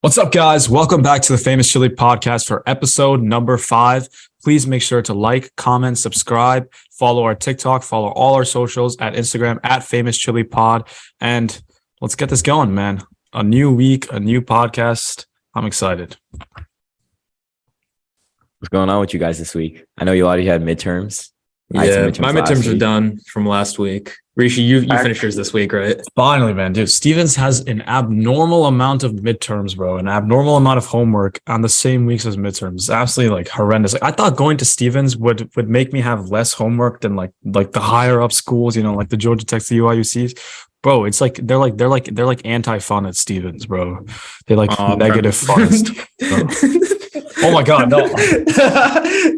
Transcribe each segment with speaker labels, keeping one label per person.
Speaker 1: What's up, guys? Welcome back to the Famous Chili Podcast for episode number five. Please make sure to like, comment, subscribe, follow our TikTok, follow all our socials at Instagram at Famous Chili Pod. And let's get this going, man. A new week, a new podcast. I'm excited.
Speaker 2: What's going on with you guys this week? I know you already had midterms. I had
Speaker 3: Yeah,
Speaker 2: some
Speaker 3: my
Speaker 2: last
Speaker 3: midterms are
Speaker 2: week.
Speaker 3: done from last week. Rishi, you, you
Speaker 4: I-
Speaker 3: finished yours this week, right?
Speaker 1: Finally, man, dude. Stevens has an abnormal amount of midterms, bro. An abnormal amount of homework on the same weeks as midterms. It's absolutely like horrendous. Like, I thought going to Stevens would would make me have less homework than like like the higher up schools, you know, like the Georgia Tech, the UIUCs. Bro, it's like they're like they're like they're like anti fun at Stevens, bro. They like
Speaker 3: Aw,
Speaker 1: negative fun. at Stevens. Oh my God, no. I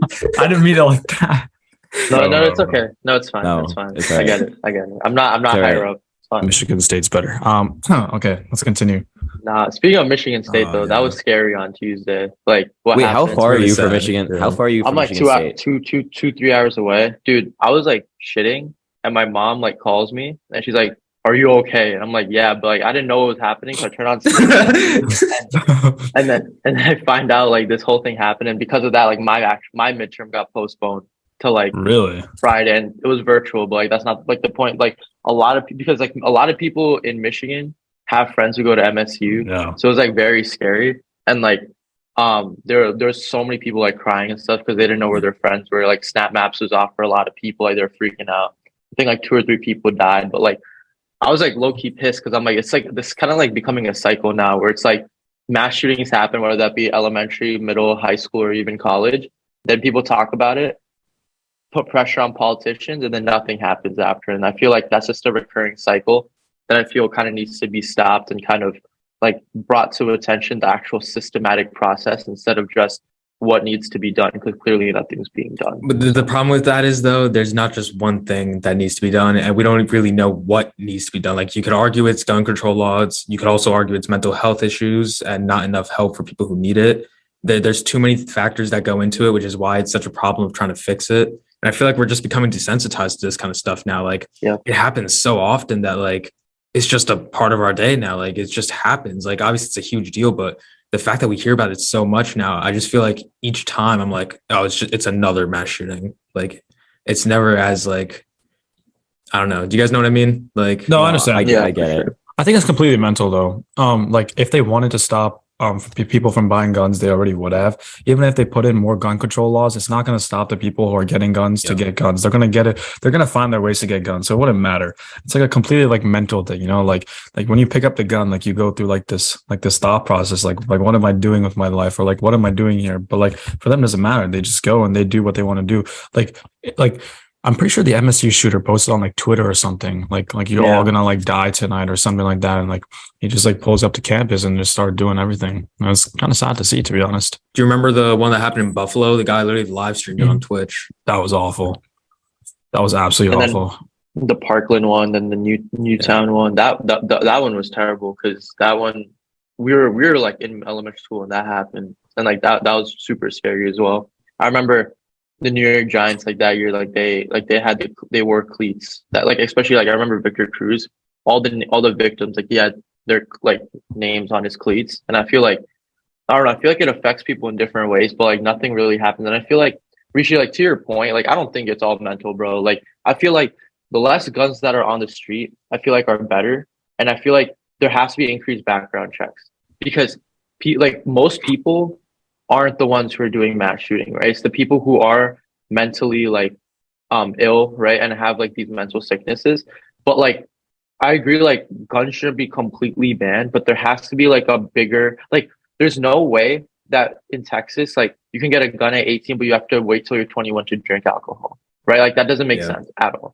Speaker 1: didn't mean it like that.
Speaker 4: No,
Speaker 1: No,
Speaker 4: no,
Speaker 1: no,
Speaker 4: it's
Speaker 1: no.
Speaker 4: okay. No, it's fine.
Speaker 2: No,
Speaker 4: it's fine.
Speaker 2: it's
Speaker 4: I
Speaker 2: alright.
Speaker 4: get it. I get it. I'm not. I'm not
Speaker 2: It's
Speaker 4: higher
Speaker 2: alright.
Speaker 4: up. It's fine.
Speaker 1: Michigan State's better. Um, huh, okay, let's continue.
Speaker 4: Nah. Speaking of Michigan State,
Speaker 1: Oh,
Speaker 4: though,
Speaker 1: yeah.
Speaker 4: that was scary on Tuesday. Like, what?
Speaker 2: Wait,
Speaker 4: happened?
Speaker 2: how far
Speaker 3: really
Speaker 2: are you from
Speaker 3: sad.
Speaker 2: Michigan?
Speaker 3: Yeah.
Speaker 2: How far are you from
Speaker 4: I'm like
Speaker 2: Michigan
Speaker 4: two, hour,
Speaker 2: State?
Speaker 4: two, two, two, three hours away, dude. I was like shitting, and my mom like calls me, and she's like, "Are you okay?" And I'm like, "Yeah," but like I didn't know what was happening, so I turned on, CNN, and then and then I find out like this whole thing happened, and because of that, like my act- my midterm got postponed to like
Speaker 1: really?
Speaker 4: Friday and it was virtual, but like that's not like the point. Like a lot of pe- because like a lot of people in Michigan have friends who go to MSU,
Speaker 1: No.
Speaker 4: so it was like very scary and like um there there's so many people like crying and stuff because they didn't know where their friends were. Like Snap Maps was off for a lot of people, like they're freaking out. I think like two or three people died, but like I was like low key pissed because I'm like it's like this kind of like becoming a cycle now where it's like mass shootings happen, whether that be elementary, middle, high school, or even college. Then people talk about it, put pressure on politicians and then nothing happens after. And I feel like that's just a recurring cycle that I feel kind of needs to be stopped and kind of like brought to attention the actual systematic process instead of just what needs to be done because clearly nothing's being done.
Speaker 3: But the, the problem with that is though, there's not just one thing that needs to be done, and we don't really know what needs to be done. Like you could argue it's gun control laws. You could also argue it's mental health issues and not enough help for people who need it. There, there's too many factors that go into it, which is why it's such a problem of trying to fix it. And I feel like we're just becoming desensitized to this kind of stuff now. Like
Speaker 4: Yeah.
Speaker 3: it happens so often that like it's just a part of our day now. Like it just happens. Like obviously it's a huge deal, but the fact that we hear about it so much now, I just feel like each time I'm like, oh, it's just it's another mass shooting. Like it's never as like I don't know. Do you guys know what I mean? Like
Speaker 1: No, I understand.
Speaker 2: I,
Speaker 4: Yeah,
Speaker 2: I get it.
Speaker 1: I think it's completely mental though. Um, like if they wanted to stop um p- people from buying guns, they already would have. Even if they put in more gun control laws, it's not going to stop the people who are getting guns to
Speaker 3: Yeah.
Speaker 1: get guns. They're going to get it. They're going to find their ways to get guns. So it wouldn't matter. It's like a completely like mental thing, you know. Like like when you pick up the gun, like you go through like this like this thought process, like like what am I doing with my life, or like what am I doing here? But like for them, it doesn't matter. They just go and they do what they want to do. Like like I'm pretty sure the MSU shooter posted on like Twitter or something, like like you're all
Speaker 4: Yeah.
Speaker 1: gonna like die tonight or something like that, and like he just like pulls up to campus and just started doing everything. And it's kind of sad to see, to be honest.
Speaker 3: Do you remember the one that happened in Buffalo? The guy literally live streamed it
Speaker 1: Mm-hmm.
Speaker 3: on Twitch.
Speaker 1: That was awful. That was absolutely
Speaker 4: And then-
Speaker 1: awful.
Speaker 4: The Parkland one, then the New Newtown one. That, that that that one was terrible because that one we were we were like in elementary school and that happened and like that that was super scary as well. I remember the New York Giants like that year, like they like they had the, they wore cleats that like especially like I remember Victor Cruz, all the all the victims like he had their like names on his cleats, and I feel like I don't know, I feel like it affects people in different ways, but like nothing really happens, and I feel like Rishi, like to your point, like I don't think it's all mental, bro. Like I feel like the less guns that are on the street, I feel like are better, and I feel like there has to be increased background checks because pe- like most people aren't the ones who are doing mass shooting right it's the people who are mentally like um ill right and have like these mental sicknesses but like i agree like guns shouldn't be completely banned but there has to be like a bigger like there's no way that in texas like you can get a gun at 18 but you have to wait till you're 21 to drink alcohol right like that doesn't make
Speaker 3: Yeah.
Speaker 4: sense at all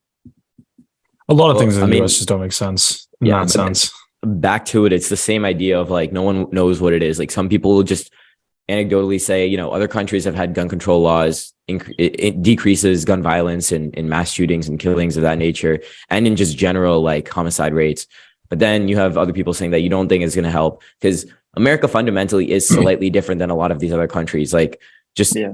Speaker 1: A lot of
Speaker 2: Well,
Speaker 1: things in
Speaker 2: I
Speaker 1: the
Speaker 2: mean-
Speaker 1: US just don't make sense. In
Speaker 2: Yeah,
Speaker 1: that
Speaker 2: but-
Speaker 1: sense.
Speaker 2: Back to it, it's the same idea of like no one knows what it is. Like some people will just anecdotally say, you know, other countries have had gun control laws, inc- it, it decreases gun violence and, and mass shootings and killings of that nature, and in just general like homicide rates. But then you have other people saying that you don't think it's going to help because America fundamentally is slightly different than a lot of these other countries. Like just
Speaker 4: Yeah.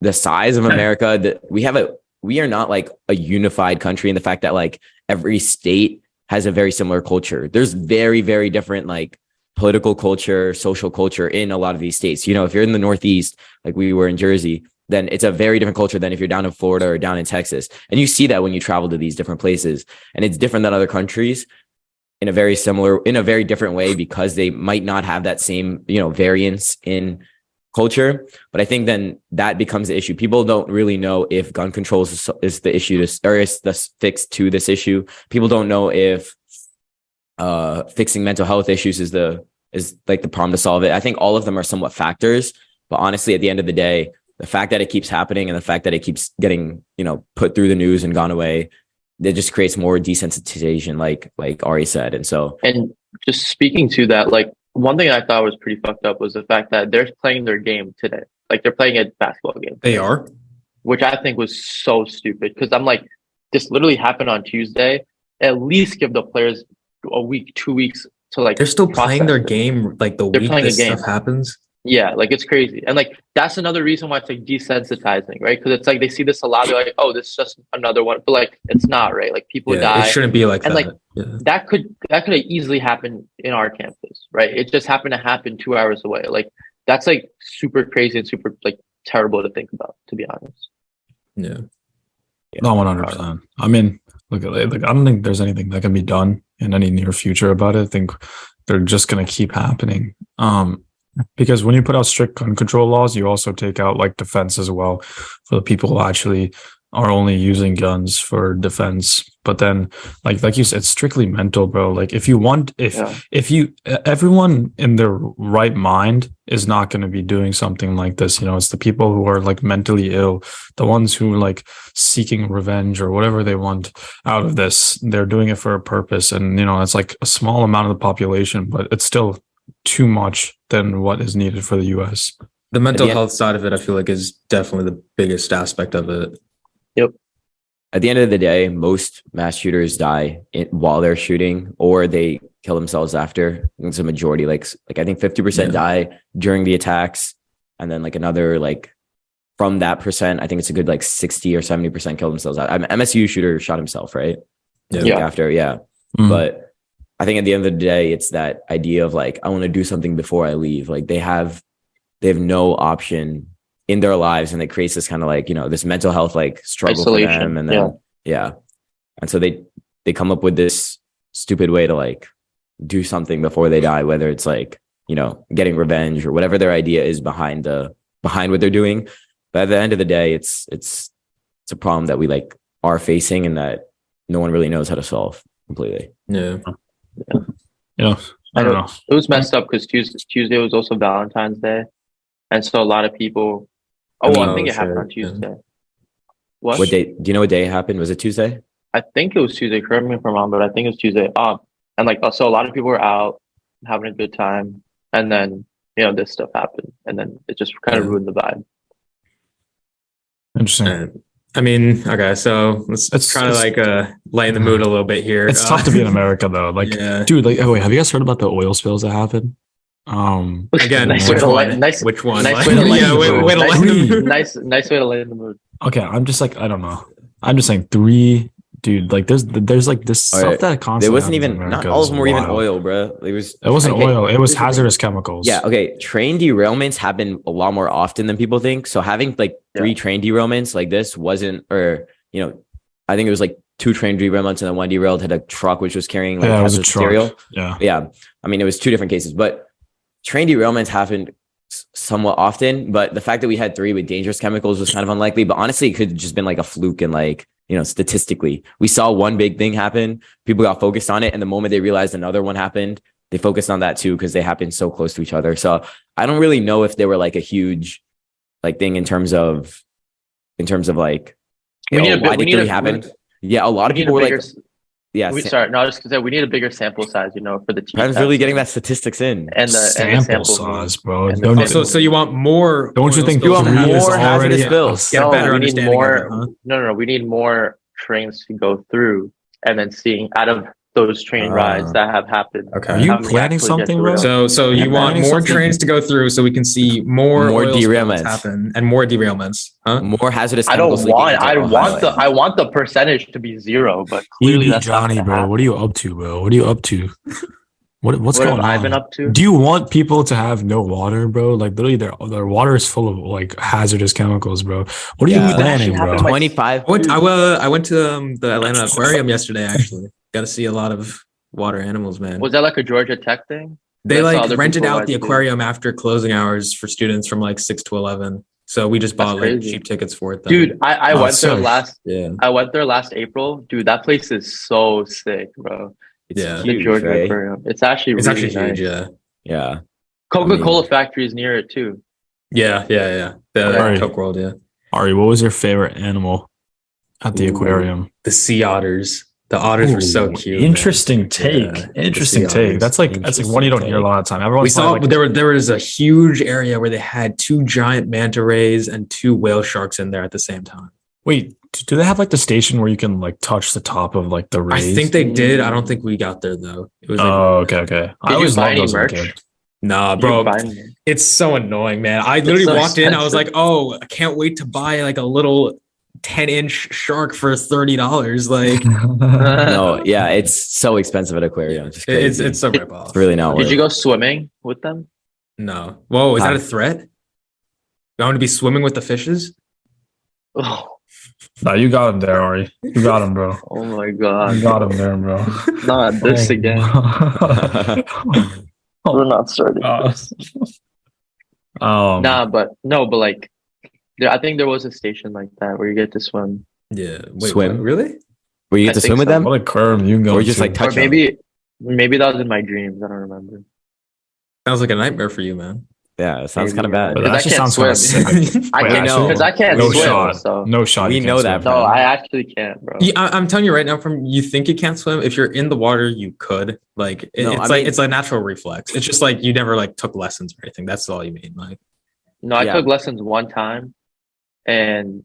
Speaker 2: the size of America that we have a we are not like a unified country in the fact that like every state has a very similar culture. There's very very different like political culture, social culture in a lot of these states. You know, if you're in the Northeast, like we were in Jersey, then it's a very different culture than if you're down in Florida or down in Texas. And you see that when you travel to these different places. And it's different than other countries in a very similar, in a very different way because they might not have that same, you know, variance in culture. But I think then that becomes the issue. People don't really know if gun control is, is the issue to, or is the fix to this issue. People don't know if uh, fixing mental health issues is the is like the problem to solve it. I think all of them are somewhat factors, but honestly, at the end of the day, the fact that it keeps happening and the fact that it keeps getting you know put through the news and gone away, it just creates more desensitization, like like Ari said. And so,
Speaker 4: and just speaking to that, like one thing I thought was pretty fucked up was the fact that they're playing their game today. Like they're playing a basketball game,
Speaker 3: They are.
Speaker 4: which I think was so stupid. Because I'm like, this literally happened on Tuesday. At least give the players a week, two weeks to like
Speaker 3: They're still playing their
Speaker 4: process it.
Speaker 3: game like the
Speaker 4: They're
Speaker 3: week
Speaker 4: playing a
Speaker 3: this
Speaker 4: game.
Speaker 3: stuff happens.
Speaker 4: Yeah, like it's crazy. And like that's another reason why it's like desensitizing, right? Because it's like they see this a lot, they're like, oh, this is just another one. But like it's not, right? Like people
Speaker 3: Yeah, it
Speaker 4: die.
Speaker 3: shouldn't be like
Speaker 4: And,
Speaker 3: that.
Speaker 4: like,
Speaker 3: yeah.
Speaker 4: That could that could have easily happened in our campus, right? It just happened to happen two hours away. Like that's like super crazy and super like terrible to think about, to be honest.
Speaker 3: yeah.
Speaker 1: Not one hundred percent. I mean, look at it. Like, I don't think there's anything that can be done in any near future about it. I think they're just gonna keep happening. Um, because when you put out strict gun control laws, you also take out like defense as well for the people who actually are only using guns for defense. But then, like like you said, it's strictly mental, bro. Like if you want, if
Speaker 4: Yeah.
Speaker 1: if you e- everyone in their right mind is not going to be doing something like this you know it's the people who are like mentally ill the ones who are like seeking revenge or whatever they want out of this they're doing it for a purpose and you know it's like a small amount of the population but it's still too much than what is needed for the us
Speaker 3: The mental
Speaker 2: the end-
Speaker 3: health side of it, I feel like, is definitely the biggest aspect of it.
Speaker 2: at the end of the day, most mass shooters die in, while they're shooting, or they kill themselves after. It's a majority, like s- like I think fifty percent die during the attacks, and then like another like from that percent, I think it's a good like sixty or seventy percent kill themselves. out. Um, MSU shooter shot himself, right?
Speaker 3: Yeah.
Speaker 2: Like, After, yeah.
Speaker 1: Mm.
Speaker 2: But I think at the end of the day, it's that idea of like I want to do something before I leave. Like they have they have no option in their lives, and it creates this kind of like you know this mental health like struggle for
Speaker 4: Isolation,
Speaker 2: them, and then
Speaker 4: yeah.
Speaker 2: yeah. and so they they come up with this stupid way to like do something before they die, whether it's like you know getting revenge or whatever their idea is behind the behind what they're doing. But at the end of the day, it's it's it's a problem that we like are facing and that no one really knows how to solve completely.
Speaker 3: Yeah.
Speaker 1: you know i don't know
Speaker 4: It was messed up because Tuesday, Tuesday was also Valentine's Day. And so a lot of people Oh, well, I
Speaker 3: Oh,
Speaker 4: think it
Speaker 3: shit,
Speaker 4: happened on
Speaker 3: yeah.
Speaker 4: Tuesday.
Speaker 2: What day? Do you know what day it happened? Was it Tuesday?
Speaker 4: I think it was Tuesday. Correct me if I'm wrong, but I think it was Tuesday. Um, and like so, a lot of people were out having a good time, and then you know this stuff happened, and then it just kind of
Speaker 3: Yeah.
Speaker 4: ruined the vibe.
Speaker 1: interesting
Speaker 3: And, I mean, okay, so let's
Speaker 1: It's-
Speaker 3: try to
Speaker 1: it's-
Speaker 3: like uh, lighten the mood a little bit here.
Speaker 1: it's
Speaker 3: Uh,
Speaker 1: tough to be in america though like
Speaker 3: yeah.
Speaker 1: dude like oh wait have you guys heard about the oil spills that happened um
Speaker 3: Again,
Speaker 1: Nice
Speaker 3: which,
Speaker 1: way
Speaker 4: to
Speaker 3: one?
Speaker 4: light- nice-
Speaker 3: which one?
Speaker 4: nice way to lighten
Speaker 3: yeah,
Speaker 1: the
Speaker 3: way,
Speaker 1: mood.
Speaker 3: way to
Speaker 4: Nice-
Speaker 3: lighten the mood.
Speaker 4: nice, nice way to lighten the mood.
Speaker 1: okay i'm just like i don't know i'm just saying three dude like there's there's like this
Speaker 2: All
Speaker 1: stuff
Speaker 2: right.
Speaker 1: that constantly
Speaker 2: There wasn't
Speaker 1: happens in
Speaker 2: even not
Speaker 1: America
Speaker 2: all
Speaker 1: is
Speaker 2: of them were even
Speaker 1: wild.
Speaker 2: oil, bro. It was
Speaker 1: it wasn't
Speaker 2: Okay.
Speaker 1: oil it was
Speaker 2: Here's the thing.
Speaker 1: hazardous chemicals
Speaker 2: Yeah, okay. Train derailments happen a lot more often than people think. So having like three train derailments like this wasn't, or you know, I think it was like two train derailments and then one derailed had a truck which was carrying like
Speaker 1: yeah it was a
Speaker 2: hazardous
Speaker 1: truck
Speaker 2: material.
Speaker 1: yeah
Speaker 2: yeah i mean it was two different cases but train derailments happened s- somewhat often but the fact that we had three with dangerous chemicals was kind of unlikely but honestly it could have just been like a fluke and like you know statistically we saw one big thing happen people got focused on it and the moment they realized another one happened they focused on that too because they happened so close to each other so i don't really know if they were like a huge like thing in terms of in terms of like
Speaker 4: We
Speaker 2: you
Speaker 4: need
Speaker 2: know,
Speaker 4: a bit-
Speaker 2: why
Speaker 4: we
Speaker 2: did
Speaker 4: need
Speaker 2: three
Speaker 4: a-
Speaker 2: happen
Speaker 4: we-
Speaker 2: yeah a lot of
Speaker 4: we need
Speaker 2: people were
Speaker 4: bigger,
Speaker 2: like
Speaker 4: s-
Speaker 2: yeah
Speaker 4: we,
Speaker 2: Sam-
Speaker 4: sorry, Uh, no, I was just gonna say we need a bigger sample size, you know, for the team.
Speaker 2: Sam's really getting that statistics in
Speaker 4: and the
Speaker 1: sample,
Speaker 4: and the sample
Speaker 1: size bro
Speaker 4: and the
Speaker 1: don't,
Speaker 4: sample
Speaker 3: Oh, so, so you want more?
Speaker 1: don't you
Speaker 3: oil
Speaker 1: think
Speaker 2: You
Speaker 3: spills
Speaker 2: want
Speaker 3: to happen?
Speaker 1: Korea is
Speaker 2: more hazardous
Speaker 1: already
Speaker 2: spills.
Speaker 3: Get a
Speaker 4: No,
Speaker 3: better
Speaker 4: we need
Speaker 3: understanding of
Speaker 4: more.
Speaker 3: it, huh?
Speaker 4: No, no, no. We need more trains to go through, and then seeing out of those train
Speaker 2: Uh,
Speaker 3: Ah.
Speaker 4: rides that have happened.
Speaker 1: are
Speaker 3: Okay.
Speaker 1: you
Speaker 4: How many
Speaker 1: planning
Speaker 4: actually get
Speaker 1: something bro
Speaker 4: derailed?
Speaker 3: So, so
Speaker 1: Yeah,
Speaker 3: you want
Speaker 1: planning
Speaker 3: more
Speaker 1: something.
Speaker 3: trains to go through so we can see more
Speaker 2: More
Speaker 3: oil spills
Speaker 2: derailments.
Speaker 3: happen and more derailments, huh?
Speaker 2: more hazardous.
Speaker 4: I don't
Speaker 2: chemicals leaking
Speaker 4: want.
Speaker 2: into
Speaker 4: I
Speaker 2: Ohio.
Speaker 4: want the. I want the percentage to be zero, but clearly
Speaker 1: Really,
Speaker 4: that's not
Speaker 1: Johnny,
Speaker 4: gonna
Speaker 1: bro.
Speaker 4: happen.
Speaker 1: What are you up to, bro? What are you up to? What what's
Speaker 4: what
Speaker 1: going
Speaker 4: have
Speaker 1: on?
Speaker 4: I been up to?
Speaker 1: Do you want people to have no water, bro? Like literally, their their water is full of like hazardous chemicals, bro. What are
Speaker 2: Yeah,
Speaker 1: you
Speaker 2: that
Speaker 1: planning,
Speaker 4: shit
Speaker 1: bro?
Speaker 4: happened like-
Speaker 2: Twenty five.
Speaker 3: I went. I, uh, I went to um, the Atlanta Aquarium yesterday. Actually, got to see a lot of water animals, man.
Speaker 4: was that like a Georgia Tech thing?
Speaker 3: they
Speaker 4: That's how
Speaker 3: like
Speaker 4: other
Speaker 3: rented
Speaker 4: people
Speaker 3: out the
Speaker 4: like to do.
Speaker 3: aquarium after closing hours for students from like six to eleven. So we just bought like
Speaker 4: crazy.
Speaker 3: cheap tickets for it. Then.
Speaker 4: Dude, I, I
Speaker 1: Oh,
Speaker 4: went there
Speaker 1: sick.
Speaker 4: last
Speaker 3: yeah,
Speaker 4: I went there last April. Dude, that place is so sick, bro.
Speaker 3: Yeah.
Speaker 4: The Georgia Aquarium. It's actually
Speaker 3: it's
Speaker 4: really
Speaker 3: actually huge.
Speaker 4: nice.
Speaker 3: Yeah,
Speaker 2: Yeah.
Speaker 4: Coca Cola factory is near it too.
Speaker 3: yeah, yeah, yeah. The
Speaker 1: Right.
Speaker 3: Coke World. Yeah,
Speaker 1: Ari, what was your favorite animal at the
Speaker 3: Ooh.
Speaker 1: aquarium?
Speaker 3: the sea otters. The otters were so
Speaker 1: Ooh,
Speaker 3: cute. man.
Speaker 1: Interesting take.
Speaker 3: Yeah,
Speaker 1: interesting
Speaker 3: the sea
Speaker 1: take.
Speaker 3: otters.
Speaker 1: That's like that's like one you don't hear a lot of time. Everyone's
Speaker 3: we saw
Speaker 1: like,
Speaker 3: there were there was a huge area where they had two giant manta rays and two whale sharks in there at the same time.
Speaker 1: wait, d- do they have like the station where you can like touch the top of like the rays?
Speaker 3: I think they did.
Speaker 4: Mm.
Speaker 3: I don't think we got there though. It was like,
Speaker 1: Oh, okay, okay. I
Speaker 4: you
Speaker 1: always
Speaker 4: buy
Speaker 1: love
Speaker 4: any
Speaker 1: those. as a
Speaker 4: merch?
Speaker 1: kid.
Speaker 3: nah,
Speaker 4: You
Speaker 3: bro.
Speaker 4: can find it.
Speaker 3: It's so annoying, man. I literally
Speaker 4: so
Speaker 3: walked in. I was like, oh, I can't wait to buy like a little ten inch shark for thirty dollars. Like
Speaker 2: No. Yeah. It's so expensive at aquarium. It's just
Speaker 3: it- it's
Speaker 2: crazy.
Speaker 3: it's a ripoff.
Speaker 2: It's really not.
Speaker 4: Did
Speaker 2: worth
Speaker 4: you
Speaker 2: it.
Speaker 4: go swimming with them?
Speaker 3: No. Whoa, is that
Speaker 2: Ah.
Speaker 3: a threat? I want to be swimming with the fishes.
Speaker 4: Oh,
Speaker 1: no, you got him there, Ari. You got him, bro.
Speaker 4: oh my god.
Speaker 1: You got him there, bro.
Speaker 4: Not this again. We're not starting.
Speaker 1: um,
Speaker 4: Nah, but no, but like there, I think there was a station like that where you get to swim.
Speaker 3: Yeah.
Speaker 2: Swim?
Speaker 3: what, really?
Speaker 2: Where you
Speaker 4: I
Speaker 2: get to
Speaker 4: think
Speaker 2: swim with
Speaker 4: so.
Speaker 2: them?
Speaker 1: What aquarium you can go
Speaker 2: Or just,
Speaker 1: to.
Speaker 2: like, touch-
Speaker 4: or maybe maybe that was in my dreams. I don't remember.
Speaker 3: Sounds like a nightmare for you, man.
Speaker 2: Yeah. It sounds kind of
Speaker 1: But
Speaker 2: bad.
Speaker 1: that
Speaker 4: I
Speaker 1: actually
Speaker 4: can't
Speaker 1: sounds kind of
Speaker 4: swim.
Speaker 1: sick.
Speaker 4: I
Speaker 1: Wait,
Speaker 4: can't
Speaker 1: actually?
Speaker 4: because I can't
Speaker 1: No
Speaker 4: swim.
Speaker 1: shot.
Speaker 4: So
Speaker 1: No shot.
Speaker 2: We
Speaker 1: you can't
Speaker 2: know
Speaker 1: swim.
Speaker 2: that,
Speaker 4: no,
Speaker 2: bro.
Speaker 4: I actually can't, bro.
Speaker 3: Yeah, I, I'm telling you right now. From you think you can't swim. If you're in the water, you could. Like it-
Speaker 2: No,
Speaker 3: it's
Speaker 2: I
Speaker 3: like
Speaker 2: mean-
Speaker 3: it's a natural reflex. It's just like you never like took lessons or anything. That's all you mean. Like
Speaker 4: No, I
Speaker 2: Yeah.
Speaker 4: took lessons one time, and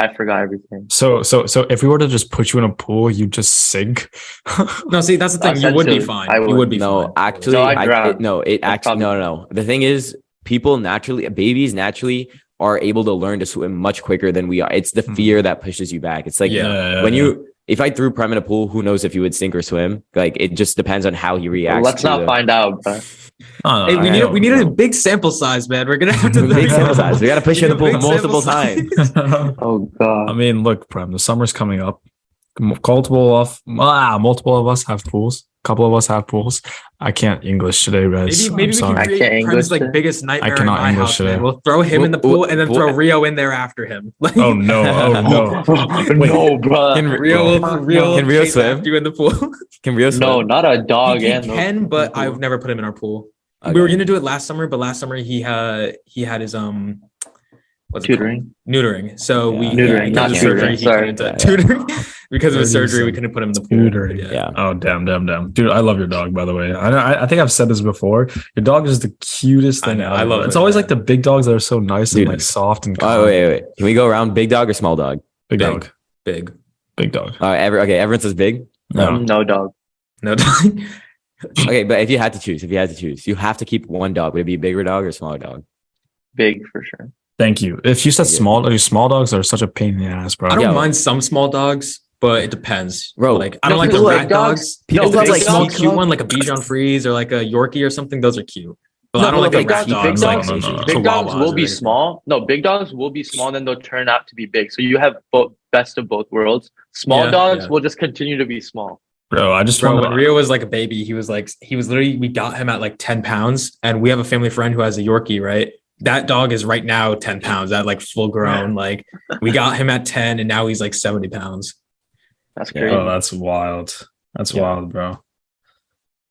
Speaker 4: I forgot everything.
Speaker 1: So, so, so, if we were to just put you in a pool, you just sink.
Speaker 3: no, see that's the thing. You would be
Speaker 4: Essentially,
Speaker 3: fine.
Speaker 4: I
Speaker 3: you would
Speaker 4: would.
Speaker 3: be
Speaker 2: no,
Speaker 3: fine.
Speaker 2: actually,
Speaker 4: No, I
Speaker 2: I,
Speaker 4: drowned.
Speaker 2: it, no, it
Speaker 4: That's
Speaker 2: actually, no, no, no. The thing is, people naturally, babies naturally are able to learn to swim much quicker than we are. It's the
Speaker 1: Hmm.
Speaker 2: fear that pushes you back. It's like
Speaker 3: Yeah.
Speaker 2: when you, if I threw Prem in a pool, who knows if he would sink or swim? Like it just depends on how he reacts.
Speaker 4: Let's
Speaker 2: to
Speaker 4: not
Speaker 2: the-
Speaker 4: find out, bro.
Speaker 1: No, no,
Speaker 3: Hey, we
Speaker 1: I
Speaker 3: need a,
Speaker 1: don't
Speaker 3: we need
Speaker 1: know.
Speaker 3: a big sample size, man. We're gonna have to
Speaker 2: Big sample size. We got to push you in the
Speaker 3: Big
Speaker 2: pool
Speaker 3: sample
Speaker 2: multiple
Speaker 3: size.
Speaker 2: times.
Speaker 4: Oh
Speaker 1: I
Speaker 4: god.
Speaker 1: mean, look, Prem, the summer's coming up. M- Multiple of ah, multiple of us have pools. A couple of us have pools. I can't English today, guys.
Speaker 3: Maybe maybe
Speaker 1: I'm sorry.
Speaker 3: we can
Speaker 4: I
Speaker 3: create
Speaker 4: can't English
Speaker 3: Prem's like
Speaker 4: today.
Speaker 3: biggest nightmare in
Speaker 1: cannot
Speaker 3: my
Speaker 1: English
Speaker 3: house,
Speaker 1: today.
Speaker 3: man. We'll throw him in the
Speaker 2: Wh- wh-
Speaker 3: pool and then throw
Speaker 2: wh-
Speaker 3: Rio in there after him. Like
Speaker 1: Oh no! Oh no! Wait,
Speaker 4: no, bro.
Speaker 1: Can-
Speaker 3: Rio will Rio
Speaker 2: Can Rio
Speaker 3: chase
Speaker 2: swim?
Speaker 3: after you in the pool.
Speaker 2: Can Rio swim?
Speaker 4: no, not a dog.
Speaker 3: he he
Speaker 4: and Oh, no-
Speaker 3: can, but I've never put him in our pool.
Speaker 2: Okay.
Speaker 3: We were gonna do it last summer, but last summer he had he had his um what's it called?
Speaker 4: tutoring.
Speaker 3: neutering. So
Speaker 2: Yeah.
Speaker 3: we
Speaker 4: Neutering,
Speaker 3: because
Speaker 2: not
Speaker 3: of
Speaker 2: tutoring.
Speaker 3: surgery, he
Speaker 4: Sorry.
Speaker 3: couldn't, uh,
Speaker 2: Yeah, yeah.
Speaker 3: tutoring. because of his
Speaker 1: Tutoring.
Speaker 3: surgery, we couldn't put him in the pool.
Speaker 1: Tutoring.
Speaker 3: Yeah.
Speaker 2: Yeah.
Speaker 1: Oh damn, damn, damn, dude! I love your dog, by the way. I know. I, I think I've said this before. Your dog is the cutest
Speaker 3: I
Speaker 1: thing.
Speaker 3: know,
Speaker 1: ever.
Speaker 3: I love
Speaker 1: It's
Speaker 3: it,
Speaker 1: always
Speaker 3: man.
Speaker 1: like the big dogs that are so nice
Speaker 2: Dude.
Speaker 1: and like soft and.
Speaker 2: Oh
Speaker 1: Calm.
Speaker 2: wait, wait. Can we go around big dog or small dog?
Speaker 1: big,
Speaker 3: big.
Speaker 1: dog,
Speaker 3: Big.
Speaker 1: big dog.
Speaker 2: All right, every, okay, everyone says big.
Speaker 1: No,
Speaker 4: Mm, No dog.
Speaker 3: No dog.
Speaker 2: Okay, but if you had to choose, if you had to choose, you have to keep one dog. Would it be a bigger dog or a smaller dog?
Speaker 4: Big for sure.
Speaker 1: thank you. If you said
Speaker 2: Yeah.
Speaker 1: small, like, small dogs are such a pain in the ass, bro.
Speaker 3: I don't
Speaker 2: Yeah.
Speaker 3: mind some small dogs, but it depends.
Speaker 2: Bro,
Speaker 3: like
Speaker 4: no,
Speaker 3: I don't like the
Speaker 4: people like
Speaker 3: rat
Speaker 4: dogs.
Speaker 3: dogs.
Speaker 2: People
Speaker 3: If it's
Speaker 2: love,
Speaker 3: a
Speaker 2: like,
Speaker 3: small
Speaker 2: dogs.
Speaker 3: cute one, like a Bichon Frise or like a Yorkie or something. Those are cute. But
Speaker 2: No,
Speaker 3: I don't
Speaker 2: no,
Speaker 3: like the
Speaker 2: big
Speaker 3: rat
Speaker 4: dogs- big
Speaker 3: dogs. like
Speaker 1: dogs-
Speaker 3: Chihuahuas
Speaker 4: Big dogs
Speaker 3: or
Speaker 4: will be
Speaker 3: anything.
Speaker 4: small. No, big dogs will be small, then they'll turn out to be big. So you have both best of both worlds. Small
Speaker 3: Yeah,
Speaker 4: dogs
Speaker 3: yeah.
Speaker 4: will just continue to be small.
Speaker 1: bro. I just
Speaker 3: Bro, when
Speaker 1: want to.
Speaker 3: Rio was like a baby, he was like he was literally we got him at like 10 pounds, and we have a family friend who has a Yorkie, right? That dog is right now 10 pounds at like full grown. Like we got him at 10 and now he's like 70 pounds.
Speaker 4: That's
Speaker 2: Yeah.
Speaker 4: crazy.
Speaker 1: Oh, that's wild. That's
Speaker 3: Yeah.
Speaker 1: wild, bro.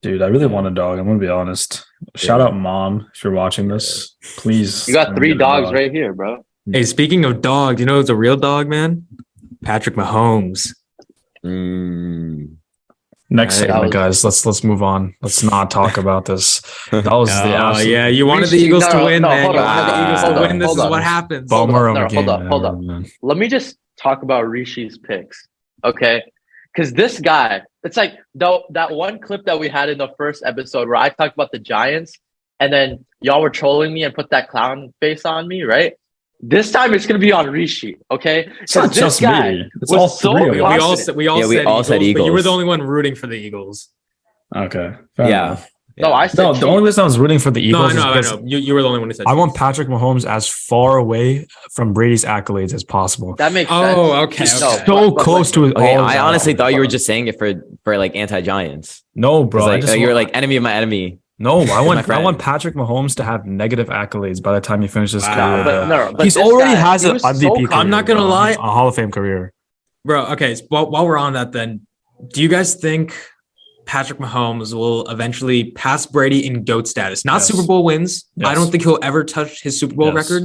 Speaker 1: Dude, I really want a dog. I'm gonna be honest. Shout out, mom, if you're watching this, please.
Speaker 4: you
Speaker 1: let
Speaker 4: got
Speaker 1: me
Speaker 4: three
Speaker 1: get a
Speaker 4: dogs
Speaker 1: dog.
Speaker 4: right here, bro.
Speaker 3: Hey, speaking of dogs, you know who's a real dog, man? Patrick Mahomes.
Speaker 2: Mm.
Speaker 1: Next
Speaker 3: Alright.
Speaker 1: segment,
Speaker 4: That
Speaker 1: guys. Let's let's move on. Let's not talk about this. That was the
Speaker 3: Oh,
Speaker 1: absolute
Speaker 3: yeah, you
Speaker 4: We
Speaker 3: wanted the
Speaker 4: should-
Speaker 3: Eagles to
Speaker 4: no,
Speaker 3: win,
Speaker 4: no,
Speaker 3: man.
Speaker 4: hold
Speaker 3: You
Speaker 2: on,
Speaker 3: wanted the
Speaker 2: hold
Speaker 3: Eagles
Speaker 2: on,
Speaker 3: to win. This is
Speaker 4: hold on.
Speaker 3: what happens.
Speaker 4: Hold
Speaker 1: bummer of
Speaker 4: on,
Speaker 1: a
Speaker 4: no,
Speaker 1: game.
Speaker 4: hold on, hold on.
Speaker 1: man.
Speaker 4: let me just talk about Rishi's picks, okay? Because this guy, it's like the, that one clip that we had in the first episode where I talked about the Giants, and then y'all were trolling me and put that clown face on me, right? This time it's gonna be on Rishi, okay?
Speaker 1: It's not
Speaker 4: Because this
Speaker 1: just
Speaker 4: guy
Speaker 1: me. It's
Speaker 4: was
Speaker 1: all
Speaker 4: so
Speaker 1: three of
Speaker 3: We
Speaker 1: us.
Speaker 3: all said we all,
Speaker 2: Yeah, we
Speaker 3: said,
Speaker 2: all
Speaker 3: Eagles,
Speaker 2: said
Speaker 3: but you were
Speaker 2: Eagles.
Speaker 3: the only one rooting for the Eagles.
Speaker 1: Okay. fair
Speaker 2: Yeah.
Speaker 1: enough.
Speaker 4: No, I said
Speaker 1: No, the only reason I was rooting for the
Speaker 3: No, I
Speaker 1: Eagles
Speaker 3: know, I
Speaker 1: is because
Speaker 3: know. You, you were the only one who said.
Speaker 1: I want Patrick Mahomes as far away from Brady's accolades as possible.
Speaker 4: that makes sense.
Speaker 3: Oh, okay.
Speaker 4: Just-
Speaker 3: okay.
Speaker 4: No.
Speaker 1: so
Speaker 4: but- but-
Speaker 1: close to his.
Speaker 2: Okay,
Speaker 1: all his
Speaker 2: I honestly
Speaker 1: accolades.
Speaker 2: thought you were just saying it for for like anti Giants.
Speaker 1: no, bro. I
Speaker 2: Like,
Speaker 1: just
Speaker 2: uh, you were
Speaker 1: want-
Speaker 2: like enemy of my enemy.
Speaker 1: no. I
Speaker 2: my
Speaker 1: want I
Speaker 2: friend.
Speaker 1: want Patrick Mahomes to have negative accolades by the time he finishes his
Speaker 3: Wow.
Speaker 1: career.
Speaker 3: But
Speaker 1: bro.
Speaker 4: no, but
Speaker 1: He's
Speaker 4: this
Speaker 1: already
Speaker 4: guy,
Speaker 1: has
Speaker 4: he
Speaker 1: an
Speaker 4: was
Speaker 1: MVP.
Speaker 4: so
Speaker 1: career,
Speaker 4: confident.
Speaker 3: I'm not gonna
Speaker 1: bro.
Speaker 3: lie.
Speaker 1: a Hall of Fame career.
Speaker 3: Bro, okay. So while, while we're on that, then, do you guys think Patrick Mahomes will eventually pass Brady in GOAT status? Not
Speaker 1: Yes.
Speaker 3: Super Bowl wins. I
Speaker 1: Yes.
Speaker 3: don't think he'll ever touch his Super Bowl
Speaker 1: Yes.
Speaker 3: record,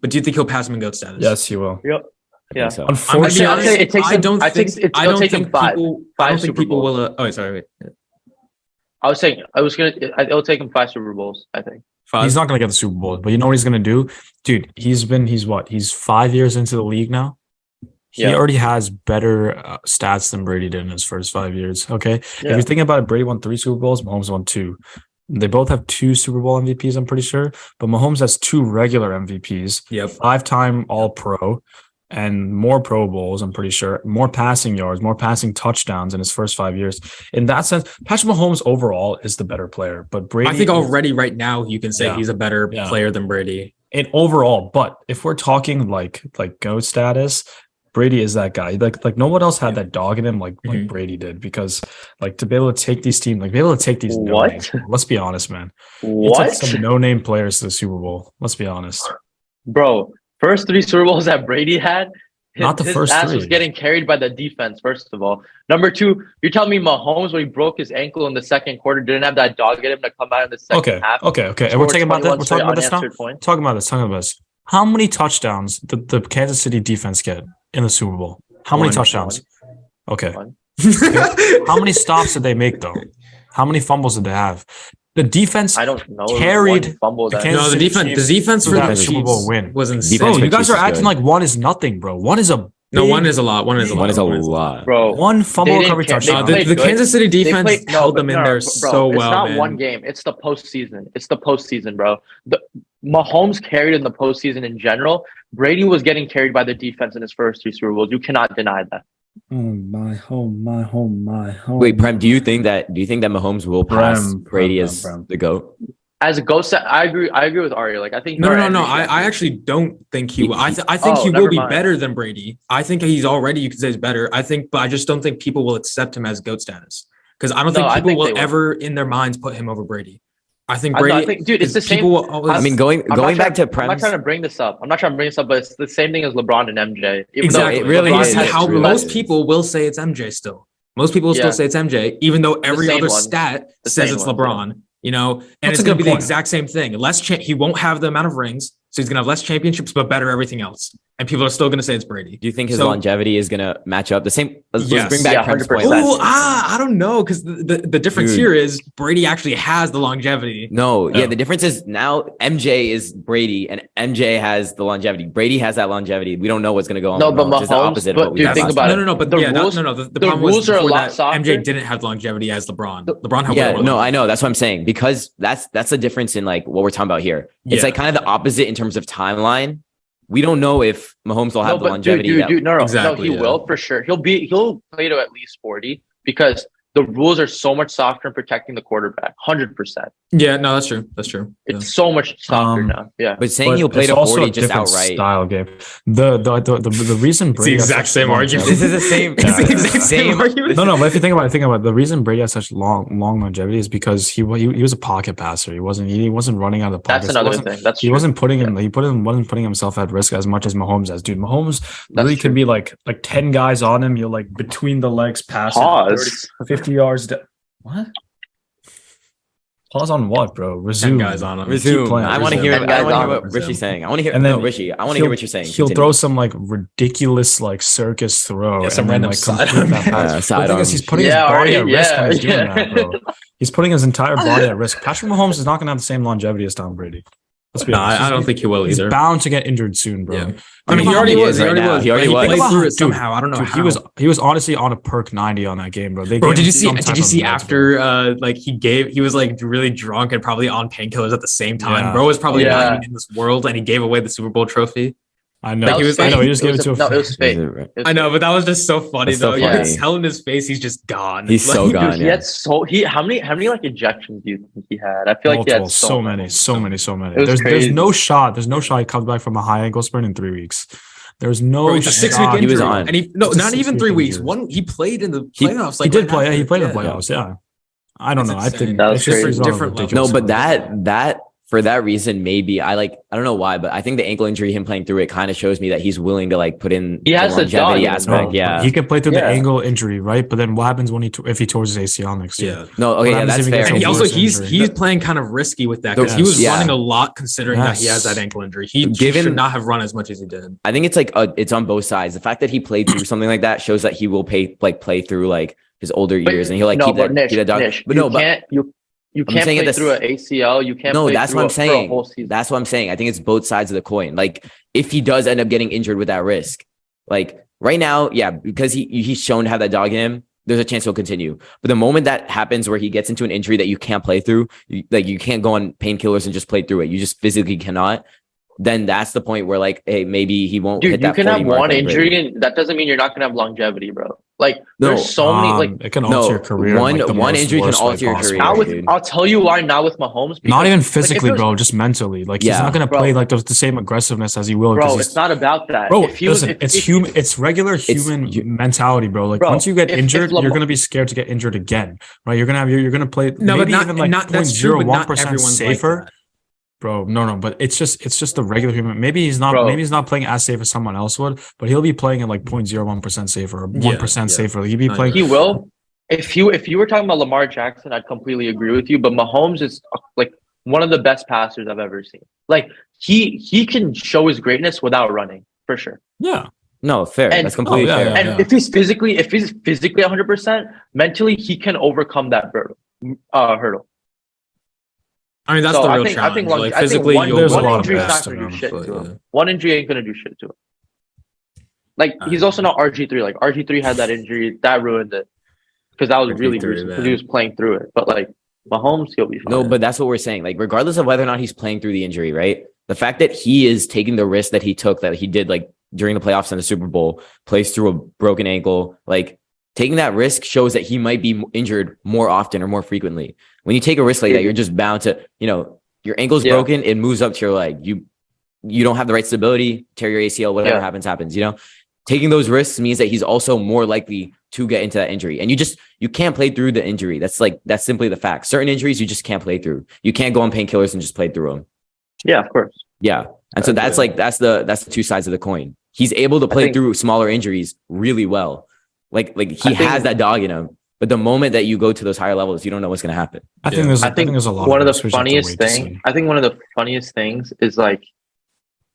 Speaker 3: but do you think he'll pass him in GOAT status?
Speaker 1: Yes, he will.
Speaker 2: I
Speaker 4: Yeah.
Speaker 2: think so.
Speaker 3: I'm gonna
Speaker 1: Unfortunately,
Speaker 3: be
Speaker 4: Actually, I'll
Speaker 3: honest,
Speaker 4: say it takes
Speaker 3: I
Speaker 4: him-
Speaker 3: don't
Speaker 4: I
Speaker 3: think,
Speaker 4: think it's-
Speaker 3: I
Speaker 4: it'll
Speaker 3: don't
Speaker 4: take him
Speaker 3: think
Speaker 4: five-
Speaker 3: people, I
Speaker 4: five
Speaker 3: don't think
Speaker 4: Super
Speaker 3: people
Speaker 4: Bowls.
Speaker 3: will. Uh, oh, sorry, wait.
Speaker 4: I was saying I was gonna. it- It'll take him five Super Bowls. I think.
Speaker 3: Five.
Speaker 1: he's not gonna get the Super Bowl, but you know what he's gonna do, dude. He's been he's what he's five years into the league now. He
Speaker 4: Yeah.
Speaker 1: already has better uh, stats than Brady did in his first five years. Okay, if
Speaker 4: Yeah.
Speaker 1: you're thinking about it, Brady won three Super Bowls, Mahomes won two. They both have two Super Bowl MVPs, I'm pretty sure, but Mahomes has two regular MVPs,
Speaker 3: Yep.
Speaker 1: five-time All-Pro, and more Pro Bowls. I'm pretty sure, more passing yards, more passing touchdowns in his first five years. In that sense, Patrick Mahomes overall is the better player, but Brady.
Speaker 3: I think
Speaker 1: is-
Speaker 3: already right now you can say
Speaker 1: Yeah.
Speaker 3: he's a better
Speaker 1: Yeah.
Speaker 3: player than Brady.
Speaker 1: and overall. But if we're talking like like goat status, Brady is that guy. Like like no one else had that dog in him like like
Speaker 4: Mm-hmm.
Speaker 3: Mhm.
Speaker 1: Brady did because like to be able to take these teams like be able to take these no
Speaker 4: What?
Speaker 1: names, Let's be honest, man. He took
Speaker 4: What,
Speaker 1: some no name players to the Super Bowl. Let's be honest.
Speaker 4: bro? First three Super Bowls that Brady had. his-
Speaker 1: Not the
Speaker 4: his
Speaker 1: first
Speaker 4: ass was
Speaker 1: three.
Speaker 4: getting carried by the defense. First of all, number two, you're telling me Mahomes when he broke his ankle in the second quarter didn't have that dog in him to come out in the second
Speaker 1: Okay,
Speaker 4: half.
Speaker 1: okay, okay. And we're talking
Speaker 4: scored
Speaker 1: about this.
Speaker 4: 21
Speaker 1: We're talking about this
Speaker 4: straight
Speaker 1: now.
Speaker 4: unanswered points.
Speaker 1: Talking about this. Talking about this. How many touchdowns did the Kansas City defense get in the Super Bowl? How many
Speaker 3: One.
Speaker 1: touchdowns? Okay.
Speaker 3: How
Speaker 1: How many stops did they make though? How many fumbles did they have? The defense
Speaker 4: I don't know.
Speaker 1: Carried
Speaker 4: One fumble
Speaker 1: the
Speaker 4: that-
Speaker 1: Kansas
Speaker 3: No, the
Speaker 1: City
Speaker 3: defense.
Speaker 1: Chiefs
Speaker 3: The defense
Speaker 1: to
Speaker 3: for
Speaker 1: that
Speaker 3: the
Speaker 1: Super Bowl
Speaker 3: Chiefs
Speaker 1: win.
Speaker 3: was
Speaker 1: Bro,
Speaker 2: Defense
Speaker 3: insane.
Speaker 1: you
Speaker 2: for
Speaker 1: guys
Speaker 2: Chiefs
Speaker 1: are
Speaker 2: is
Speaker 1: acting
Speaker 2: good.
Speaker 1: like one is nothing, bro. One is a
Speaker 3: No,
Speaker 1: big-
Speaker 3: one is a lot. One is a lot.
Speaker 2: One is a
Speaker 3: One is
Speaker 2: lot.
Speaker 4: bro.
Speaker 1: one fumble
Speaker 4: They didn't
Speaker 1: recovery
Speaker 4: care. They
Speaker 1: touchdown.
Speaker 3: Uh, the,
Speaker 4: played
Speaker 3: the
Speaker 4: good.
Speaker 3: Kansas City
Speaker 4: They
Speaker 3: defense
Speaker 4: played- no,
Speaker 3: held
Speaker 4: but
Speaker 3: them in
Speaker 4: no,
Speaker 3: there
Speaker 4: bro,
Speaker 3: so
Speaker 4: It's
Speaker 3: well.
Speaker 4: not
Speaker 3: man.
Speaker 4: one game. It's the postseason. It's the postseason, bro. The Mahomes carried in the postseason in general. Brady was getting carried by the defense in his first three Super Bowls. You cannot deny that.
Speaker 1: Oh my, oh my, oh my, oh
Speaker 2: Wait, Prem, do you think that do you think that Mahomes will pass
Speaker 1: Prem,
Speaker 2: Brady
Speaker 1: Prem,
Speaker 2: as
Speaker 1: Prem, Prem.
Speaker 2: the goat?
Speaker 4: As a ghost, I agree. I agree with Ari. Like I think
Speaker 3: No, no, no,
Speaker 4: Ari-
Speaker 3: no. I, I actually don't think he
Speaker 2: He-
Speaker 3: will. I, th- I
Speaker 4: he-
Speaker 3: think
Speaker 4: oh,
Speaker 3: he will
Speaker 4: never
Speaker 3: be
Speaker 4: mind.
Speaker 3: better than Brady. I think he's already, you could say, he's better. I think, but I just don't think people will accept him as GOAT status because I don't
Speaker 4: No,
Speaker 3: think
Speaker 4: I
Speaker 3: people
Speaker 4: think they
Speaker 3: will,
Speaker 4: will.
Speaker 3: ever in their minds put him over Brady. I think
Speaker 4: I know,
Speaker 3: Brady,
Speaker 4: I think- dude, it's the
Speaker 3: because
Speaker 4: same-
Speaker 3: people will always,
Speaker 2: I mean, going
Speaker 4: I'm not
Speaker 2: going back
Speaker 4: trying-
Speaker 2: to
Speaker 4: I'm not
Speaker 2: Prem's
Speaker 4: trying to bring this up. I'm not trying to bring this up, but it's the same thing as LeBron and MJ. Even though
Speaker 3: exactly.
Speaker 2: it really
Speaker 4: LeBron
Speaker 2: is.
Speaker 4: had
Speaker 2: It
Speaker 3: how
Speaker 2: really
Speaker 3: most
Speaker 2: is.
Speaker 3: people will say it's MJ still. Most people
Speaker 4: Yeah.
Speaker 3: still say it's MJ, even though every
Speaker 4: same
Speaker 3: other
Speaker 4: one.
Speaker 3: stat
Speaker 4: The
Speaker 3: says
Speaker 4: same
Speaker 3: it's
Speaker 4: one, yeah.
Speaker 3: LeBron. You know, and
Speaker 1: That's
Speaker 3: it's
Speaker 1: a good
Speaker 3: going to be the
Speaker 1: point.
Speaker 3: exact same thing. Less cha- he won't have the amount of rings, so he's going to have less championships, but better everything else. And people are still going to say it's Brady.
Speaker 2: do you think his
Speaker 3: So-
Speaker 2: longevity is gonna match up? The same let's,
Speaker 3: Yes.
Speaker 2: let's bring back
Speaker 4: Yeah,
Speaker 2: Prem's point.
Speaker 4: 100%.
Speaker 3: Oh,
Speaker 2: last-
Speaker 3: ah, I don't know because the, the, the difference
Speaker 2: Dude.
Speaker 3: here is Brady actually has the longevity.
Speaker 2: No,
Speaker 1: No.
Speaker 2: yeah, the difference is now MJ is Brady and MJ has the longevity. Brady has that longevity. We don't know what's gonna go on.
Speaker 4: No,
Speaker 2: with
Speaker 4: but
Speaker 2: Mahomes. It's the
Speaker 4: Mahomes-
Speaker 2: opposite
Speaker 4: but
Speaker 2: of what we
Speaker 4: dude,
Speaker 2: had
Speaker 4: think
Speaker 2: last
Speaker 4: about
Speaker 2: time.
Speaker 3: no, no, no, but
Speaker 4: The
Speaker 3: yeah,
Speaker 4: rules-
Speaker 3: no, no, no. The,
Speaker 4: the
Speaker 3: the problem was
Speaker 4: rules are a
Speaker 3: before
Speaker 4: lot
Speaker 3: that,
Speaker 4: softer.
Speaker 3: MJ didn't have longevity as LeBron.
Speaker 4: The-
Speaker 3: LeBron had way
Speaker 2: Yeah,
Speaker 3: more
Speaker 2: no, I
Speaker 3: longevity.
Speaker 2: know. That's what I'm saying because that's that's the difference in like what we're talking about here. It's
Speaker 3: Yeah.
Speaker 2: like kind of the opposite in terms of timeline. We don't know if Mahomes will have the longevity.
Speaker 4: Dude,
Speaker 2: that-
Speaker 4: dude, dude, no, no, no,
Speaker 3: Exactly,
Speaker 4: he
Speaker 3: yeah.
Speaker 4: will for sure. He'll be he'll play to at least forty because the rules are so much softer in protecting the quarterback. Hundred percent.
Speaker 3: Yeah, no, that's true. That's true.
Speaker 4: It's so much softer
Speaker 1: Um,
Speaker 4: now. Yeah.
Speaker 2: But saying
Speaker 1: But
Speaker 2: he'll play
Speaker 1: it's
Speaker 2: to
Speaker 1: also
Speaker 2: forty
Speaker 1: a
Speaker 2: just
Speaker 1: different
Speaker 2: outright.
Speaker 1: Style game. The the the, the, the reason
Speaker 3: the
Speaker 1: Brady has
Speaker 3: exact
Speaker 1: such
Speaker 3: same
Speaker 1: long
Speaker 3: argument.
Speaker 2: This
Speaker 1: longevity-
Speaker 2: is the same.
Speaker 1: It's the
Speaker 3: exact same argument.
Speaker 1: no, no. But if you think about it, think about it. The reason Brady has such long long longevity is because he wa- he, he was a pocket passer. He wasn't he wasn't running out of the pocket.
Speaker 4: That's another thing. That's
Speaker 1: He
Speaker 4: true.
Speaker 1: wasn't putting him. He put him wasn't putting himself at risk as much as Mahomes as dude. Mahomes
Speaker 4: That's
Speaker 1: really
Speaker 4: true.
Speaker 1: could be like like ten guys on him. You're like between the legs, passing
Speaker 4: Pause.
Speaker 1: 30, fifty yards. Da- what? Pause on what, bro? Resume.
Speaker 3: guys on him.
Speaker 2: Resume.
Speaker 1: playing.
Speaker 2: I want to
Speaker 3: Resume.
Speaker 2: hear.
Speaker 4: That
Speaker 2: I
Speaker 4: guy's
Speaker 2: want to hear
Speaker 4: on.
Speaker 2: what
Speaker 3: Resume.
Speaker 2: Richie's saying. I want to hear.
Speaker 1: And
Speaker 2: no,
Speaker 1: then
Speaker 2: Richie. I want to hear
Speaker 1: he'll-
Speaker 2: what you're saying.
Speaker 1: He'll throw some like ridiculous like circus throw.
Speaker 3: Yeah, some
Speaker 1: and then,
Speaker 3: random
Speaker 1: like,
Speaker 3: sidearm.
Speaker 1: complete that pass.
Speaker 2: Uh,
Speaker 1: But the thing
Speaker 2: sidearm.
Speaker 1: is, he's putting
Speaker 4: Yeah,
Speaker 1: his body
Speaker 4: already,
Speaker 1: at risk when he's
Speaker 4: yeah,
Speaker 1: doing that,
Speaker 4: yeah.
Speaker 1: bro. He's putting his entire body at risk. Patrick Mahomes is not going to have the same longevity as Tom Brady. Let's be
Speaker 3: No,
Speaker 1: honest.
Speaker 3: I, I don't think he will
Speaker 1: he's
Speaker 3: either.
Speaker 1: bound to get injured soon, bro.
Speaker 3: Yeah.
Speaker 1: Dude,
Speaker 3: I mean, he
Speaker 1: Think
Speaker 3: already
Speaker 1: about
Speaker 3: is. He
Speaker 2: right
Speaker 3: already
Speaker 2: now.
Speaker 3: was.
Speaker 2: He
Speaker 3: but
Speaker 2: already was.
Speaker 3: played through it
Speaker 1: Dude,
Speaker 3: somehow. I don't know.
Speaker 1: he
Speaker 3: how.
Speaker 1: was he was honestly on a perk ninety on that game, bro. They
Speaker 3: Bro,
Speaker 1: gave
Speaker 3: did you
Speaker 1: him
Speaker 3: see?
Speaker 1: some
Speaker 3: Did
Speaker 1: type
Speaker 3: you
Speaker 1: of
Speaker 3: see
Speaker 1: meds, bro.
Speaker 3: after uh, like he gave? He was like really drunk and probably on painkillers at the same time.
Speaker 1: Yeah.
Speaker 3: Bro was probably
Speaker 4: Yeah.
Speaker 3: not even in this world, and he gave away the Super Bowl trophy.
Speaker 1: I know.
Speaker 4: That
Speaker 3: he was-
Speaker 1: I know.
Speaker 4: fake.
Speaker 1: He just gave it
Speaker 4: was
Speaker 1: to a
Speaker 4: no, it
Speaker 1: friend.
Speaker 4: was fake. It
Speaker 2: Right.
Speaker 4: was
Speaker 3: I know,
Speaker 4: fake.
Speaker 3: but that was just so funny
Speaker 2: That's so
Speaker 3: though. You can
Speaker 2: funny.
Speaker 3: tell in his face he's just gone.
Speaker 2: He's so gone.
Speaker 4: He
Speaker 2: yeah.
Speaker 4: had so he. How many? How many like ejections do you think he had? I feel like he had
Speaker 1: Multiple, so, many, so many, so many.
Speaker 4: It was
Speaker 1: There's
Speaker 4: crazy.
Speaker 1: there's no shot. There's no shot. He comes back from a high ankle sprain in three weeks. There's no
Speaker 3: Bro, it's a six week
Speaker 1: shot.
Speaker 3: injury,
Speaker 2: He was on.
Speaker 3: and he no,
Speaker 1: It's a
Speaker 3: not even
Speaker 1: six-week
Speaker 3: three weeks.
Speaker 1: injury.
Speaker 3: One, he played in the
Speaker 2: He-
Speaker 3: playoffs.
Speaker 1: He
Speaker 3: like,
Speaker 1: did
Speaker 3: right
Speaker 1: play.
Speaker 3: after.
Speaker 1: He played in
Speaker 3: Yeah.
Speaker 1: the playoffs. Yeah. I don't
Speaker 3: That's
Speaker 1: know. I
Speaker 3: insane.
Speaker 1: think
Speaker 4: That was
Speaker 1: it's just
Speaker 4: crazy.
Speaker 1: bizarre,
Speaker 3: Different level.
Speaker 1: ridiculous.
Speaker 2: No, but that that for that reason, maybe I like I don't know why, but I think the ankle injury, him playing through it, kind of shows me that he's willing to like put in
Speaker 4: He has
Speaker 2: the
Speaker 4: the
Speaker 2: longevity
Speaker 4: dog in him,
Speaker 1: No,
Speaker 2: aspect. Yeah.
Speaker 1: He can play through the
Speaker 4: Yeah.
Speaker 1: ankle injury, right? But then what happens when he t- if he tours his ACL next year?
Speaker 3: Yeah.
Speaker 2: no, okay, yeah,
Speaker 1: What
Speaker 2: that's
Speaker 1: happens if he
Speaker 2: fair.
Speaker 1: gets
Speaker 3: And he
Speaker 1: Yeah.
Speaker 3: also
Speaker 1: Worst
Speaker 3: he's
Speaker 1: injury.
Speaker 3: he's playing kind of risky with that
Speaker 2: The-
Speaker 3: because he was
Speaker 2: Yes.
Speaker 3: running a lot considering that he
Speaker 1: Yes.
Speaker 3: has that ankle injury. He
Speaker 2: Given-
Speaker 3: Given, should not have run as much as he did.
Speaker 2: I think it's like uh it's on both sides. The fact that he played through something like that shows that he will pay like play through like his older
Speaker 4: But-
Speaker 2: years and he'll like
Speaker 4: no,
Speaker 2: keep
Speaker 4: but
Speaker 2: that,
Speaker 4: Nish,
Speaker 2: keep that dog.
Speaker 4: Nish,
Speaker 2: but
Speaker 4: you
Speaker 2: no, but
Speaker 4: can't, you you
Speaker 2: I'm
Speaker 4: can't
Speaker 2: saying
Speaker 4: play
Speaker 2: that's-
Speaker 4: through an ACL. You can't.
Speaker 2: No,
Speaker 4: play
Speaker 2: that's
Speaker 4: through
Speaker 2: what I'm
Speaker 4: a- for a
Speaker 2: saying.
Speaker 4: whole season.
Speaker 2: that's what I'm saying. I think it's both sides of the coin. Like if he does end up getting injured with that risk, like right now, yeah, because he he's shown to have that dog in him. There's a chance he'll continue. But the moment that happens, where he gets into an injury that you can't play through, you, like you can't go on painkillers and just play through it. You just physically cannot. Then that's the point where like, hey, maybe he won't. hit
Speaker 4: Dude, you
Speaker 2: that
Speaker 4: can have
Speaker 2: 40 mark
Speaker 4: one
Speaker 2: on the
Speaker 4: injury,
Speaker 2: grade.
Speaker 4: and that doesn't mean you're not gonna have longevity, bro. Like
Speaker 2: No,
Speaker 4: there's so many.
Speaker 1: Um,
Speaker 4: Like
Speaker 1: it can
Speaker 2: no,
Speaker 1: alter your career. in,
Speaker 2: one-
Speaker 1: like, the
Speaker 2: one
Speaker 1: most
Speaker 2: injury can
Speaker 1: worst way
Speaker 2: alter your
Speaker 1: possible.
Speaker 2: career,
Speaker 4: now with,
Speaker 2: dude.
Speaker 4: I'll tell you why now with Mahomes. because-
Speaker 1: Not even
Speaker 4: like, if it
Speaker 1: physically,
Speaker 4: was-
Speaker 1: bro. Just mentally. Like
Speaker 2: Yeah.
Speaker 1: he's not gonna
Speaker 4: Bro.
Speaker 1: play like the, the same aggressiveness as he will. 'cause
Speaker 4: Bro,
Speaker 1: he's-
Speaker 4: it's not about that.
Speaker 1: Bro,
Speaker 4: If he was-
Speaker 1: listen,
Speaker 4: if-
Speaker 1: it's
Speaker 4: if-
Speaker 1: human. It's regular human
Speaker 2: you-
Speaker 1: mentality, bro. Like
Speaker 4: Bro,
Speaker 1: once you get
Speaker 4: if- if
Speaker 1: injured,
Speaker 4: Lamar-
Speaker 1: you're gonna be scared to get injured again, right? You're gonna have you're, you're gonna play
Speaker 3: No,
Speaker 1: maybe
Speaker 3: but not,
Speaker 1: even like
Speaker 3: not that's true. But
Speaker 1: 0.01
Speaker 3: not
Speaker 1: percent
Speaker 3: everyone's
Speaker 1: safer,
Speaker 3: safer.
Speaker 1: bro. No, no, but it's just it's just the regular human. Maybe he's not
Speaker 4: Bro.
Speaker 1: maybe he's not playing as safe as someone else would, but he'll be playing at like 0.01 percent safer, or
Speaker 3: Yeah,
Speaker 1: one percent
Speaker 3: yeah.
Speaker 1: safer. Like, he'll be
Speaker 3: No,
Speaker 1: playing.
Speaker 4: He will. If you if you were talking about Lamar Jackson, I'd completely agree with you. But Mahomes is uh, like one of the best passers I've ever seen. Like he he can show his greatness without running for sure.
Speaker 1: Yeah,
Speaker 2: No, fair.
Speaker 4: And-
Speaker 2: that's completely
Speaker 1: Oh, yeah,
Speaker 2: fair.
Speaker 1: yeah.
Speaker 4: And if he's physically if he's physically 100, percent mentally he can overcome that hurdle. Uh, hurdle.
Speaker 3: I mean, that's
Speaker 4: So
Speaker 3: the
Speaker 4: I
Speaker 3: real
Speaker 4: think- I
Speaker 3: challenge.
Speaker 4: think long-
Speaker 3: like
Speaker 4: I think
Speaker 3: physically,
Speaker 4: one-
Speaker 3: you'll
Speaker 1: there's a
Speaker 3: win.
Speaker 1: lot of
Speaker 4: injury's
Speaker 1: backs
Speaker 4: not
Speaker 1: to
Speaker 4: gonna
Speaker 1: him,
Speaker 4: do shit
Speaker 3: but,
Speaker 4: to
Speaker 3: yeah.
Speaker 4: him. One injury ain't gonna do shit to him. Like
Speaker 3: I
Speaker 4: he's
Speaker 3: don't
Speaker 4: also not RG three. Like RG three had that injury that ruined it because that was really
Speaker 3: RG3,
Speaker 4: gruesome because he
Speaker 3: man.
Speaker 4: was playing through it. But like Mahomes, he'll be fine.
Speaker 2: No, but that's what we're saying. Like, regardless of whether or not he's playing through the injury, right? The fact that he is taking the risk that he took, that he did like during the playoffs and the Super Bowl, plays through a broken ankle, like taking that risk shows that he might be injured more often or more frequently. When you take a risk like that, you're just bound to, you know, your ankle's
Speaker 4: Yeah.
Speaker 2: broken, it moves up to your leg. You you don't have the right stability, tear your ACL, whatever
Speaker 4: Yeah.
Speaker 2: happens, happens. You know, taking those risks means that he's also more likely to get into that injury. And you just you can't play through the injury. That's like that's simply the fact. Certain injuries you just can't play through. You can't go on painkillers and just play through them.
Speaker 4: yeah, of course.
Speaker 2: Yeah. And so that's like that's the that's the two sides of the coin. He's able to play
Speaker 4: think-
Speaker 2: through smaller injuries really well. Like like he
Speaker 4: I think-
Speaker 2: has that dog in him. But the moment that you go to those higher levels, you don't know what's gonna happen.
Speaker 1: I
Speaker 3: Yeah.
Speaker 1: think there's
Speaker 4: I
Speaker 1: I think
Speaker 4: think
Speaker 1: there's a lot.
Speaker 4: one of
Speaker 1: those.
Speaker 4: the
Speaker 1: We just have to
Speaker 4: funniest
Speaker 1: wait to
Speaker 4: things.
Speaker 1: see.
Speaker 4: I think one of the funniest things is like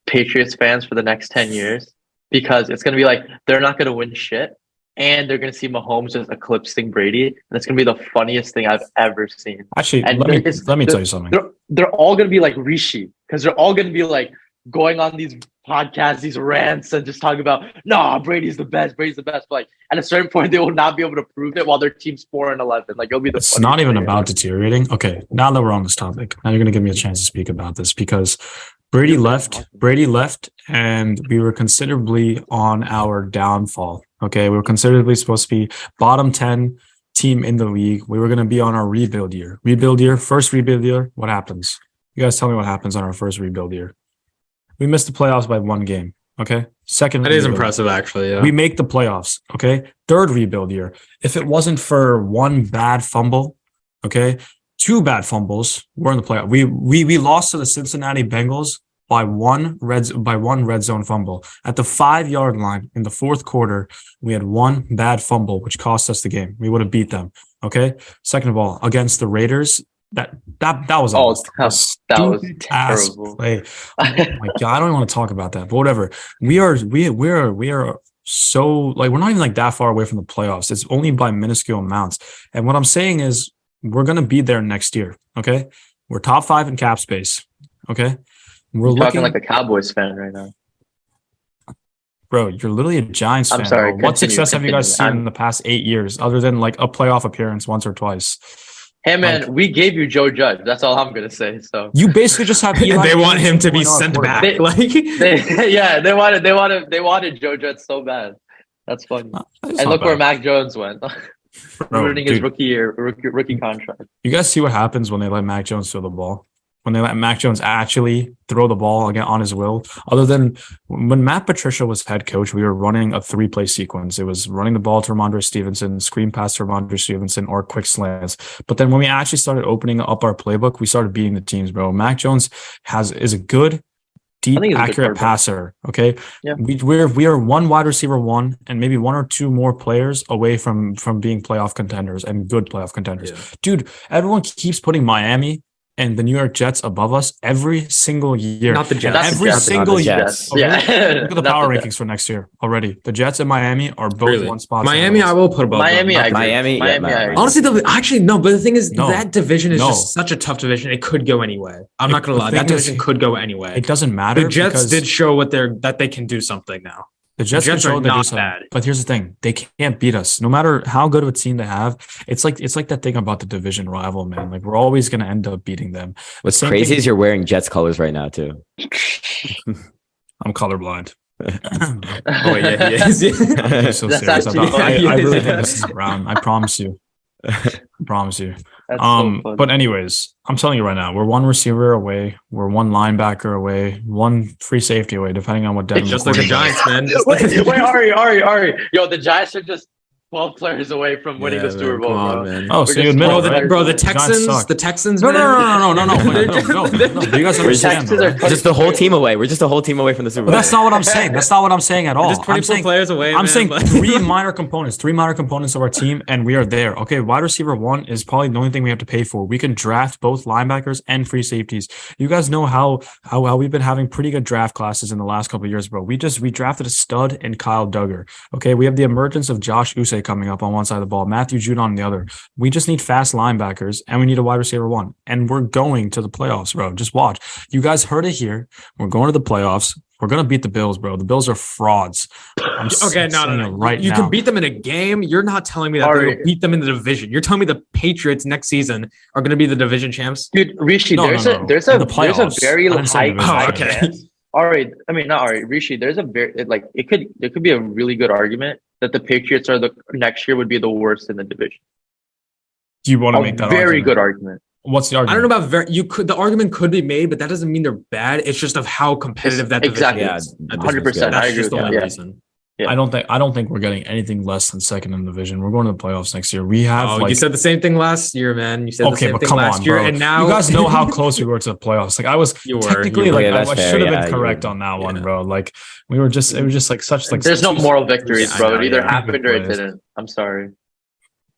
Speaker 4: Patriots fans for the next ten years because it's gonna be like they're not gonna win shit and they're gonna see Mahomes just eclipsing Brady and it's gonna be the funniest thing I've ever seen.
Speaker 1: Actually,
Speaker 4: and
Speaker 1: let me
Speaker 4: there's-
Speaker 1: let me
Speaker 4: there-
Speaker 1: tell you something.
Speaker 4: They're they're all gonna be like Rishi because they're all gonna be like going on these podcasts, these rants, and just talking about nah, Brady's the best, Brady's the best. But like at a certain point, they will not be able to prove it while their team's four and eleven. Like it'll be the
Speaker 1: it's
Speaker 4: funniest
Speaker 1: not even
Speaker 4: thing
Speaker 1: about deteriorating. Okay, now that we're on this topic, now you're gonna give me a chance to speak about this because Brady left. Brady left, and we were considerably on our downfall. Okay, we were considerably supposed to be bottom ten team in the league. We were gonna be on our rebuild year. Rebuild year, first rebuild year. What happens? You guys tell me what happens on our first rebuild year. We missed the playoffs by one game. Okay, second.
Speaker 3: That is
Speaker 1: rebuild.
Speaker 3: impressive, actually. Yeah.
Speaker 1: We make the playoffs. Okay. Third rebuild year. If it wasn't for one bad fumble, okay, two bad fumbles, we're in the playoff. We we we lost to the Cincinnati Bengals by one red z- by one red zone fumble at the five yard line in the fourth quarter. We had one bad fumble, which cost us the game. We would have beat them. Okay. Second of all, against the Raiders, that that that was a
Speaker 4: Oh, that was
Speaker 1: stupid ass
Speaker 4: terrible.
Speaker 1: play
Speaker 4: ever.
Speaker 1: my god, I don't want to talk about that. But whatever. We are we we are we are so like we're not even like that far away from the playoffs. It's only by minuscule amounts. And what I'm saying is we're gonna be there next year. Okay. We're top five in cap space. Okay. We're
Speaker 4: You're
Speaker 1: looking
Speaker 4: talking like a Cowboys fan right now.
Speaker 1: bro, you're literally a Giants
Speaker 4: I'm
Speaker 1: fan.
Speaker 4: sorry,
Speaker 1: bro. What
Speaker 4: continue,
Speaker 1: success have you guys
Speaker 4: continue.
Speaker 1: seen
Speaker 4: I'm-
Speaker 1: in the past eight years, other than like a playoff appearance once or twice?
Speaker 4: Hey man, we gave you Joe Judge. That's all I'm gonna say. So
Speaker 2: You basically just have Eli.
Speaker 3: they want him to be
Speaker 1: Going on
Speaker 3: sent back.
Speaker 4: quarterback.
Speaker 3: like
Speaker 4: they, yeah, they wanted they wanted they wanted Joe Judge so bad. That's funny.
Speaker 1: That's not
Speaker 4: and look where
Speaker 1: bad.
Speaker 4: Mac Jones went,
Speaker 1: Bro,
Speaker 4: ruining his
Speaker 1: dude.
Speaker 4: rookie year, rookie, rookie contract.
Speaker 1: You guys see what happens when they let Mac Jones throw the ball? When they let Mac Jones actually throw the ball again on his will. Other than when Matt Patricia was head coach, we were running a three play sequence. It was running the ball to Ramondre Stevenson, screen pass to Ramondre Stevenson, or quick slants. But then when we actually started opening up our playbook, we started beating the teams, bro. Mac Jones has is a good, deep,
Speaker 4: think he's a good
Speaker 1: accurate
Speaker 4: quarterback.
Speaker 1: passer. Okay.
Speaker 4: Yeah.
Speaker 1: We we're we are one wide receiver one and maybe one or two more players away from from being playoff contenders and good playoff contenders dude, everyone keeps putting Miami and the New York Jets above us every single year.
Speaker 3: not the Jets.
Speaker 4: That's the
Speaker 1: every
Speaker 4: Jets,
Speaker 1: single
Speaker 2: the
Speaker 1: year.
Speaker 2: Jets.
Speaker 1: Okay,
Speaker 4: Yeah,
Speaker 1: Look at the
Speaker 4: Not
Speaker 1: power
Speaker 4: Jets.
Speaker 1: rankings for next year already. The Jets and Miami are both
Speaker 3: Really?
Speaker 1: one spot.
Speaker 3: Miami, I will put above.
Speaker 4: Miami,
Speaker 3: them.
Speaker 4: I agree.
Speaker 2: Miami, yeah,
Speaker 4: Miami, I
Speaker 2: Miami.
Speaker 4: agree.
Speaker 3: Honestly, the actually no, but the thing is,
Speaker 1: No.
Speaker 3: that division is
Speaker 1: No.
Speaker 3: just such a tough division. It could go anyway. I'm
Speaker 1: It-
Speaker 3: not gonna
Speaker 1: the
Speaker 3: lie, that
Speaker 1: thing is-
Speaker 3: division could go anyway.
Speaker 1: It doesn't matter.
Speaker 3: The Jets
Speaker 1: because
Speaker 3: did show what they're that they can do something now.
Speaker 1: The Jets,
Speaker 3: Jets
Speaker 1: control
Speaker 3: are
Speaker 1: the
Speaker 3: not
Speaker 1: Jets.
Speaker 3: bad.
Speaker 1: But here's the thing: they can't beat us, no matter how good of a team they have. It's like it's like that thing about the division rival, man. Like we're always going to end up beating them.
Speaker 2: What's
Speaker 1: Same
Speaker 2: crazy
Speaker 1: thing-
Speaker 2: is you're wearing Jets colors right now too.
Speaker 1: I'm colorblind.
Speaker 3: Oh yeah, he is. Yeah.
Speaker 1: I'm so
Speaker 4: That's
Speaker 1: serious. I,
Speaker 4: actually
Speaker 1: thought- I, I
Speaker 3: funny.
Speaker 1: really think this is brown. I promise you. I promise you.
Speaker 4: That's so
Speaker 1: um,
Speaker 4: funny.
Speaker 1: but anyways, I'm telling you right now, we're one receiver away, we're one linebacker away, one free safety away, depending on what Devin.
Speaker 3: just like the
Speaker 1: McCourty does.
Speaker 3: Giants, man. Just like-
Speaker 4: wait, wait, Ari, Ari, Ari. Yo, the Giants are just 12 players away from winning
Speaker 2: Yeah,
Speaker 4: the Super
Speaker 2: man,
Speaker 4: Bowl,
Speaker 2: come on,
Speaker 4: bro.
Speaker 2: man.
Speaker 1: Oh,
Speaker 4: We're
Speaker 1: so you
Speaker 4: just
Speaker 1: admit
Speaker 3: bro,
Speaker 1: it,
Speaker 4: twelve
Speaker 3: the,
Speaker 1: right?
Speaker 3: bro, the
Speaker 1: Giants
Speaker 3: Texans,
Speaker 1: suck.
Speaker 3: the Texans.
Speaker 1: No,
Speaker 3: man.
Speaker 1: no, no, no, no, no, no, no, no, no, no, no. You guys
Speaker 4: We're just-
Speaker 1: understand?
Speaker 4: Texans are
Speaker 1: Bro.
Speaker 2: We're just the whole team away. We're just the whole team away from the Super
Speaker 1: But
Speaker 2: Bowl.
Speaker 1: that's not what I'm saying. That's not what I'm saying at
Speaker 3: We're
Speaker 1: all.
Speaker 3: just
Speaker 1: I'm
Speaker 3: 24
Speaker 1: saying
Speaker 3: players away.
Speaker 1: I'm
Speaker 3: man,
Speaker 1: saying
Speaker 3: but-
Speaker 1: three minor components, three minor components of our team, and we are there. Okay, wide receiver one is probably the only thing we have to pay for. We can draft both linebackers and free safeties. You guys know how how how we've been having pretty good draft classes in the last couple of years, bro. We just we drafted a stud and Kyle Duggar. Okay, we have the emergence of Josh Uche coming up on one side of the ball, Matthew Judon on the other. We just need fast linebackers and we need a wide receiver one, and we're going to the playoffs, bro. Just watch. You guys heard it here. We're going to the playoffs. We're gonna beat the Bills, bro. The Bills are frauds. I'm s-
Speaker 3: Okay, no, no,
Speaker 1: saying
Speaker 3: no.
Speaker 1: it
Speaker 3: You-
Speaker 1: Right
Speaker 3: you
Speaker 1: now.
Speaker 3: can beat them in a game. You're not telling me that
Speaker 4: Ari-
Speaker 3: they'll beat them in the division. You're telling me the Patriots next season are going to be the division champs.
Speaker 4: Dude, Rishi,
Speaker 1: No,
Speaker 4: there's
Speaker 1: no, no.
Speaker 4: a there's
Speaker 1: In
Speaker 4: a
Speaker 1: the
Speaker 4: there's a
Speaker 1: playoffs.
Speaker 4: very
Speaker 1: I didn't say
Speaker 4: high,
Speaker 1: the
Speaker 4: high
Speaker 3: division. Oh, okay.
Speaker 4: chance. Ari, I mean not Ari, Rishi. There's a very it, like it could there could be a really good argument that the Patriots are the next year would be the worst in the division.
Speaker 1: Do you want to
Speaker 4: A
Speaker 1: make that
Speaker 4: very
Speaker 1: argument?
Speaker 4: good argument.
Speaker 1: What's the
Speaker 3: I
Speaker 1: argument?
Speaker 3: don't know about ver- you could the argument could be made, but that doesn't mean they're bad. It's just of how competitive that division
Speaker 4: Exactly.
Speaker 2: yeah,
Speaker 3: is. at this
Speaker 4: 100%.
Speaker 3: point.
Speaker 4: I
Speaker 3: That's
Speaker 4: agree
Speaker 3: just the
Speaker 4: with
Speaker 3: only
Speaker 4: that.
Speaker 3: reason.
Speaker 1: I don't think I don't think we're getting anything less than second in the division. We're going to the playoffs next year. We have
Speaker 3: Oh,
Speaker 1: like
Speaker 3: you said the same thing last year, man. You said the
Speaker 1: okay,
Speaker 3: same
Speaker 1: but
Speaker 3: thing
Speaker 1: come
Speaker 3: last
Speaker 1: on,
Speaker 3: year,
Speaker 1: bro.
Speaker 3: and now
Speaker 1: you guys know how close we were to the playoffs. Like I was
Speaker 3: you were
Speaker 1: technically
Speaker 3: you were.
Speaker 1: like
Speaker 2: Yeah,
Speaker 1: I,
Speaker 2: that's
Speaker 1: I
Speaker 2: fair.
Speaker 1: should have
Speaker 2: Yeah,
Speaker 1: been
Speaker 2: you
Speaker 1: correct
Speaker 2: were.
Speaker 1: on that
Speaker 3: Yeah.
Speaker 1: one, bro. Like we were just it was just like such like
Speaker 4: There's no
Speaker 1: such-
Speaker 4: moral victories,
Speaker 3: Yeah, I
Speaker 4: bro.
Speaker 3: know,
Speaker 4: It either
Speaker 3: yeah.
Speaker 4: happened or it
Speaker 1: Anyways.
Speaker 4: didn't. I'm sorry.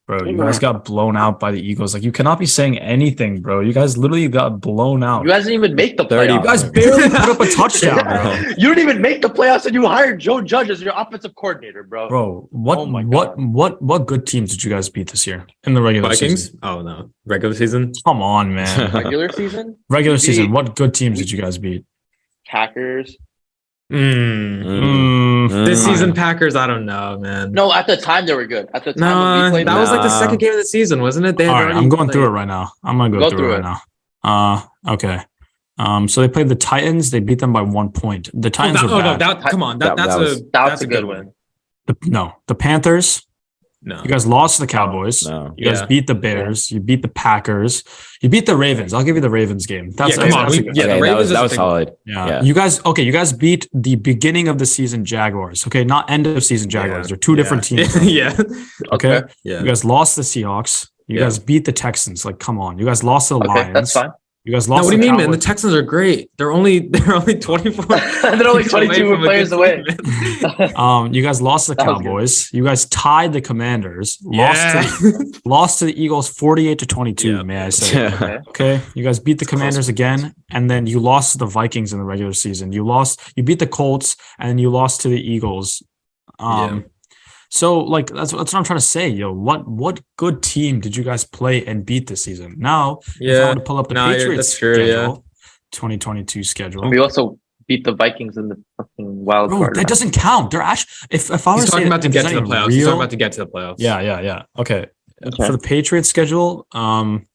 Speaker 1: bro. You guys got blown out by the Eagles. Like you cannot be saying anything, bro. You guys literally got blown out.
Speaker 4: You
Speaker 1: You
Speaker 4: guys didn't even make the
Speaker 2: 30
Speaker 4: playoffs.
Speaker 1: guys barely put up a touchdown, bro.
Speaker 4: you didn't even make the playoffs, and you hired Joe Judge as your offensive coordinator, bro.
Speaker 1: Bro, what
Speaker 4: Oh my
Speaker 1: what what what good teams did you guys beat this year in the regular
Speaker 3: Vikings.
Speaker 1: season?
Speaker 3: Oh no, regular season.
Speaker 1: Come on, man.
Speaker 4: Regular season,
Speaker 1: regular
Speaker 4: We
Speaker 1: season,
Speaker 4: beat-
Speaker 1: what good teams did you guys beat?
Speaker 4: Packers.
Speaker 2: Mm.
Speaker 3: Mm.
Speaker 1: Mm,
Speaker 2: Mm.
Speaker 3: This season, Packers. I don't know, man.
Speaker 4: No, at the time they were good. At the time when
Speaker 3: no,
Speaker 4: we
Speaker 3: that
Speaker 4: played
Speaker 3: was like the
Speaker 2: Nah.
Speaker 3: second game of the season, wasn't it? They had
Speaker 1: All right,
Speaker 3: already,
Speaker 1: I'm going
Speaker 3: like-
Speaker 1: through it right now. I'm gonna go, through, it right now. Uh, okay. Um, so they played the Titans. They beat them by one point. The
Speaker 3: Oh,
Speaker 1: Titans
Speaker 3: that,
Speaker 1: were
Speaker 3: oh, no,
Speaker 1: bad.
Speaker 3: that, come on,
Speaker 2: That-
Speaker 3: that, that's
Speaker 2: that was-
Speaker 3: a
Speaker 4: that was
Speaker 3: that's
Speaker 4: a good win.
Speaker 1: the, no, the Panthers.
Speaker 3: No,
Speaker 1: You guys lost to the Cowboys.
Speaker 2: No.
Speaker 1: You guys
Speaker 3: Yeah.
Speaker 1: beat the Bears. You beat the Packers. You beat the Ravens. I'll give you the Ravens game. That's
Speaker 3: yeah, come
Speaker 1: that's-
Speaker 3: on,
Speaker 1: that's
Speaker 3: we,
Speaker 1: a
Speaker 3: yeah,
Speaker 1: good-
Speaker 3: the
Speaker 2: okay, that
Speaker 3: Ravens
Speaker 2: was
Speaker 3: is
Speaker 2: that
Speaker 3: a
Speaker 2: was
Speaker 3: thing.
Speaker 2: solid.
Speaker 1: Yeah.
Speaker 2: Yeah.
Speaker 1: You guys, okay, you guys beat the beginning of the season Jaguars. Okay, not end of season Jaguars. They're two
Speaker 3: Yeah.
Speaker 1: different teams.
Speaker 3: yeah,
Speaker 1: Okay.
Speaker 3: yeah.
Speaker 1: You guys lost the Seahawks. You
Speaker 3: Yeah.
Speaker 1: guys beat the Texans. Like, come on. You guys lost to the
Speaker 4: Okay,
Speaker 1: Lions.
Speaker 4: that's fine.
Speaker 1: You guys
Speaker 3: No,
Speaker 1: lost
Speaker 3: what do
Speaker 1: to
Speaker 3: you
Speaker 1: the
Speaker 3: mean, man? The
Speaker 1: Cowboys.
Speaker 3: Texans are great. They're only they're only twenty four.
Speaker 4: They're only 22 players away.
Speaker 1: Um, you guys lost to the
Speaker 4: That was good.
Speaker 1: Cowboys. You guys tied the Commanders.
Speaker 3: yeah.
Speaker 1: Lost to lost to the Eagles 48 to 22,
Speaker 3: Yeah.
Speaker 1: may I say.
Speaker 4: Okay.
Speaker 1: Okay. You guys beat the
Speaker 3: close.
Speaker 1: Commanders again, and then you lost to the Vikings in the regular season. You lost, you beat the Colts, and you lost to the Eagles. Um, so like that's that's what I'm trying to say, yo. What what good team did you guys play and beat this season? Now, if I
Speaker 3: yeah.
Speaker 1: were to pull up the
Speaker 3: Nah, you're-
Speaker 1: Patriots
Speaker 3: that's true, yeah.
Speaker 1: schedule, 2022 schedule.
Speaker 4: We also beat the Vikings in the fucking wild
Speaker 1: Bro,
Speaker 4: card.
Speaker 1: that
Speaker 4: round.
Speaker 1: doesn't count. They're actually if if I was
Speaker 3: He's talking about to get to the playoffs. He's talking about to get to the playoffs.
Speaker 1: yeah, yeah, yeah. Okay.
Speaker 4: Okay.
Speaker 1: For the Patriots schedule, um,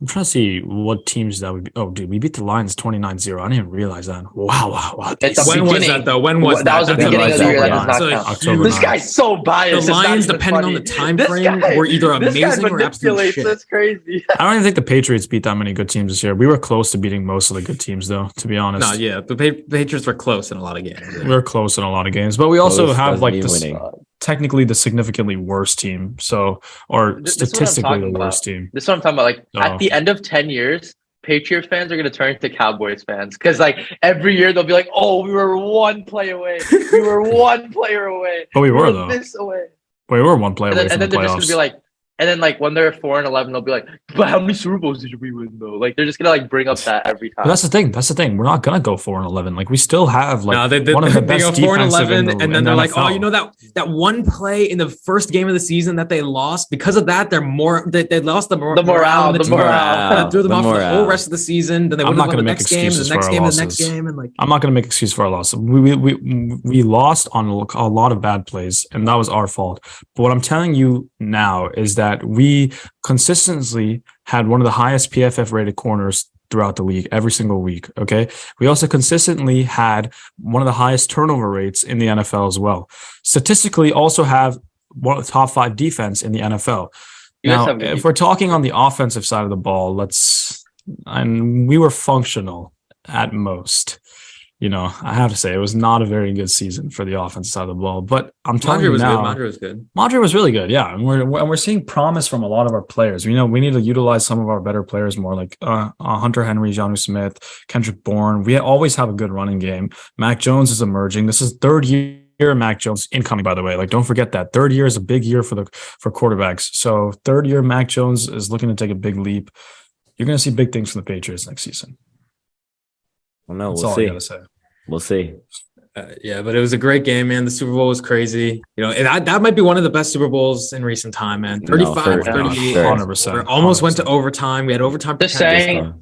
Speaker 1: I'm trying to see what teams that would be. Oh, dude, we beat the Lions 29-0. I didn't even realize that. Wow, wow, wow. These
Speaker 4: It's the
Speaker 3: when
Speaker 1: six-
Speaker 3: was
Speaker 4: beginning.
Speaker 3: that though? When was
Speaker 4: That
Speaker 3: that?
Speaker 4: was the
Speaker 3: That's
Speaker 2: beginning
Speaker 3: what
Speaker 2: of the
Speaker 3: I'm
Speaker 2: year, that
Speaker 3: saying.
Speaker 4: does
Speaker 3: So
Speaker 4: not count.
Speaker 1: October
Speaker 4: This
Speaker 1: ninth.
Speaker 4: guy's so biased.
Speaker 3: the
Speaker 4: it's not
Speaker 3: Lions,
Speaker 4: even
Speaker 3: depending on
Speaker 4: funny.
Speaker 3: the time
Speaker 4: This
Speaker 3: frame,
Speaker 4: guy-
Speaker 3: were either
Speaker 4: this guy
Speaker 3: amazing or absolute
Speaker 4: manipulates
Speaker 3: shit.
Speaker 4: us crazy.
Speaker 1: I don't even think the Patriots beat that many good teams this year. We were close to beating most of the good teams, though, to be honest.
Speaker 3: No, yeah, the Pa- Patriots were close in a lot of games.
Speaker 1: We were close in a lot of games, but we also
Speaker 2: Close
Speaker 1: have
Speaker 2: doesn't
Speaker 1: like
Speaker 2: mean
Speaker 1: this
Speaker 2: winning.
Speaker 1: technically the significantly worse team. So, or
Speaker 4: Th- this is what I'm
Speaker 1: statistically the
Speaker 4: talking
Speaker 1: worst team.
Speaker 4: This is what I'm talking about. Like
Speaker 1: Oh.
Speaker 4: at the end of ten years, Patriot fans are gonna turn into Cowboys fans because like every year they'll be like, "Oh, we were one play away. We were one player away.
Speaker 1: But we were
Speaker 4: were
Speaker 1: though.
Speaker 4: This away."
Speaker 1: We were one play
Speaker 4: And
Speaker 1: away
Speaker 4: then, and
Speaker 1: from the
Speaker 4: then they're just gonna
Speaker 1: playoffs.
Speaker 4: be like, and then like when they're four and eleven, they'll be like, "But how many Super Bowls did we win though?" Like they're just gonna like bring up that every
Speaker 1: but
Speaker 3: Uh,
Speaker 4: time.
Speaker 1: that's the thing. That's the thing. We're not gonna go four and eleven. Like we still have like
Speaker 3: no, they, they,
Speaker 1: one of the
Speaker 3: they
Speaker 1: best
Speaker 3: go four and
Speaker 1: defensive in
Speaker 3: eleven,
Speaker 1: the-
Speaker 3: and then
Speaker 1: in the
Speaker 3: they're like, "Oh,
Speaker 1: NFL.
Speaker 3: you know that that one play in the first game of the season that they lost because of that, they're more they, they lost the, mor-
Speaker 4: The morale,
Speaker 3: of
Speaker 4: the morale.
Speaker 3: That threw them
Speaker 2: The
Speaker 3: off for the whole
Speaker 2: morale.
Speaker 3: rest of the season. Then they
Speaker 1: I'm
Speaker 3: won
Speaker 1: not
Speaker 3: the
Speaker 1: gonna make
Speaker 3: next game,
Speaker 1: excuses
Speaker 3: the
Speaker 1: for
Speaker 3: next
Speaker 1: our
Speaker 3: game, the next
Speaker 1: losses.
Speaker 3: game, and like
Speaker 1: I'm not going to make excuse for our loss. We we we, we lost on a lot of bad plays, and that was our fault. But what I'm telling you now is that we consistently had one of the highest PFF rated corners throughout the league every single week. Okay, we also consistently had one of the highest turnover rates in the NFL as well. Statistically, also have one of the top five defense in the NFL.
Speaker 4: You guys
Speaker 1: Now,
Speaker 4: have good
Speaker 1: if we're talking on the offensive side of the ball, let's and we were functional at most. You know, I have to say it was not a very good season for the offensive side of the ball. But I'm telling
Speaker 3: Mondre
Speaker 1: you
Speaker 3: was
Speaker 1: now,
Speaker 3: good. Mondre was good.
Speaker 1: Madre was really good, yeah, and we're we're- and we're seeing promise from a lot of our players. You know, we need to utilize some of our better players more, like uh, uh, Hunter Henry, Johnu Smith, Kendrick Bourne. We always have a good running game. Mac Jones is emerging. This is third year. Mac Jones incoming, by the way. Like, don't forget that third year is a big year for the for quarterbacks. So, third year Mac Jones is looking to take a big leap. You're going to see big things from the Patriots next season.
Speaker 2: I don't know.
Speaker 1: That's
Speaker 2: Oh, We'll
Speaker 1: all I
Speaker 2: see.
Speaker 1: got to say.
Speaker 2: We'll see.
Speaker 3: Uh, yeah, but it was a great game, man. The Super Bowl was crazy. You know, and that, that might be one of the best Super Bowls in recent time, man.
Speaker 2: No,
Speaker 3: 35,
Speaker 2: for-
Speaker 3: 38.
Speaker 2: for-
Speaker 3: Over.
Speaker 1: 100%.
Speaker 3: Almost went to
Speaker 1: 100%.
Speaker 3: overtime. We had overtime.
Speaker 4: Just
Speaker 3: penalties.
Speaker 4: saying-
Speaker 2: uh,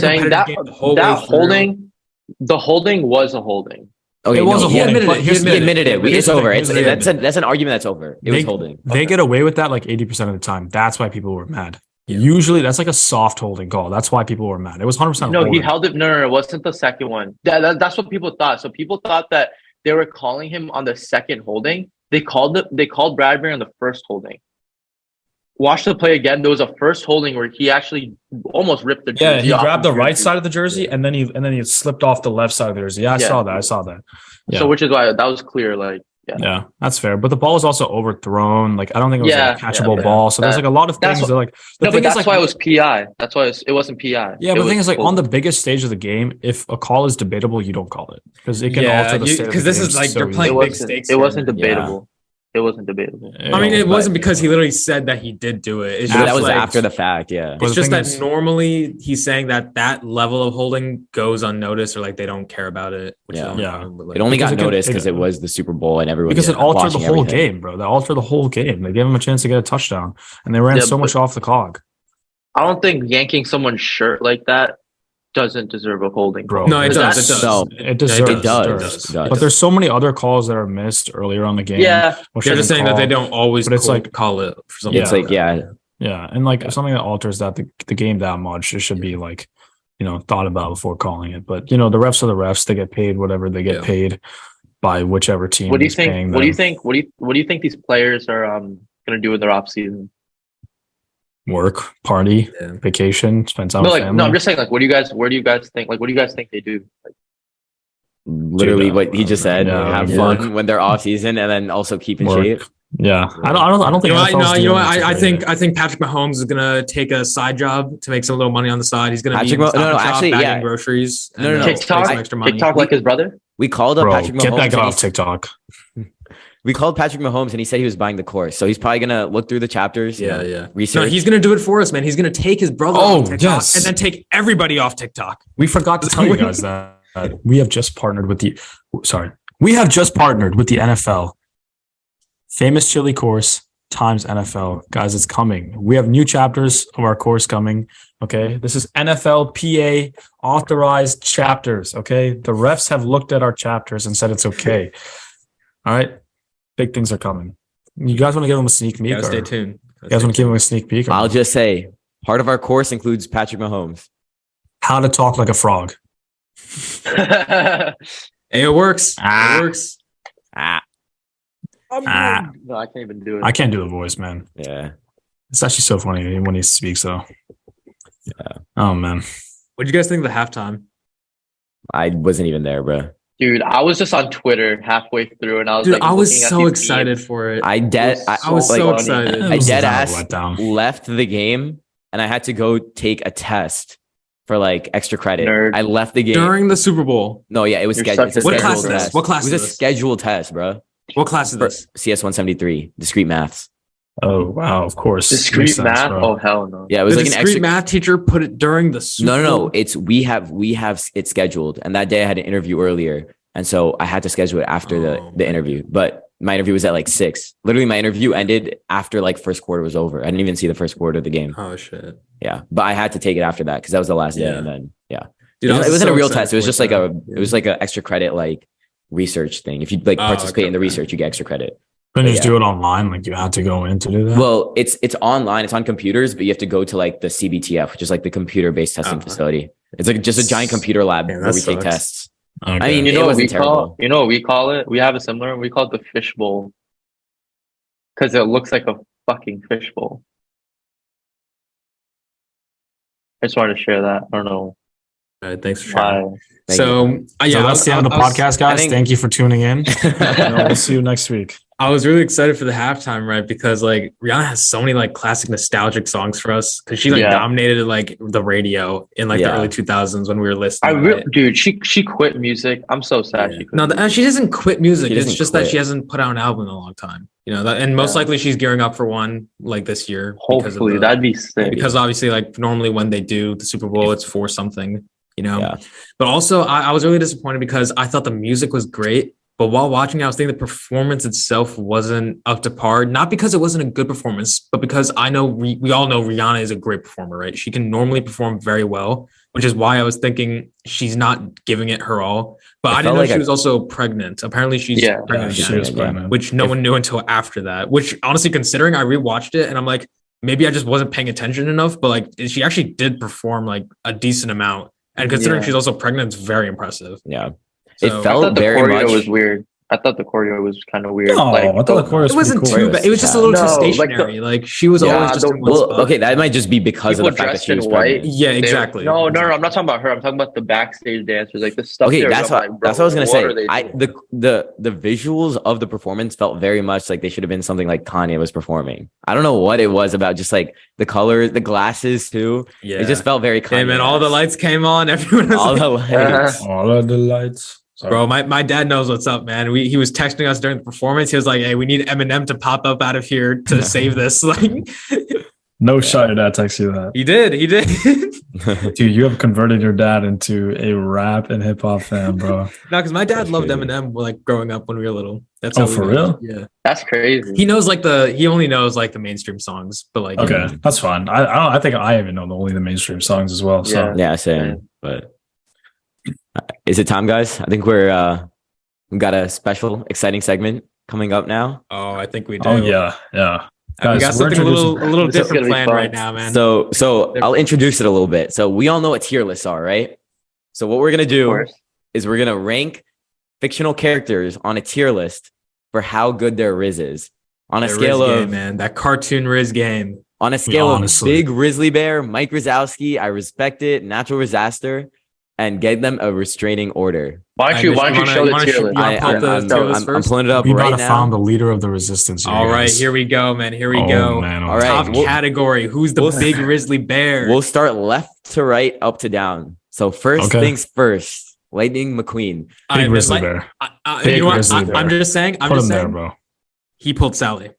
Speaker 4: Just saying
Speaker 3: competitive
Speaker 4: that
Speaker 3: game the whole
Speaker 4: that
Speaker 3: way through.
Speaker 4: holding, the holding was a holding.
Speaker 2: Okay,
Speaker 1: It was
Speaker 2: no,
Speaker 1: a
Speaker 2: he
Speaker 1: holding,
Speaker 2: admitted
Speaker 1: but
Speaker 2: it. He
Speaker 1: here's the thing.
Speaker 2: admitted it. We-
Speaker 1: Here's
Speaker 2: It's
Speaker 1: the thing.
Speaker 2: over.
Speaker 1: Here's
Speaker 2: It's,
Speaker 1: the thing.
Speaker 2: that's, a, that's an argument that's over.
Speaker 1: They-
Speaker 2: It was holding.
Speaker 1: They get away with that like 80% of the time. That's why people were mad. Usually that's like a soft holding call. That's why people were mad. It was 100%
Speaker 4: No, he
Speaker 1: holding.
Speaker 4: held it. No, no, no, it wasn't the second one. That, that- that's what people thought. So people thought that they were calling him on the second holding. They called it. They called Bradbury on the first holding. Watch the play again. There was a first holding where he actually almost ripped the.
Speaker 1: Yeah,
Speaker 4: jersey
Speaker 1: he
Speaker 4: off
Speaker 1: grabbed the
Speaker 4: his
Speaker 1: right
Speaker 4: jersey.
Speaker 1: side of the jersey and then he and then he slipped off the left side of the jersey. Yeah, I
Speaker 4: Yeah.
Speaker 1: saw that. I saw that. yeah.
Speaker 4: So which is why that was clear. Like, yeah,
Speaker 1: Yeah, that's fair. But the ball was also overthrown. Like I don't think it was like, a
Speaker 4: Yeah,
Speaker 1: catchable
Speaker 4: yeah,
Speaker 1: ball. So there's like a lot of
Speaker 4: That's
Speaker 1: things that
Speaker 4: what-
Speaker 1: like the
Speaker 4: no, but that's
Speaker 1: like,
Speaker 4: why it was PI. That's why it, was, it wasn't PI.
Speaker 1: Yeah,
Speaker 4: It
Speaker 1: but the thing
Speaker 4: was
Speaker 1: is like
Speaker 4: holding.
Speaker 1: on the biggest stage of the game, if a call is debatable, you don't call it because it can alter the
Speaker 3: you-
Speaker 1: state. Because
Speaker 3: this is like
Speaker 1: so
Speaker 3: you're
Speaker 4: it
Speaker 3: playing big
Speaker 4: wasn't,
Speaker 3: stakes.
Speaker 4: It
Speaker 3: here,
Speaker 4: wasn't
Speaker 3: man.
Speaker 4: debatable. It wasn't debatable.
Speaker 1: easily.
Speaker 3: I mean,
Speaker 2: Yeah,
Speaker 3: it
Speaker 2: but-
Speaker 3: wasn't because he literally said that he did do it. It's
Speaker 2: So
Speaker 3: just
Speaker 2: that was
Speaker 3: like-
Speaker 2: after the fact. Yeah.
Speaker 1: But
Speaker 3: It's
Speaker 1: the thing
Speaker 3: just that
Speaker 1: is-
Speaker 3: normally he's saying that that level of holding goes unnoticed or like they don't care about it. Which
Speaker 2: Yeah.
Speaker 3: is
Speaker 1: Yeah.
Speaker 3: unbelievable. Like,
Speaker 2: It only
Speaker 1: Because
Speaker 2: got
Speaker 1: it can-
Speaker 2: noticed
Speaker 1: it-
Speaker 2: because it was the Super Bowl and everyone
Speaker 1: because it
Speaker 2: was
Speaker 1: altered the
Speaker 2: watching
Speaker 1: whole
Speaker 2: everything.
Speaker 1: game, bro. That altered the whole game. They gave him a chance to get a touchdown, and they ran
Speaker 4: Yeah,
Speaker 1: so much off the clock,
Speaker 4: I don't think yanking someone's shirt like that doesn't deserve a holding.
Speaker 1: bro.
Speaker 3: No, it
Speaker 4: But
Speaker 3: does.
Speaker 4: that's-
Speaker 3: It does.
Speaker 2: No,
Speaker 1: It deserves.
Speaker 2: It does. It
Speaker 1: deserves.
Speaker 2: does.
Speaker 3: But
Speaker 1: But there's so many other calls that are missed earlier on the game.
Speaker 4: Yeah,
Speaker 1: which
Speaker 3: They're
Speaker 1: I
Speaker 3: just
Speaker 1: can
Speaker 3: saying that they
Speaker 1: call.
Speaker 3: don't always
Speaker 1: But it's
Speaker 3: call,
Speaker 1: like-
Speaker 3: call it for something.
Speaker 2: It's like, yeah.
Speaker 1: Yeah, and like something that alters that the, the game that much, it should be like, you know, thought about before calling it. But you know, the refs are the refs. They get paid whatever they get
Speaker 3: Yeah.
Speaker 1: paid by whichever team.
Speaker 4: What do you
Speaker 1: is paying
Speaker 4: think? What do you
Speaker 1: them.
Speaker 4: think? What do you What do you think these players are um gonna do in their off season?
Speaker 1: Work, party,
Speaker 3: Yeah.
Speaker 1: vacation, spend time
Speaker 4: No,
Speaker 1: with
Speaker 4: like
Speaker 1: family.
Speaker 4: no, I'm just saying like, what do you guys? Where do you guys think? Like, what do you guys think they do? Like,
Speaker 2: Literally
Speaker 1: Dude,
Speaker 2: what he just said.
Speaker 1: yeah,
Speaker 2: have
Speaker 1: yeah.
Speaker 2: fun when they're off season and then also keep in
Speaker 1: Work.
Speaker 2: shape.
Speaker 1: yeah, I don't. I don't. I don't
Speaker 3: You
Speaker 1: think.
Speaker 3: know,
Speaker 1: NFL's
Speaker 3: what, no, you know
Speaker 1: doing
Speaker 3: what?
Speaker 1: that
Speaker 3: I, I
Speaker 1: today.
Speaker 3: think I think Patrick Mahomes is gonna take a side job to make some little money on the side. He's gonna be
Speaker 2: Patrick
Speaker 3: in the
Speaker 2: Mah- no,
Speaker 3: stop
Speaker 2: no,
Speaker 3: and shop
Speaker 2: actually,
Speaker 3: bagging
Speaker 2: yeah.
Speaker 3: groceries.
Speaker 2: No, no,
Speaker 3: and
Speaker 2: no.
Speaker 3: make some
Speaker 4: TikTok,
Speaker 3: extra money.
Speaker 4: TikTok like his brother.
Speaker 2: We called up
Speaker 1: Bro,
Speaker 2: Patrick Mahomes.
Speaker 1: get that guy
Speaker 2: and
Speaker 1: off
Speaker 2: he-
Speaker 1: TikTok.
Speaker 2: we called Patrick Mahomes and he said he was buying the course. So he's probably gonna look through the chapters.
Speaker 3: Yeah, yeah.
Speaker 2: Research.
Speaker 3: No, he's gonna do it for us, man. He's gonna take his brother
Speaker 1: Oh,
Speaker 3: off TikTok
Speaker 1: yes.
Speaker 3: and then take everybody off TikTok.
Speaker 1: We forgot to tell you guys that we have just partnered with the sorry. We have just partnered with the NFL. Famous chili course times NFL. Guys, it's coming. We have new chapters of our course coming. Okay. This is NFL PA authorized chapters. Okay. The refs have looked at our chapters and said it's okay. All right. Big things are coming. You guys want to give them a sneak peek?
Speaker 3: Yeah,
Speaker 1: or-
Speaker 3: stay
Speaker 1: you
Speaker 3: tuned.
Speaker 1: guys want to give them a sneak peek? or-
Speaker 2: I'll just say Part of our course includes Patrick Mahomes.
Speaker 1: How to talk like a frog.
Speaker 3: Hey, it works.
Speaker 1: Ah.
Speaker 3: It works.
Speaker 2: Ah,
Speaker 4: I'm
Speaker 1: Ah.
Speaker 4: doing- no, I can't even do it.
Speaker 1: I can't do the voice, man.
Speaker 2: yeah.
Speaker 1: It's actually so funny when he speaks, though. Yeah. Oh man.
Speaker 3: What do you guys think of the halftime?
Speaker 2: I wasn't even there, bro.
Speaker 4: Dude, I was just on Twitter halfway through, and I was
Speaker 3: Dude,
Speaker 4: like,
Speaker 3: I was
Speaker 4: looking at
Speaker 3: so
Speaker 4: these
Speaker 3: excited
Speaker 4: memes.
Speaker 3: for it. I,
Speaker 2: I dead. I,
Speaker 4: I
Speaker 3: was
Speaker 2: like,
Speaker 3: so
Speaker 4: funny.
Speaker 3: excited.
Speaker 1: It was
Speaker 2: dead
Speaker 1: not a
Speaker 2: ass-
Speaker 1: letdown.
Speaker 2: left the game and I had to go take a test for like extra credit.
Speaker 4: Nerd.
Speaker 2: I left the game.
Speaker 3: During the Super Bowl,
Speaker 2: no, yeah, it was
Speaker 4: You're
Speaker 2: scheduled.
Speaker 4: such a
Speaker 2: It's a
Speaker 4: What
Speaker 2: scheduled
Speaker 4: class is
Speaker 3: this?
Speaker 2: test.
Speaker 3: What class
Speaker 2: It
Speaker 3: is
Speaker 2: was a
Speaker 3: this?
Speaker 2: scheduled test, bro.
Speaker 3: what class is
Speaker 2: For
Speaker 3: this?
Speaker 2: CS one seventy three, discrete maths.
Speaker 1: Oh wow, of course.
Speaker 4: Discrete
Speaker 1: Makes sense,
Speaker 4: math?
Speaker 1: bro.
Speaker 4: Oh, hell no.
Speaker 2: Yeah, it was
Speaker 3: the
Speaker 2: like an
Speaker 3: discrete
Speaker 2: extra.
Speaker 3: math teacher put it during the Super
Speaker 2: no, no, no.
Speaker 3: Bowl?
Speaker 2: It's we have we have it scheduled, and that day I had an interview earlier, and so I had to schedule it after
Speaker 3: Oh.
Speaker 2: the the interview. But my interview was at like six. Literally, my interview ended after like first quarter was over. I didn't even see the first quarter of the game.
Speaker 3: Oh shit,
Speaker 2: Yeah, but I had to take it after that because that was the last day.
Speaker 3: Yeah.
Speaker 2: And then yeah,
Speaker 3: dude!
Speaker 2: it,
Speaker 3: I
Speaker 2: was, it wasn't
Speaker 3: so
Speaker 2: a real
Speaker 3: excited
Speaker 2: test. It was
Speaker 3: for
Speaker 2: just like
Speaker 3: though.
Speaker 2: a it was like an extra credit like research thing. If you like
Speaker 3: Oh,
Speaker 2: participate
Speaker 3: okay,
Speaker 2: in the
Speaker 3: okay.
Speaker 2: research, you get extra credit.
Speaker 1: Couldn't you just
Speaker 2: Yeah.
Speaker 1: do it online? Like you had to go in to do that.
Speaker 2: Well, it's it's online. It's on computers, but you have to go to like the CBTF, which is like the computer based testing
Speaker 3: Uh-huh.
Speaker 2: facility. It's like just a giant computer lab
Speaker 3: Man,
Speaker 2: where
Speaker 3: that
Speaker 2: we take
Speaker 3: sucks.
Speaker 2: tests.
Speaker 1: Okay.
Speaker 2: I mean,
Speaker 4: You
Speaker 2: it
Speaker 4: know what we
Speaker 2: wasn't
Speaker 4: call?
Speaker 2: terrible.
Speaker 4: You know what we call it? We have a similar. one. We call it the fishbowl because it looks like a fucking fishbowl. I just wanted to share that. I don't know
Speaker 3: All right, thanks for
Speaker 4: why.
Speaker 3: sharing.
Speaker 2: Thank
Speaker 3: So uh, yeah,
Speaker 1: so that's the end of the
Speaker 3: I was-
Speaker 1: podcast, guys.
Speaker 2: think-
Speaker 1: Thank you for tuning in. You know, we'll see you next week.
Speaker 3: I was really excited for the halftime, right? Because like Rihanna has so many like classic nostalgic songs for us because she like
Speaker 4: Yeah.
Speaker 3: dominated like the radio in like the
Speaker 2: Yeah.
Speaker 3: early 2000s when we were
Speaker 4: I
Speaker 3: listening.
Speaker 4: really,
Speaker 3: right?
Speaker 4: dude, she she quit music. I'm so sad she quit.
Speaker 3: No, the, and she doesn't quit music.
Speaker 2: She
Speaker 3: It's
Speaker 2: doesn't
Speaker 3: just that
Speaker 2: quit.
Speaker 3: she hasn't put out an album in a long time. You know, that, and most
Speaker 4: Yeah.
Speaker 3: likely she's gearing up for one like this year. because of
Speaker 4: Hopefully,
Speaker 3: the-
Speaker 4: that'd be sick.
Speaker 3: because obviously, like normally when they do the Super Bowl, it's for something. You know,
Speaker 2: Yeah.
Speaker 3: but also I, I was really disappointed because I thought the music was great. But while watching, it, I was thinking the performance itself wasn't up to par. Not because it wasn't a good performance, but because I know we, we all know Rihanna is a great performer, right? She can normally perform very well, which is why I was thinking she's not giving it her all. But
Speaker 2: It
Speaker 3: I, didn't
Speaker 2: felt
Speaker 3: know
Speaker 2: like
Speaker 3: she
Speaker 2: a-
Speaker 3: was also pregnant. Apparently, she's
Speaker 4: Yeah.
Speaker 1: Yeah,
Speaker 3: pregnant,
Speaker 1: she
Speaker 3: again,
Speaker 1: was
Speaker 2: yeah.
Speaker 1: pregnant.
Speaker 3: which no one knew until after that. Which honestly, considering I rewatched it and I'm like, maybe I just wasn't paying attention enough. But like, she actually did perform like a decent amount, and considering
Speaker 4: Yeah.
Speaker 3: she's also pregnant, it's very impressive.
Speaker 2: yeah, it
Speaker 3: So-
Speaker 4: I
Speaker 2: felt
Speaker 4: thought the
Speaker 2: very
Speaker 4: choreo
Speaker 2: much.
Speaker 4: was weird. I thought the choreo was kind of weird.
Speaker 1: No, Oh, I thought the chorus
Speaker 3: it wasn't
Speaker 1: was pretty
Speaker 3: too
Speaker 1: cool.
Speaker 2: It
Speaker 3: bad. It was just a
Speaker 2: was
Speaker 3: little
Speaker 4: sad.
Speaker 3: too
Speaker 4: No, like the-
Speaker 3: stationary. Like, she was
Speaker 2: Yeah,
Speaker 3: always just
Speaker 4: the-
Speaker 3: in one
Speaker 2: well,
Speaker 3: spot.
Speaker 2: okay, that might just be because of
Speaker 4: People
Speaker 2: the fact that
Speaker 4: dressed
Speaker 2: she
Speaker 4: in
Speaker 2: was
Speaker 4: white.
Speaker 2: pregnant.
Speaker 3: Yeah,
Speaker 4: They-
Speaker 3: exactly.
Speaker 4: No, no, no, I'm not talking about her. I'm talking about the backstage dancers, like the stuff.
Speaker 2: okay,
Speaker 4: there,
Speaker 2: that's
Speaker 4: I'm
Speaker 2: what
Speaker 4: like, bro,
Speaker 2: that's what I was gonna
Speaker 4: are
Speaker 2: say.
Speaker 4: they
Speaker 2: I
Speaker 4: doing?
Speaker 2: the the the visuals of the performance felt very much like they should have been something like Kanye was performing. I don't know what it was about, just like the colors, the glasses too.
Speaker 3: Yeah.
Speaker 2: It just felt very Kanye.
Speaker 3: Hey, man, all the lights came on. Everyone was
Speaker 2: all
Speaker 3: like,
Speaker 2: the lights.
Speaker 1: All of the lights. Sorry.
Speaker 3: Bro, my, my dad knows what's up, man. We he was texting us during the performance. He was like, "Hey, we need Eminem to pop up out of here to save this." Like,
Speaker 1: no shot at that text you that.
Speaker 3: he did, he did.
Speaker 1: Dude, you have converted your dad into a rap and hip hop fan, bro.
Speaker 3: no, because my dad loved
Speaker 2: Frustrating.
Speaker 3: Eminem like growing up when we were little. That's
Speaker 1: Oh,
Speaker 3: how we
Speaker 1: for
Speaker 3: were.
Speaker 1: real?
Speaker 3: Yeah,
Speaker 4: That's crazy.
Speaker 3: he knows like the he only knows like the mainstream songs, but like
Speaker 1: Okay, that's fine. I I, don't, I think I even know the, only the mainstream songs as well. So
Speaker 4: Yeah.
Speaker 2: yeah, same. But Uh, is it time, guys? I think we're uh we got a special exciting segment coming up now.
Speaker 3: oh, I think we do.
Speaker 1: oh yeah, yeah.
Speaker 3: we
Speaker 1: Guys,
Speaker 3: got
Speaker 1: we're
Speaker 3: something a little a
Speaker 1: introducing-
Speaker 3: little
Speaker 4: This is
Speaker 3: different
Speaker 4: gonna be
Speaker 3: planned
Speaker 4: fun.
Speaker 3: right now, man.
Speaker 2: So so I'll introduce it a little bit. So we all know what tier lists are, right? So what we're gonna
Speaker 4: of
Speaker 2: do
Speaker 4: course.
Speaker 2: is we're gonna rank fictional characters on a tier list for how good their Riz is on a
Speaker 3: That
Speaker 2: scale
Speaker 3: Riz game,
Speaker 2: of
Speaker 3: man, that cartoon Riz game.
Speaker 2: on a scale of
Speaker 1: honestly-
Speaker 2: Big Rizzly Bear, Mike Rizowski, I respect it, Natural Disaster, and get them a restraining order.
Speaker 4: Why
Speaker 3: I
Speaker 4: don't you?
Speaker 3: just
Speaker 4: Why don't you
Speaker 3: wanna-
Speaker 4: show
Speaker 3: wanna
Speaker 4: the tier
Speaker 3: show-
Speaker 4: list?
Speaker 3: You wanna
Speaker 2: I,
Speaker 3: pull up the
Speaker 2: am
Speaker 3: tier list first?
Speaker 2: pulling it up
Speaker 1: we
Speaker 2: right
Speaker 1: might have
Speaker 2: now.
Speaker 1: found the leader of the resistance.
Speaker 3: All right, here we go, man. Here we go.
Speaker 1: Oh, Man,
Speaker 2: All right.
Speaker 3: Top
Speaker 2: we'll-
Speaker 3: category. Who's the
Speaker 2: we'll-
Speaker 3: big Risley Bear?
Speaker 2: We'll start left to right, up to down. So first
Speaker 1: Okay.
Speaker 2: things first, Lightning McQueen.
Speaker 3: I
Speaker 1: Big
Speaker 3: am just
Speaker 1: grizzly
Speaker 3: like,
Speaker 1: bear.
Speaker 3: I, I,
Speaker 1: Big
Speaker 3: you know what?
Speaker 1: Grizzly
Speaker 3: I,
Speaker 1: Bear.
Speaker 3: I'm just saying. I'm
Speaker 1: Put him
Speaker 3: just
Speaker 1: there,
Speaker 3: saying.
Speaker 1: bro.
Speaker 3: He pulled Sally.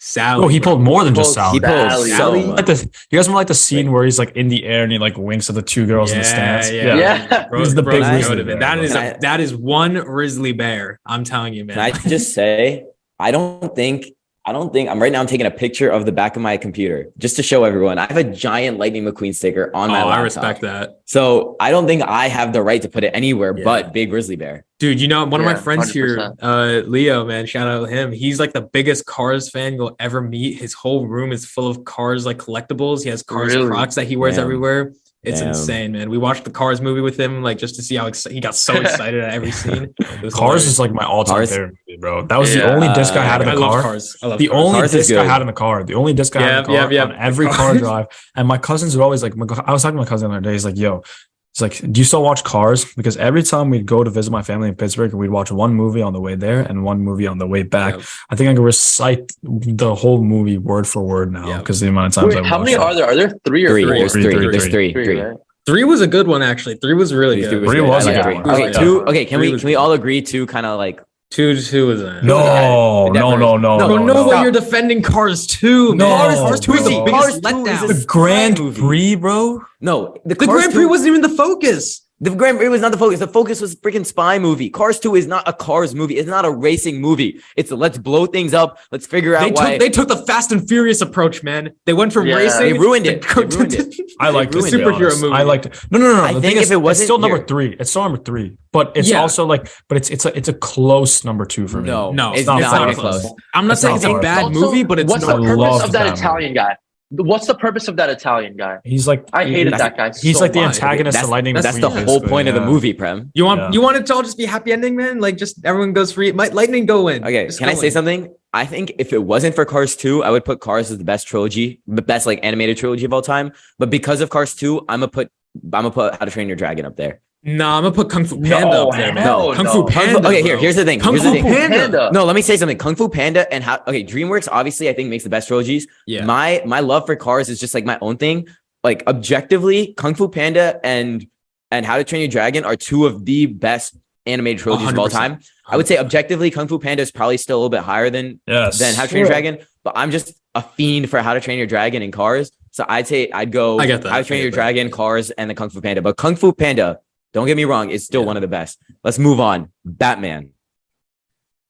Speaker 3: Sally.
Speaker 1: Oh, he
Speaker 3: bro.
Speaker 1: pulled more than just
Speaker 4: Pulled
Speaker 1: Sally.
Speaker 2: He pulls
Speaker 4: Sally.
Speaker 2: so
Speaker 1: Like
Speaker 2: much.
Speaker 1: the, you guys remember like the scene where he's like in the air and he like winks at the two girls in the stands?
Speaker 3: Yeah.
Speaker 4: Yeah.
Speaker 3: Bro,
Speaker 1: He's the
Speaker 3: bro,
Speaker 1: big
Speaker 3: that
Speaker 1: Risley
Speaker 3: would've been-
Speaker 1: Bear,
Speaker 3: That is
Speaker 2: bro.
Speaker 3: a, that is one Risley Bear. I'm telling you, man.
Speaker 2: Can I just say I don't think I don't think I'm right now. I'm taking a picture of the back of my computer just to show everyone. I have a giant Lightning McQueen sticker on
Speaker 3: Oh,
Speaker 2: my.
Speaker 3: I
Speaker 2: laptop.
Speaker 3: respect that.
Speaker 2: So I don't think I have the right to put it anywhere
Speaker 3: Yeah.
Speaker 2: but Big Grizzly Bear.
Speaker 3: Dude, you know, one of my
Speaker 4: Yeah,
Speaker 3: friends here,
Speaker 4: 100%.
Speaker 3: uh, Leo, man, shout out to him. He's like the biggest Cars fan you'll ever meet. His whole room is full of Cars like collectibles. He has Cars
Speaker 4: Really?
Speaker 3: Crocs that he wears
Speaker 2: Damn.
Speaker 3: everywhere. It's
Speaker 2: Damn.
Speaker 3: insane, man. We watched the Cars movie with him, like just to see how ex- he got so excited at every scene. It was
Speaker 1: Cars
Speaker 3: hilarious.
Speaker 1: is like my all-time
Speaker 2: Cars-
Speaker 1: favorite movie, bro. That was
Speaker 3: Yeah.
Speaker 1: the only disc I
Speaker 2: Uh,
Speaker 1: had in
Speaker 3: I
Speaker 1: the
Speaker 3: love
Speaker 1: car.
Speaker 3: Cars. I love
Speaker 1: The
Speaker 3: Cars.
Speaker 1: only
Speaker 2: Cars is
Speaker 1: disc I
Speaker 2: good.
Speaker 1: had in the car, the only disc I had in the
Speaker 3: Yeah,
Speaker 1: car
Speaker 3: yeah,
Speaker 1: on
Speaker 3: yeah.
Speaker 1: every car
Speaker 3: Cars.
Speaker 1: drive. And my cousins were always like, my, co- I was talking to my cousin the other day. He's like, yo, it's like, do you still watch Cars? Because every time we'd go to visit my family in Pittsburgh, we'd watch one movie on the way there and one movie on the way back.
Speaker 3: Yeah.
Speaker 1: I think I can recite the whole movie word for word now
Speaker 3: Yeah.
Speaker 1: because the amount of times
Speaker 4: Wait,
Speaker 1: I
Speaker 4: how
Speaker 1: watched
Speaker 4: many
Speaker 1: it.
Speaker 4: are there? Are there three or
Speaker 2: Three.
Speaker 4: four?
Speaker 2: There's
Speaker 1: Three,
Speaker 2: three.
Speaker 1: three,
Speaker 2: There's three. Three.
Speaker 4: right?
Speaker 3: Three was a good one, actually. Three was really
Speaker 2: Three
Speaker 3: good.
Speaker 1: Three
Speaker 2: good. I
Speaker 1: was
Speaker 2: like
Speaker 1: a good
Speaker 2: three.
Speaker 1: one.
Speaker 4: I
Speaker 2: Okay,
Speaker 4: like that
Speaker 2: two.
Speaker 4: one.
Speaker 2: Okay, can
Speaker 3: Three
Speaker 2: we
Speaker 3: was
Speaker 2: can we
Speaker 3: good.
Speaker 2: all agree two kind of like
Speaker 3: Two to two was a
Speaker 1: No, no, no, no,
Speaker 3: No,
Speaker 1: no,
Speaker 3: no,
Speaker 1: no.
Speaker 3: way you're defending Cars 2,
Speaker 1: No,
Speaker 3: man.
Speaker 1: Cars
Speaker 3: 2 is the
Speaker 1: bro.
Speaker 2: Cars
Speaker 3: biggest
Speaker 2: 2 is
Speaker 3: letdown.
Speaker 2: a
Speaker 1: The Grand
Speaker 2: Side movie.
Speaker 1: Prix, bro.
Speaker 2: no the,
Speaker 3: The
Speaker 2: Cars
Speaker 3: Grand Prix
Speaker 2: 2
Speaker 3: wasn't even the focus.
Speaker 2: the Grand Prix was not the focus. The focus was freaking spy movie. Cars two is not a Cars movie. It's not a racing movie. It's a let's blow things up. Let's figure out
Speaker 3: They
Speaker 2: why
Speaker 3: took, they took the Fast and Furious approach, man. They went from
Speaker 4: Yeah.
Speaker 3: racing.
Speaker 4: They
Speaker 2: ruined
Speaker 3: to-
Speaker 2: it. They ruined it.
Speaker 1: I liked it.
Speaker 2: ruined
Speaker 1: to be
Speaker 3: it. Superhero
Speaker 1: honest.
Speaker 3: movie.
Speaker 1: I liked it. No, no, no. no.
Speaker 2: I
Speaker 1: the
Speaker 2: think
Speaker 1: thing
Speaker 2: if
Speaker 1: is,
Speaker 2: it
Speaker 1: it's
Speaker 2: wasn't
Speaker 1: still number
Speaker 2: here-
Speaker 1: three. It's still number three, but it's
Speaker 3: Yeah.
Speaker 1: also like, but it's it's a it's a close number two for me.
Speaker 2: no,
Speaker 3: No,
Speaker 2: it's
Speaker 3: it's
Speaker 2: not,
Speaker 3: not
Speaker 2: even
Speaker 3: close.
Speaker 2: close.
Speaker 3: I'm not
Speaker 1: It's
Speaker 3: saying
Speaker 1: not
Speaker 3: it's a
Speaker 1: Cars.
Speaker 3: bad
Speaker 4: Also,
Speaker 3: movie, but it's
Speaker 4: what's
Speaker 1: not-
Speaker 3: not.
Speaker 1: I
Speaker 4: the purpose
Speaker 1: loved
Speaker 4: of that,
Speaker 1: that
Speaker 4: Italian guy? What's the purpose of that Italian guy?
Speaker 1: He's like
Speaker 4: I hated
Speaker 1: he's-
Speaker 4: that guy.
Speaker 1: He's
Speaker 4: so
Speaker 1: like the
Speaker 4: much.
Speaker 1: antagonist
Speaker 2: That's-
Speaker 1: of Lightning.
Speaker 2: That's
Speaker 1: McQueen,
Speaker 2: the whole
Speaker 1: basically,
Speaker 2: point of the
Speaker 1: yeah.
Speaker 2: movie, Prem.
Speaker 3: You want
Speaker 1: Yeah.
Speaker 3: you want it to all just be happy ending, man? Like just everyone goes free. Might Lightning go in.
Speaker 2: Okay,
Speaker 3: Just
Speaker 2: can I
Speaker 3: go
Speaker 2: say
Speaker 3: in.
Speaker 2: something? I think if it wasn't for Cars 2, I would put Cars as the best trilogy, the best like animated trilogy of all time. But because of Cars 2, I'm gonna put I'm gonna put How to Train Your Dragon up there.
Speaker 3: Nah, I'm gonna put Kung Fu Panda up there, man.
Speaker 4: hell
Speaker 3: Kung
Speaker 4: no.
Speaker 3: Fu Panda.
Speaker 2: okay, here,
Speaker 3: bro.
Speaker 2: here's the thing.
Speaker 3: Kung
Speaker 2: here's the
Speaker 3: Fu
Speaker 2: thing.
Speaker 3: Panda.
Speaker 4: Panda.
Speaker 2: No, let me say something. Kung Fu Panda and how okay, DreamWorks obviously I think makes the best trilogies.
Speaker 3: Yeah.
Speaker 2: My my love for cars is just like my own thing. Like objectively, Kung Fu Panda and and How to Train Your Dragon are two of the best animated trilogies of all
Speaker 3: 100%.
Speaker 2: time. I would say objectively, Kung Fu Panda is probably still a little bit higher than
Speaker 1: Yes.
Speaker 2: than How to Train Your Dragon, but I'm just a fiend for How to Train Your Dragon and Cars. So I'd say I'd go
Speaker 3: I get that.
Speaker 2: How
Speaker 3: I
Speaker 2: to Train
Speaker 3: get
Speaker 2: Your
Speaker 3: that.
Speaker 2: Dragon, Cars, and the Kung Fu Panda. But Kung Fu Panda, don't get me wrong, is still
Speaker 3: Yeah.
Speaker 2: one of the best. Let's move on. Batman.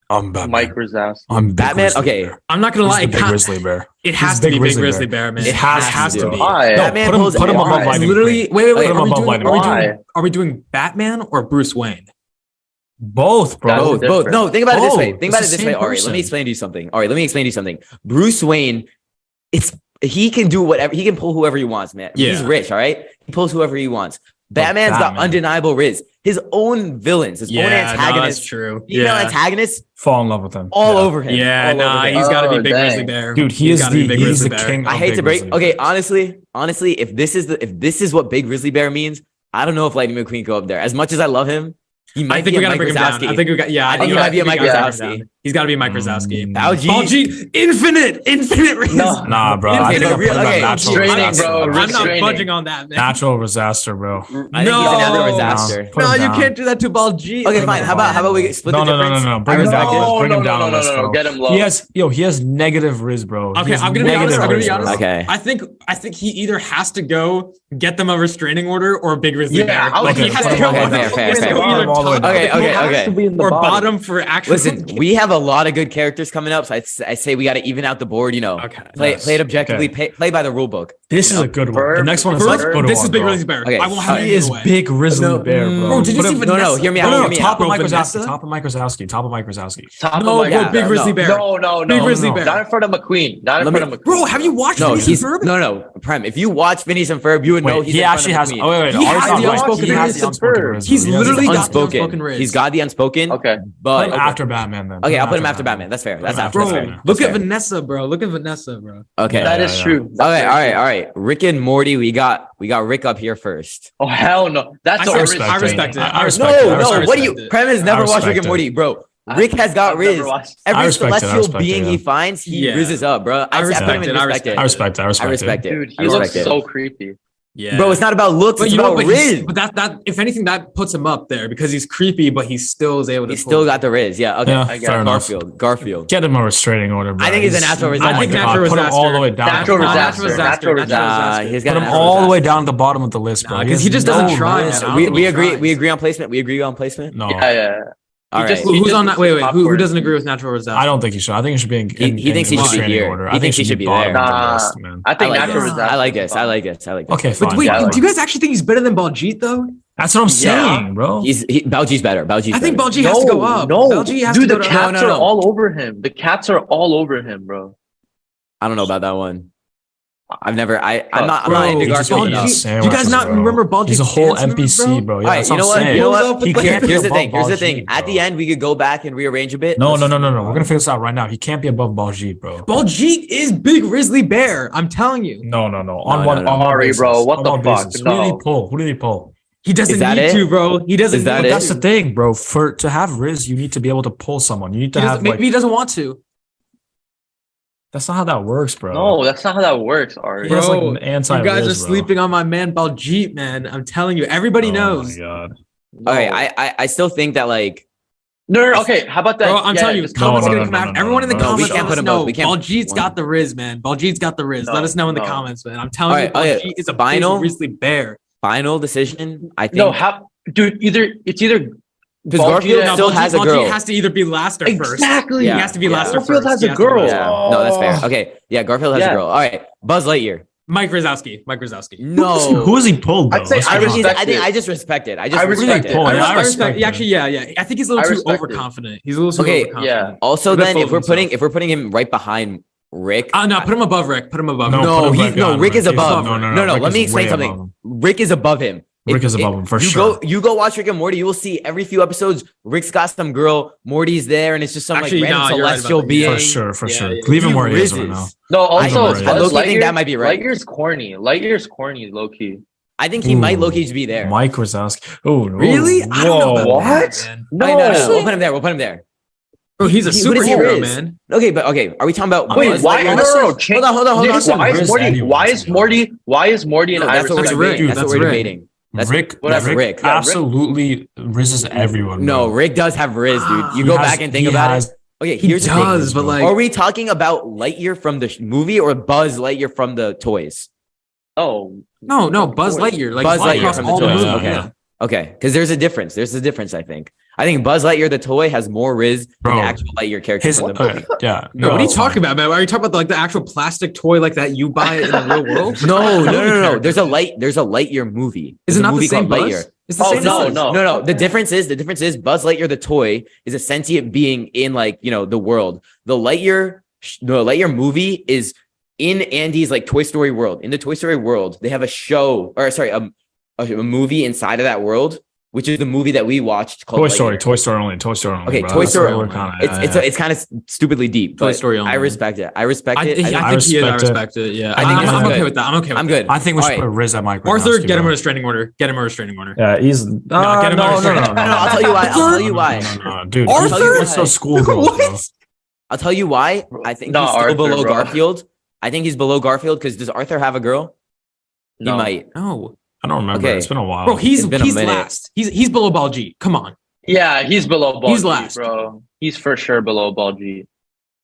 Speaker 1: I'm Batman.
Speaker 4: Mike Rizas.
Speaker 1: I'm Big
Speaker 2: Batman?
Speaker 1: Grizzly
Speaker 2: Okay.
Speaker 1: Bear.
Speaker 3: I'm not gonna
Speaker 1: He's
Speaker 3: lie.
Speaker 1: the
Speaker 3: It,
Speaker 1: big
Speaker 3: can't-
Speaker 1: grizzly bear.
Speaker 3: it has
Speaker 1: He's
Speaker 3: to
Speaker 1: Big
Speaker 3: be Big
Speaker 1: Grizzly
Speaker 3: Grizzly Bear, man.
Speaker 1: It has
Speaker 2: to
Speaker 3: has
Speaker 2: be.
Speaker 3: to be.
Speaker 4: Why?
Speaker 1: No,
Speaker 2: Batman
Speaker 1: put him,
Speaker 2: pulls
Speaker 1: put
Speaker 2: it
Speaker 1: him
Speaker 2: off.
Speaker 1: above
Speaker 4: It's
Speaker 1: Lightning.
Speaker 3: literally.
Speaker 1: McQueen.
Speaker 3: Wait, wait, wait.
Speaker 1: Put him
Speaker 3: Are we,
Speaker 1: above
Speaker 3: doing,
Speaker 1: Lightning
Speaker 3: are, we
Speaker 1: McQueen.
Speaker 3: doing, are we doing Batman or Bruce Wayne?
Speaker 1: both, bro.
Speaker 4: That's
Speaker 2: Both,
Speaker 4: different.
Speaker 2: Oh, both. No, think about it this way.
Speaker 3: Oh,
Speaker 1: Both. It's
Speaker 2: Think about
Speaker 1: the
Speaker 2: it this
Speaker 1: same
Speaker 2: way. All right, let
Speaker 1: person.
Speaker 2: me explain to you something. All right, let me explain to you something. Bruce Wayne, it's he can do whatever he can pull whoever he wants, man. He's
Speaker 3: Yeah.
Speaker 2: rich, all right? He pulls whoever he wants. Batman's got
Speaker 1: Batman.
Speaker 2: undeniable riz. His own villains, his own
Speaker 3: no, that's
Speaker 2: antagonists,
Speaker 3: true.
Speaker 2: female
Speaker 3: Yeah,
Speaker 2: antagonists
Speaker 1: Fall in love with him.
Speaker 2: all
Speaker 1: Yeah.
Speaker 2: over him.
Speaker 3: yeah,
Speaker 2: all over
Speaker 3: nah,
Speaker 2: him.
Speaker 3: he's got to
Speaker 4: Oh,
Speaker 3: be Big
Speaker 4: dang.
Speaker 3: Grizzly Bear,
Speaker 1: Dude, he
Speaker 3: He's
Speaker 1: is
Speaker 3: gotta be
Speaker 1: the
Speaker 3: Big
Speaker 1: he's
Speaker 3: Grizzly
Speaker 1: the
Speaker 3: Bear.
Speaker 1: king.
Speaker 2: I
Speaker 1: of
Speaker 2: hate
Speaker 1: Big
Speaker 2: to break.
Speaker 1: Grizzly
Speaker 2: Okay,
Speaker 1: Bear.
Speaker 2: honestly, honestly, if this is the if this is what Big Grizzly Bear means, I don't know if Lightning McQueen go up there. As much as I love him, he might
Speaker 3: I
Speaker 2: be
Speaker 3: think we
Speaker 2: a
Speaker 3: gotta
Speaker 2: Mike
Speaker 3: bring him down. I
Speaker 2: Wazowski.
Speaker 3: think we got. Yeah,
Speaker 2: I think
Speaker 3: you
Speaker 2: it
Speaker 3: know,
Speaker 2: might be a
Speaker 3: we
Speaker 2: Mike
Speaker 3: gotta bring him
Speaker 2: Wazowski.
Speaker 3: down. He's got to be Mike Wazowski.
Speaker 1: Mm.
Speaker 2: Fauci-
Speaker 3: Paul G, infinite, infinite reason.
Speaker 4: No.
Speaker 1: Nah, bro. I
Speaker 2: Okay,
Speaker 1: think I'm
Speaker 2: real-
Speaker 1: putting him
Speaker 2: okay.
Speaker 1: on natural
Speaker 4: Training,
Speaker 1: disaster.
Speaker 4: bro.
Speaker 3: I'm
Speaker 4: Rick's
Speaker 3: not
Speaker 4: training.
Speaker 3: budging on that, man.
Speaker 1: Natural disaster, bro.
Speaker 2: I think he's a natural
Speaker 3: No.
Speaker 2: disaster.
Speaker 1: Put him down.
Speaker 3: do that to Ball G.
Speaker 2: Okay,
Speaker 1: him
Speaker 2: fine. How
Speaker 1: down.
Speaker 2: about how about we split
Speaker 1: No,
Speaker 2: the
Speaker 1: no, no,
Speaker 2: difference?
Speaker 1: no, no.
Speaker 2: I
Speaker 1: Bring him down.
Speaker 2: respect
Speaker 1: on this.
Speaker 4: No,
Speaker 1: Bring
Speaker 4: no,
Speaker 1: him down
Speaker 4: no,
Speaker 1: on
Speaker 4: no,
Speaker 1: this,
Speaker 4: no, no.
Speaker 1: bro.
Speaker 4: Get him low.
Speaker 1: He has, yo, he has negative riz, bro. He
Speaker 3: Okay,
Speaker 1: has
Speaker 3: I'm gonna be
Speaker 1: negative
Speaker 3: honest. I'm gonna
Speaker 1: riz,
Speaker 3: be
Speaker 1: bro.
Speaker 3: honest.
Speaker 2: Okay.
Speaker 3: I think I think he either has to go get them a restraining order or a big Grizzly
Speaker 4: Yeah,
Speaker 3: Bear.
Speaker 4: I was
Speaker 3: Like he
Speaker 1: gonna
Speaker 3: has
Speaker 1: say-
Speaker 3: to go
Speaker 2: Okay,
Speaker 3: on
Speaker 2: fair,
Speaker 3: the-
Speaker 2: fair,
Speaker 3: he has to
Speaker 2: fair.
Speaker 3: go either
Speaker 1: All the way
Speaker 3: top
Speaker 1: down.
Speaker 2: Okay,
Speaker 3: of the
Speaker 2: okay,
Speaker 3: class
Speaker 2: okay.
Speaker 3: or bottom for actual.
Speaker 2: Listen, we have a lot of good characters coming up, so I, s- I say we got to even out the board. You know,
Speaker 3: okay.
Speaker 2: play
Speaker 1: Yes.
Speaker 2: play it objectively,
Speaker 1: Okay.
Speaker 2: play, play by the rule book.
Speaker 1: This is a good one. The
Speaker 4: Verb-
Speaker 1: next one is a
Speaker 3: Verb-
Speaker 1: good one.
Speaker 3: this is Big
Speaker 1: bro.
Speaker 3: Grizzly Bear.
Speaker 2: Okay,
Speaker 3: I won't
Speaker 2: all
Speaker 3: have
Speaker 2: right.
Speaker 1: He
Speaker 3: any
Speaker 1: is
Speaker 3: way.
Speaker 1: Big Grizzly
Speaker 3: No,
Speaker 1: Bear, bro.
Speaker 3: Bro, did you
Speaker 1: Put
Speaker 3: see
Speaker 1: him-
Speaker 2: No, no,
Speaker 3: Vanessa?
Speaker 2: hear me
Speaker 1: No,
Speaker 2: out.
Speaker 1: no,
Speaker 2: hear
Speaker 1: no.
Speaker 2: me
Speaker 1: Top
Speaker 2: out.
Speaker 1: of
Speaker 3: Bro,
Speaker 1: Mike
Speaker 3: Vanessa?
Speaker 1: Rosowski. Top of Mike Rosowski. Top of Mike Rosowski.
Speaker 4: Top
Speaker 3: No,
Speaker 4: of my
Speaker 3: bro,
Speaker 4: guy.
Speaker 3: Big Grizzly Bear.
Speaker 4: No, no, no.
Speaker 3: Big Grizzly Bear.
Speaker 4: Not in front of McQueen. Not in
Speaker 2: Let me-
Speaker 4: front of McQueen.
Speaker 3: Bro, have you watched
Speaker 2: No,
Speaker 3: no,
Speaker 2: he's
Speaker 3: Phineas and Ferb?
Speaker 2: no, no. Prem, if you watch Phineas and Ferb, you would know
Speaker 1: Wait,
Speaker 2: he's
Speaker 1: he
Speaker 2: in front
Speaker 1: actually
Speaker 2: of
Speaker 1: has.
Speaker 2: McQueen.
Speaker 1: Oh wait, wait.
Speaker 3: He
Speaker 1: Art's
Speaker 3: has
Speaker 1: not
Speaker 3: the
Speaker 1: right.
Speaker 3: unspoken
Speaker 1: He has
Speaker 4: riz.
Speaker 1: the unspoken riz, bro.
Speaker 3: He's
Speaker 1: He has the
Speaker 3: literally got
Speaker 1: unspoken-
Speaker 3: the unspoken
Speaker 2: unspoken.
Speaker 3: riz.
Speaker 2: He's got the unspoken.
Speaker 4: Okay.
Speaker 1: Put
Speaker 2: but
Speaker 1: him after Batman, then.
Speaker 2: okay, I'll put him after Batman. That's fair.
Speaker 1: Put
Speaker 2: That's
Speaker 1: him
Speaker 2: after
Speaker 1: after
Speaker 3: Bro,
Speaker 2: Batman.
Speaker 3: look
Speaker 2: That's
Speaker 3: at
Speaker 2: fair.
Speaker 3: Vanessa, bro. Look at Vanessa, bro.
Speaker 2: Okay.
Speaker 1: Yeah,
Speaker 4: That is
Speaker 1: yeah,
Speaker 4: true.
Speaker 2: All
Speaker 4: That's
Speaker 2: right, all right,
Speaker 4: very
Speaker 2: all right. Rick and Morty, we got we got Rick up here first.
Speaker 4: true. Oh hell no. That's
Speaker 3: I
Speaker 4: a risk.
Speaker 3: respect I respect it.
Speaker 1: I
Speaker 3: I
Speaker 1: I
Speaker 3: respect
Speaker 1: respect
Speaker 2: No,
Speaker 1: it.
Speaker 3: it.
Speaker 1: I
Speaker 2: no.
Speaker 3: respect
Speaker 1: respect
Speaker 2: What
Speaker 1: it.
Speaker 2: do
Speaker 3: it.
Speaker 2: you? Prem has never
Speaker 1: I
Speaker 2: watched Rick
Speaker 1: respect
Speaker 2: and
Speaker 1: it.
Speaker 2: Morty, bro.
Speaker 4: I-
Speaker 2: Rick has got
Speaker 4: I've never
Speaker 2: Riz.
Speaker 4: watched-
Speaker 1: I
Speaker 2: Every
Speaker 1: respect it, I
Speaker 2: celestial
Speaker 1: respect it,
Speaker 2: being
Speaker 1: yeah.
Speaker 2: he finds, he
Speaker 3: Yeah.
Speaker 2: rizzes up, bro. I,
Speaker 3: I
Speaker 2: respect him
Speaker 1: respect
Speaker 2: and
Speaker 3: it, I
Speaker 2: respect it.
Speaker 1: I respect it. I
Speaker 2: I
Speaker 1: respect it.
Speaker 2: respect it.
Speaker 4: Dude,
Speaker 2: I
Speaker 4: he looks
Speaker 2: respect it.
Speaker 4: so creepy.
Speaker 3: Yeah.
Speaker 2: Bro, it's not about looks.
Speaker 3: but
Speaker 2: It's
Speaker 3: you know,
Speaker 2: about
Speaker 3: but, he's-
Speaker 2: Riz.
Speaker 3: but that that if anything that puts him up there because he's creepy, but he still is able to.
Speaker 2: He
Speaker 3: pull
Speaker 2: still
Speaker 3: it.
Speaker 2: got the Riz. Yeah. Okay.
Speaker 1: Yeah,
Speaker 4: I got
Speaker 1: fair
Speaker 4: it.
Speaker 1: enough.
Speaker 2: Garfield. Garfield.
Speaker 1: Get him a restraining order, bro.
Speaker 2: I think he's a natural
Speaker 1: oh my
Speaker 2: disaster.
Speaker 1: God,
Speaker 3: Natural
Speaker 1: Put him all the way down.
Speaker 4: Natural
Speaker 1: at the
Speaker 3: Nah,
Speaker 1: bottom.
Speaker 4: disaster. Natural
Speaker 3: Natural
Speaker 2: Nah,
Speaker 3: disaster.
Speaker 2: he's got
Speaker 1: Put
Speaker 2: an
Speaker 1: him
Speaker 2: actual
Speaker 1: all the way
Speaker 2: disaster.
Speaker 1: down at the bottom of the list, bro.
Speaker 3: Nah, 'cause he just doesn't try,
Speaker 1: risk, bro.
Speaker 3: man. I
Speaker 2: Oh, We,
Speaker 3: don't
Speaker 2: we
Speaker 3: think
Speaker 2: agree.
Speaker 3: he
Speaker 2: We
Speaker 3: tries.
Speaker 2: agree on placement. We agree on placement.
Speaker 1: No.
Speaker 4: Yeah, yeah.
Speaker 2: All right.
Speaker 4: just-
Speaker 3: Who-
Speaker 4: He
Speaker 3: who's
Speaker 4: just
Speaker 3: on
Speaker 4: needs
Speaker 3: that? Wait,
Speaker 4: some
Speaker 3: wait. Who, who
Speaker 4: popcorn.
Speaker 3: doesn't agree with natural resound?
Speaker 1: I don't think he should. I think he should be in.
Speaker 2: He-
Speaker 1: in-
Speaker 2: he thinks
Speaker 1: in
Speaker 2: he should be
Speaker 1: restraining
Speaker 2: here.
Speaker 1: Order.
Speaker 2: He
Speaker 1: I think
Speaker 2: thinks
Speaker 1: he should be
Speaker 2: bottom
Speaker 1: there.
Speaker 2: of
Speaker 4: the list,
Speaker 1: man.
Speaker 4: I think
Speaker 2: I like,
Speaker 4: natural
Speaker 2: this.
Speaker 4: resources.
Speaker 2: I like this. I like this. I like this.
Speaker 1: Okay,
Speaker 3: But
Speaker 1: fine.
Speaker 3: wait,
Speaker 4: Yeah, like-
Speaker 3: do you guys actually think he's better than Baljeet though?
Speaker 1: That's what I'm
Speaker 4: Yeah.
Speaker 1: saying, bro.
Speaker 2: He's he, Balji's better. Balji's
Speaker 3: I think
Speaker 2: better.
Speaker 3: Baljeet has to go up.
Speaker 4: No,
Speaker 3: Baljeet has
Speaker 4: dude, the
Speaker 3: to go to,
Speaker 4: cats
Speaker 3: no, no, no.
Speaker 4: are all over him. The cats are all over him, bro.
Speaker 2: I don't know about that one. I've never. I I'm
Speaker 4: Bro,
Speaker 2: not. I'm
Speaker 1: Bro,
Speaker 2: not into
Speaker 1: he just
Speaker 3: Garfield
Speaker 1: eats
Speaker 2: Garfield.
Speaker 3: enough.
Speaker 2: enough.
Speaker 1: sandwiches,
Speaker 3: You guys not
Speaker 1: bro.
Speaker 3: remember Baljeet's
Speaker 1: He's a whole
Speaker 3: dance moves,
Speaker 1: NPC,
Speaker 3: bro?
Speaker 1: bro.
Speaker 2: All
Speaker 1: Yeah,
Speaker 2: right,
Speaker 1: that's
Speaker 2: you
Speaker 1: what
Speaker 2: know
Speaker 1: I'm
Speaker 2: what?
Speaker 1: saying.
Speaker 2: You know what?
Speaker 1: He can't be
Speaker 2: Here's the
Speaker 1: above
Speaker 2: thing. Here's the
Speaker 1: Baljeet,
Speaker 2: thing. At the
Speaker 1: bro.
Speaker 2: end, we could go back and rearrange a bit.
Speaker 1: No,
Speaker 2: Let's-
Speaker 1: no, no, no, no. We're gonna figure this out right now. He can't be above Baljeet, bro.
Speaker 3: Baljeet is Big Risley Bear. I'm telling you,
Speaker 1: No, no, no. On
Speaker 2: no,
Speaker 1: what?
Speaker 2: no.
Speaker 1: on what
Speaker 4: Sorry,
Speaker 1: basis?
Speaker 4: bro. What
Speaker 1: On
Speaker 4: the fuck?
Speaker 1: basis? Who did
Speaker 4: No.
Speaker 1: he pull? Who did he pull?
Speaker 3: he doesn't
Speaker 2: Is that
Speaker 3: need
Speaker 2: it?
Speaker 3: to, bro. He doesn't.
Speaker 2: Is that
Speaker 3: need
Speaker 2: it?
Speaker 3: to.
Speaker 1: That's the thing, bro. For to have Riz, you need to be able to pull someone. You need to
Speaker 3: He doesn't-
Speaker 1: have
Speaker 3: maybe
Speaker 1: like.
Speaker 3: he doesn't want to.
Speaker 1: That's not how that works, bro.
Speaker 4: No, that's not how that works, Ari.
Speaker 1: he has like
Speaker 3: Bro,
Speaker 1: an anti.
Speaker 3: You guys are sleeping on my man Baljeet, man. I'm telling you, everybody knows.
Speaker 1: Oh my God.
Speaker 4: No.
Speaker 2: All right. I, I I still think that like
Speaker 4: no, no, okay. How about that?
Speaker 3: Bro, I'm
Speaker 4: Yeah,
Speaker 3: telling you,
Speaker 4: just
Speaker 1: No,
Speaker 3: comments
Speaker 1: no,
Speaker 3: are
Speaker 1: no,
Speaker 3: gonna come
Speaker 1: no,
Speaker 3: out.
Speaker 1: no,
Speaker 3: Everyone in the
Speaker 1: no, no.
Speaker 3: comments,
Speaker 1: We can't
Speaker 3: let
Speaker 2: put them
Speaker 3: us
Speaker 2: both.
Speaker 3: know.
Speaker 2: We can't put
Speaker 3: Baljeet's
Speaker 2: one.
Speaker 3: got the Riz, man. Baljeet's got the Riz. let
Speaker 4: No,
Speaker 3: us know in the
Speaker 4: no.
Speaker 3: comments, man. I'm telling
Speaker 2: Alright,
Speaker 3: you,
Speaker 2: alright.
Speaker 3: Baljeet is a
Speaker 2: Final?
Speaker 3: big Risley bear.
Speaker 2: final decision. I think
Speaker 4: No, how, dude? Either it's either
Speaker 2: because
Speaker 4: Baljeet-
Speaker 2: Garfield
Speaker 4: No,
Speaker 2: still has a girl.
Speaker 3: has to either be last or first.
Speaker 4: exactly.
Speaker 2: Yeah.
Speaker 3: He has to be
Speaker 2: Yeah.
Speaker 3: last or
Speaker 4: Garfield
Speaker 3: first.
Speaker 4: has
Speaker 3: He
Speaker 4: a
Speaker 3: to be
Speaker 4: girl.
Speaker 3: first.
Speaker 2: Yeah. No, that's fair. Okay. Yeah, Garfield has
Speaker 4: Yeah.
Speaker 2: a girl. All right. Buzz Lightyear.
Speaker 3: Mike Rizowski. Mike Rizowski.
Speaker 2: No.
Speaker 1: Who is he pulled? Though?
Speaker 4: I'd say
Speaker 1: Let's
Speaker 2: I,
Speaker 1: be
Speaker 2: think he's-
Speaker 1: honest.
Speaker 4: respect
Speaker 2: I think
Speaker 4: it.
Speaker 2: I just respect it. I just
Speaker 4: I respect
Speaker 2: respect
Speaker 1: it.
Speaker 2: it.
Speaker 1: Oh, yeah, I respect
Speaker 3: yeah,
Speaker 1: that.
Speaker 3: actually, yeah, yeah. I think he's a
Speaker 4: I
Speaker 3: little too
Speaker 4: respect it.
Speaker 3: overconfident. He's a little too
Speaker 2: Okay,
Speaker 3: overconfident.
Speaker 4: yeah.
Speaker 2: Also,
Speaker 3: He could
Speaker 2: then
Speaker 3: fold
Speaker 2: if we're putting
Speaker 3: himself.
Speaker 2: if we're putting him right behind Rick,
Speaker 3: Uh, no, put him above Rick. Put him above.
Speaker 1: No,
Speaker 3: Rick.
Speaker 1: put him
Speaker 2: he-
Speaker 1: back
Speaker 2: no,
Speaker 1: down,
Speaker 2: Rick is above.
Speaker 1: No, no, no.
Speaker 2: No, no,
Speaker 1: Rick
Speaker 2: let
Speaker 1: is
Speaker 2: me explain
Speaker 1: way
Speaker 2: something.
Speaker 1: above him.
Speaker 2: Rick is above him.
Speaker 1: Rick is above him, for
Speaker 2: you
Speaker 1: sure.
Speaker 2: Go, you go watch Rick and Morty. You will see every few episodes. Rick's got some girl. Morty's there, and it's just some
Speaker 3: Actually,
Speaker 2: like
Speaker 3: nah,
Speaker 2: random
Speaker 3: you're right
Speaker 2: celestial
Speaker 3: about that.
Speaker 2: being.
Speaker 1: For sure, for
Speaker 3: Yeah,
Speaker 1: sure.
Speaker 3: yeah.
Speaker 1: Leave him
Speaker 2: He
Speaker 1: where he is right
Speaker 2: rizzes.
Speaker 1: now.
Speaker 4: No, also
Speaker 1: I
Speaker 4: as far
Speaker 1: don't
Speaker 4: as
Speaker 2: low-key think that
Speaker 4: Lightyear-
Speaker 2: might be right.
Speaker 4: Lightyear's corny. Lightyear's corny, low key.
Speaker 2: I think he might
Speaker 1: Ooh.
Speaker 2: low key just be there.
Speaker 1: Mike Wazowski. Oh,
Speaker 3: Really?
Speaker 1: Whoa.
Speaker 3: I don't know about
Speaker 4: What?
Speaker 3: that, man.
Speaker 2: Wait, no, no, no,
Speaker 4: No.
Speaker 2: We'll put him there. We'll put him there.
Speaker 3: Bro, he's a
Speaker 2: He- what is he
Speaker 3: superhero,
Speaker 2: Riz?
Speaker 3: man.
Speaker 2: Okay, but okay. Are we talking about?
Speaker 1: Wait,
Speaker 2: Buzz Lightyear?
Speaker 4: why- no, no, no,
Speaker 2: Hold on, hold on, hold on.
Speaker 1: Nick,
Speaker 2: hold on.
Speaker 4: Why
Speaker 1: Riz
Speaker 4: is Morty?
Speaker 1: anyone,
Speaker 4: Why
Speaker 1: to
Speaker 4: is
Speaker 1: be honest.
Speaker 4: Morty? Why is Morty and
Speaker 2: No,
Speaker 4: I
Speaker 2: that's what we're
Speaker 3: That's
Speaker 4: respect
Speaker 3: Rick,
Speaker 2: debating. That's
Speaker 3: that's
Speaker 2: what we're
Speaker 3: Rick.
Speaker 2: debating. That's-
Speaker 1: Rick,
Speaker 4: Whatever,
Speaker 1: Rick,
Speaker 2: Rick.
Speaker 4: Yeah, Rick.
Speaker 1: absolutely rizzes everyone.
Speaker 2: No,
Speaker 1: bro.
Speaker 2: Rick does have Riz, dude. You
Speaker 1: Ah, He
Speaker 2: go
Speaker 1: has-
Speaker 2: back and think
Speaker 1: he
Speaker 2: about
Speaker 1: has-
Speaker 2: it. Okay,
Speaker 3: He
Speaker 2: here's the thing.
Speaker 3: does, but like,
Speaker 2: Are we talking about Lightyear from the sh- movie or Buzz Lightyear from the toys?
Speaker 4: Oh
Speaker 3: no, no, Buzz Lightyear, like
Speaker 2: Buzz
Speaker 3: fly
Speaker 2: Lightyear
Speaker 3: across
Speaker 2: from the
Speaker 3: all the
Speaker 2: toys.
Speaker 3: movies.
Speaker 2: okay.
Speaker 3: yeah.
Speaker 2: Okay, because there's a difference. There's a difference. I think. I think Buzz Lightyear the toy has more Riz than
Speaker 1: Bro,
Speaker 2: the actual Lightyear character
Speaker 1: His, uh,
Speaker 2: from the movie.
Speaker 1: okay, yeah.
Speaker 3: Bro, what are you
Speaker 1: no,
Speaker 3: talking about, man? Are you talking about like the actual plastic toy like that you buy in the real world?
Speaker 2: No, no, no, no.
Speaker 3: Movie character.
Speaker 2: There's a light. There's a Lightyear movie.
Speaker 3: Is
Speaker 2: There's
Speaker 3: it
Speaker 2: a
Speaker 3: not the
Speaker 2: movie
Speaker 3: same
Speaker 2: called
Speaker 3: Buzz?
Speaker 2: Lightyear.
Speaker 3: It's the
Speaker 4: Oh,
Speaker 3: same
Speaker 4: no,
Speaker 3: Buzz.
Speaker 2: No, no. The difference is the difference is Buzz Lightyear the toy is a sentient being in like you know the world. The Lightyear sh- the Lightyear movie is in Andy's like Toy Story world. In the Toy Story world, they have a show or sorry, a, a, a movie inside of that world, which is the movie that we watched called
Speaker 1: Toy Story,
Speaker 2: Lightyear.
Speaker 1: Toy Story only, Toy Story only.
Speaker 2: Okay,
Speaker 1: bro.
Speaker 2: Toy
Speaker 1: That's
Speaker 2: Story
Speaker 1: what we're
Speaker 3: only.
Speaker 1: kinda-
Speaker 2: It's
Speaker 1: yeah,
Speaker 2: it's
Speaker 1: yeah.
Speaker 2: it's kind of stupid deep.
Speaker 3: Toy
Speaker 2: but
Speaker 3: Story
Speaker 2: I
Speaker 3: only.
Speaker 2: respect it. I respect
Speaker 3: I,
Speaker 2: it. I,
Speaker 3: I,
Speaker 1: I
Speaker 3: think he is. I
Speaker 1: respect it.
Speaker 3: respect it.
Speaker 1: I
Speaker 3: Yeah, I
Speaker 1: think
Speaker 3: think I'm,
Speaker 1: he's
Speaker 3: I'm
Speaker 1: good.
Speaker 3: okay with that. I'm okay with
Speaker 2: am
Speaker 3: that.
Speaker 2: good.
Speaker 1: I think we should
Speaker 2: All right.
Speaker 1: put Riz at Mike.
Speaker 3: Arthur,
Speaker 1: Wazowski,
Speaker 3: get him a
Speaker 1: bro.
Speaker 3: restraining order. Get him a restraining order.
Speaker 1: Yeah, he's no, no,
Speaker 3: get him out
Speaker 1: no,
Speaker 3: of
Speaker 1: no,
Speaker 3: here.
Speaker 1: no,
Speaker 3: No, no,
Speaker 2: I'll tell you why, I'll
Speaker 1: No,
Speaker 2: tell you
Speaker 1: no,
Speaker 2: why.
Speaker 1: no, no, no, dude.
Speaker 2: Arthur?
Speaker 1: Arthur, what's so schoolgirl, bro?
Speaker 3: What?
Speaker 2: I'll tell you why. I think
Speaker 4: No,
Speaker 2: he's still
Speaker 4: Arthur,
Speaker 2: below
Speaker 4: bro.
Speaker 2: Garfield. I think he's below Garfield because does Arthur have a girl?
Speaker 4: no.
Speaker 2: He might.
Speaker 3: No,
Speaker 1: I don't remember.
Speaker 2: Okay.
Speaker 1: It's been a while.
Speaker 3: bro, he's
Speaker 2: It's been a
Speaker 3: he's
Speaker 2: minute.
Speaker 3: last. He's he's below Baljeet. Come on,
Speaker 4: Yeah, he's below Ball
Speaker 3: He's
Speaker 4: G,
Speaker 3: last.
Speaker 4: bro. He's for sure below Ball G.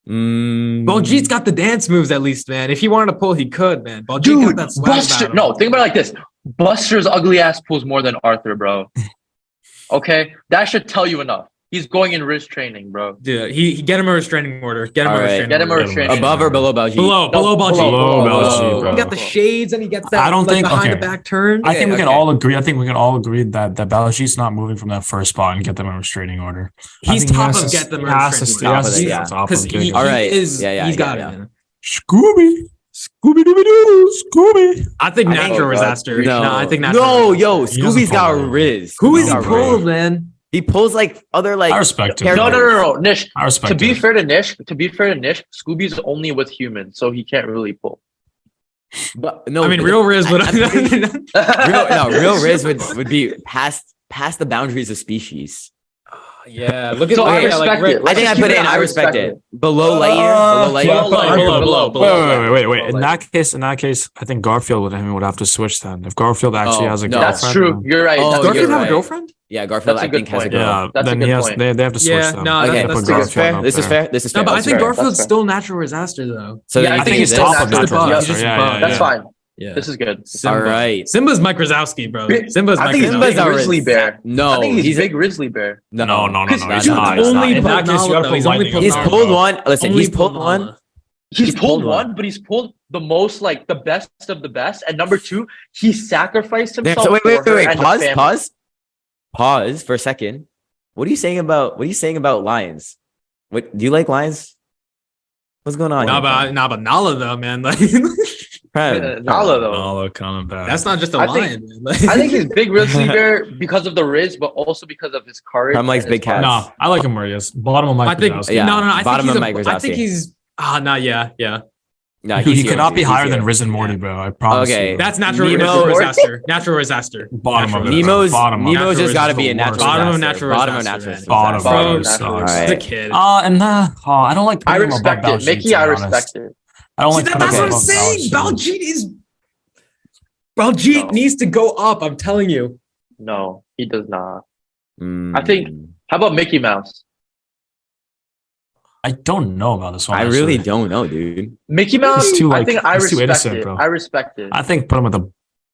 Speaker 2: Mm.
Speaker 3: Baljeet's got the dance moves at least, man. If he wanted to pull, he could, man. Baljeet got
Speaker 4: Dude,
Speaker 3: that swag
Speaker 4: Buster.
Speaker 3: about him.
Speaker 4: No, think about it like this. Buster's ugly ass pulls more than Arthur, bro. Okay, that should tell you enough. He's going in wrist training, bro.
Speaker 3: dude, he, he get him a restraining order. Get him
Speaker 2: All
Speaker 3: a
Speaker 2: right.
Speaker 3: restraining
Speaker 4: Get him a
Speaker 3: order.
Speaker 4: restraining.
Speaker 2: above or below Baljeet?
Speaker 3: Below, below
Speaker 4: No,
Speaker 3: Baljeet.
Speaker 1: Below
Speaker 2: Below.
Speaker 1: Belgium,
Speaker 3: He
Speaker 1: bro.
Speaker 3: got the shades and he gets that.
Speaker 1: I don't
Speaker 3: like,
Speaker 1: think-
Speaker 3: behind
Speaker 1: okay.
Speaker 3: the back turn.
Speaker 1: I think we
Speaker 2: Okay,
Speaker 1: can
Speaker 2: okay.
Speaker 1: all agree. I think we can all agree that that Balaji's not moving from that first spot and get them a restraining order. I
Speaker 3: He's
Speaker 1: think he
Speaker 3: top
Speaker 1: has
Speaker 3: of
Speaker 1: to-
Speaker 3: get them
Speaker 1: he
Speaker 3: a
Speaker 1: has to stay- he
Speaker 3: restraining order.
Speaker 1: has to stay
Speaker 2: Yeah.
Speaker 1: on top of
Speaker 3: Because
Speaker 1: the
Speaker 3: he,
Speaker 1: game.
Speaker 2: All right.
Speaker 3: he is,
Speaker 2: Yeah, yeah,
Speaker 3: he's
Speaker 2: yeah,
Speaker 3: got
Speaker 2: yeah.
Speaker 3: it. Man.
Speaker 1: Scooby, Scooby Dooby Doo, Scooby.
Speaker 3: I think
Speaker 2: I
Speaker 3: natural
Speaker 4: think-
Speaker 3: disaster. No. I think natural.
Speaker 2: No,
Speaker 3: disaster.
Speaker 2: yo,
Speaker 1: He doesn't
Speaker 2: Scooby's got
Speaker 1: pull.
Speaker 2: Riz.
Speaker 3: who is he
Speaker 1: No,
Speaker 2: Scooby's got
Speaker 1: bro.
Speaker 3: pulled,
Speaker 2: Riz.
Speaker 3: man?
Speaker 2: He pulls like other like.
Speaker 1: I respect him.
Speaker 2: Characters.
Speaker 4: No, no, no, no, Nish.
Speaker 1: I respect.
Speaker 4: To be
Speaker 1: him.
Speaker 4: fair to Nish, to be fair to Nish, Scooby's only with humans, so he can't really pull.
Speaker 2: But, no,
Speaker 3: I mean,
Speaker 2: but-
Speaker 3: real Riz,
Speaker 2: I-
Speaker 3: but
Speaker 2: I'm thinking- real, no, real Riz would, would be past past the boundaries of species.
Speaker 3: yeah, look
Speaker 4: So I
Speaker 3: yeah,
Speaker 4: respect
Speaker 3: like, Riz-
Speaker 4: it.
Speaker 2: I think I
Speaker 4: just keep
Speaker 2: put
Speaker 4: it
Speaker 2: it in.
Speaker 4: at
Speaker 2: I
Speaker 4: I
Speaker 2: respect
Speaker 4: respect
Speaker 2: it. Below Lightyear, below
Speaker 1: yeah,
Speaker 2: Lightyear.
Speaker 1: but-
Speaker 4: Below,
Speaker 1: below, Wait,
Speaker 4: below,
Speaker 1: wait, wait,
Speaker 4: below.
Speaker 1: wait, wait.
Speaker 4: Below
Speaker 1: In that case, in that case, I think Garfield and him would have to switch then. If Garfield actually
Speaker 2: Oh,
Speaker 1: has a
Speaker 2: no.
Speaker 1: girlfriend,
Speaker 4: That's true.
Speaker 1: then-
Speaker 4: You're right.
Speaker 2: Oh,
Speaker 4: That's
Speaker 3: Garfield
Speaker 2: you're
Speaker 3: have
Speaker 2: right.
Speaker 3: a girlfriend?
Speaker 2: Yeah, Garfield.
Speaker 4: That's a
Speaker 2: I
Speaker 4: good
Speaker 2: think has a
Speaker 4: point.
Speaker 2: girl.
Speaker 1: Yeah,
Speaker 4: That's a
Speaker 1: then
Speaker 4: good
Speaker 1: he has,
Speaker 4: point.
Speaker 1: they, they have to switch
Speaker 3: Yeah,
Speaker 1: them.
Speaker 3: no,
Speaker 1: They
Speaker 2: Okay,
Speaker 1: have to
Speaker 3: that's
Speaker 1: put
Speaker 3: fair.
Speaker 2: this
Speaker 1: Garfield
Speaker 2: is fair.
Speaker 1: up
Speaker 2: This is
Speaker 1: there.
Speaker 2: fair. This is
Speaker 3: No,
Speaker 2: fair.
Speaker 3: but I
Speaker 2: That's
Speaker 3: think
Speaker 2: fair.
Speaker 4: fair.
Speaker 3: Garfield's
Speaker 4: That's fair.
Speaker 3: still natural disaster though.
Speaker 2: So then
Speaker 4: Yeah,
Speaker 1: I
Speaker 2: you
Speaker 1: think
Speaker 2: do
Speaker 1: he's
Speaker 2: this.
Speaker 1: top of
Speaker 4: That's
Speaker 1: natural
Speaker 4: above.
Speaker 1: disaster.
Speaker 3: He's
Speaker 1: Yeah,
Speaker 3: above.
Speaker 1: yeah,
Speaker 4: That's
Speaker 1: yeah.
Speaker 4: fine.
Speaker 3: Yeah.
Speaker 4: This is good.
Speaker 3: Simba.
Speaker 2: All right.
Speaker 3: Simba's Mike Krzyzewski, bro.
Speaker 4: Big-
Speaker 3: Simba's
Speaker 4: I
Speaker 3: Mike
Speaker 4: think he's
Speaker 3: Krzyzewski.
Speaker 4: Big
Speaker 2: Simba's our
Speaker 4: Grizzly Bear. I
Speaker 2: No,
Speaker 4: think he's,
Speaker 2: oh, he's
Speaker 4: a big grizzly bear.
Speaker 2: no,
Speaker 1: No, no, no, no.
Speaker 4: Chris,
Speaker 1: He's
Speaker 2: you
Speaker 1: not.
Speaker 2: only
Speaker 1: He's not.
Speaker 3: put-
Speaker 1: In that
Speaker 3: no,
Speaker 1: case, you gotta
Speaker 3: though,
Speaker 1: put
Speaker 3: he's
Speaker 1: lightning
Speaker 3: only put-
Speaker 1: in
Speaker 2: He's
Speaker 1: there,
Speaker 2: pulled
Speaker 1: bro.
Speaker 2: one. Listen,
Speaker 3: Only
Speaker 2: he's pulled one.
Speaker 3: Pumala.
Speaker 4: He's,
Speaker 2: He's
Speaker 4: pulled
Speaker 2: pulled one.
Speaker 4: one, but he's pulled the most, like the best of the best. And number two, he sacrificed
Speaker 2: There-
Speaker 4: himself.
Speaker 2: so wait,
Speaker 4: for
Speaker 2: wait, wait,
Speaker 4: her
Speaker 2: wait.
Speaker 4: and the
Speaker 2: Pause,
Speaker 4: family.
Speaker 2: pause, pause for a second. What are you saying about what are you saying about lions? What do you like lions? What's going on?
Speaker 3: Nah,
Speaker 2: here,
Speaker 3: but, nah, but Nala though, man. Like
Speaker 2: Prem?
Speaker 4: Yeah, Nala though.
Speaker 1: Nala coming back.
Speaker 3: that's not just a
Speaker 4: I think-
Speaker 3: lion, man. Like,
Speaker 4: I think he's big grizzly bear because of the riz, but also because of his courage.
Speaker 2: Prem likes
Speaker 4: and his
Speaker 2: big cats.
Speaker 1: Nah, I like him where he is. Bottom of my.
Speaker 3: I think
Speaker 1: Krzyzewski.
Speaker 2: Yeah,
Speaker 3: no, no, no. I
Speaker 2: bottom
Speaker 3: think
Speaker 2: of
Speaker 3: he's
Speaker 2: Mike
Speaker 3: a, I think
Speaker 2: Krzyzewski.
Speaker 3: he's ah, nah, yeah, yeah.
Speaker 2: Nah,
Speaker 1: Dude,
Speaker 2: he's
Speaker 1: he
Speaker 2: here,
Speaker 1: cannot be
Speaker 2: he's
Speaker 1: higher
Speaker 2: here.
Speaker 1: than Risen Morty, bro. I promise.
Speaker 2: Okay.
Speaker 1: you.
Speaker 3: That's natural
Speaker 2: Nemo-
Speaker 3: natural disaster. Natural disaster.
Speaker 1: bottom of it.
Speaker 2: Nemo's
Speaker 1: bottom of
Speaker 2: Nemo's
Speaker 1: it.
Speaker 3: Natural
Speaker 2: just got to
Speaker 1: is the
Speaker 2: be a natural
Speaker 1: worst.
Speaker 3: Bottom of
Speaker 2: disaster.
Speaker 3: natural
Speaker 2: bottom of
Speaker 3: disaster,
Speaker 2: natural
Speaker 3: man.
Speaker 1: Bottom
Speaker 2: disaster.
Speaker 4: Bottom
Speaker 3: Bro,
Speaker 4: of
Speaker 1: of
Speaker 4: natural
Speaker 1: sucks.
Speaker 3: Just a
Speaker 2: Alright.
Speaker 3: kid.
Speaker 1: Uh, and uh, oh, I don't like.
Speaker 4: I
Speaker 1: putting him above
Speaker 4: respect it,
Speaker 1: Baljeet,
Speaker 4: Mickey.
Speaker 1: to
Speaker 4: I
Speaker 1: be honest.
Speaker 4: respect it.
Speaker 1: I don't
Speaker 3: See,
Speaker 1: like.
Speaker 3: that,
Speaker 1: putting
Speaker 3: that's
Speaker 1: him
Speaker 3: what I'm
Speaker 1: above Baljeet.
Speaker 3: saying. Baljeet is Baljeet
Speaker 4: No.
Speaker 3: needs to go up. I'm telling you.
Speaker 4: No, he does not.
Speaker 2: Mm.
Speaker 4: I think- How about Mickey Mouse?
Speaker 1: I don't know about this one.
Speaker 2: I really
Speaker 1: actually.
Speaker 2: don't know, dude.
Speaker 4: Mickey Mouse.
Speaker 1: too,
Speaker 4: I
Speaker 1: like,
Speaker 4: think I
Speaker 1: he's too
Speaker 4: respect
Speaker 1: innocent,
Speaker 4: it.
Speaker 1: bro.
Speaker 4: I respect it.
Speaker 1: I think put him at the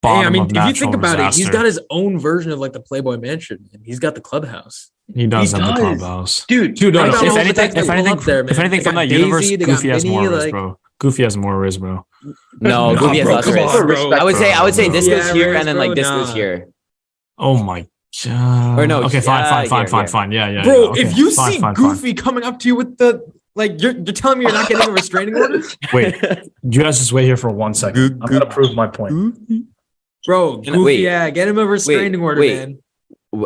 Speaker 3: Hey,
Speaker 1: bottom.
Speaker 3: I mean,
Speaker 1: of
Speaker 3: if you think
Speaker 1: natural
Speaker 3: about it, he's
Speaker 1: disaster.
Speaker 3: got his own version of like the Playboy Mansion, and he's got the clubhouse.
Speaker 1: He does
Speaker 4: he
Speaker 1: have the
Speaker 4: does.
Speaker 1: clubhouse.
Speaker 4: dude,
Speaker 1: Dude, no,
Speaker 3: I
Speaker 1: no,
Speaker 3: don't know
Speaker 1: if,
Speaker 3: what the
Speaker 1: anything,
Speaker 3: heck they
Speaker 1: if
Speaker 3: pull
Speaker 1: anything,
Speaker 3: up there,
Speaker 1: if
Speaker 3: man.
Speaker 1: anything
Speaker 3: They
Speaker 1: from
Speaker 3: got
Speaker 1: that
Speaker 3: Daisy,
Speaker 1: universe,
Speaker 3: they got
Speaker 1: Goofy has more
Speaker 3: Minnie,
Speaker 1: riz,
Speaker 3: like-
Speaker 1: bro. Goofy has more riz, bro.
Speaker 2: No,
Speaker 1: Nah,
Speaker 2: Goofy has
Speaker 1: bro,
Speaker 2: less
Speaker 1: come
Speaker 2: risk.
Speaker 4: on, bro.
Speaker 2: I would say I would say
Speaker 1: Bro.
Speaker 2: this goes
Speaker 3: Yeah,
Speaker 2: here
Speaker 3: risk,
Speaker 2: and then
Speaker 3: bro,
Speaker 2: like this goes
Speaker 3: nah.
Speaker 2: here.
Speaker 1: Oh my god.
Speaker 2: Or no,
Speaker 1: Okay, fine,
Speaker 2: yeah,
Speaker 1: fine, fine,
Speaker 2: yeah,
Speaker 1: fine,
Speaker 2: yeah.
Speaker 1: fine. Yeah, yeah.
Speaker 3: Bro,
Speaker 1: yeah, okay,
Speaker 3: if you
Speaker 1: fine,
Speaker 3: see
Speaker 1: fine, fine.
Speaker 3: Goofy coming up to you with the like, you're you're telling me you're not getting a restraining order,
Speaker 1: wait, you guys just wait here for one
Speaker 3: Goo-
Speaker 1: second. I'm gonna
Speaker 3: goo-
Speaker 1: prove my point.
Speaker 3: bro?
Speaker 2: Can I-
Speaker 3: Goofy,
Speaker 2: wait.
Speaker 3: yeah, get him a restraining order,
Speaker 2: wait.
Speaker 3: man.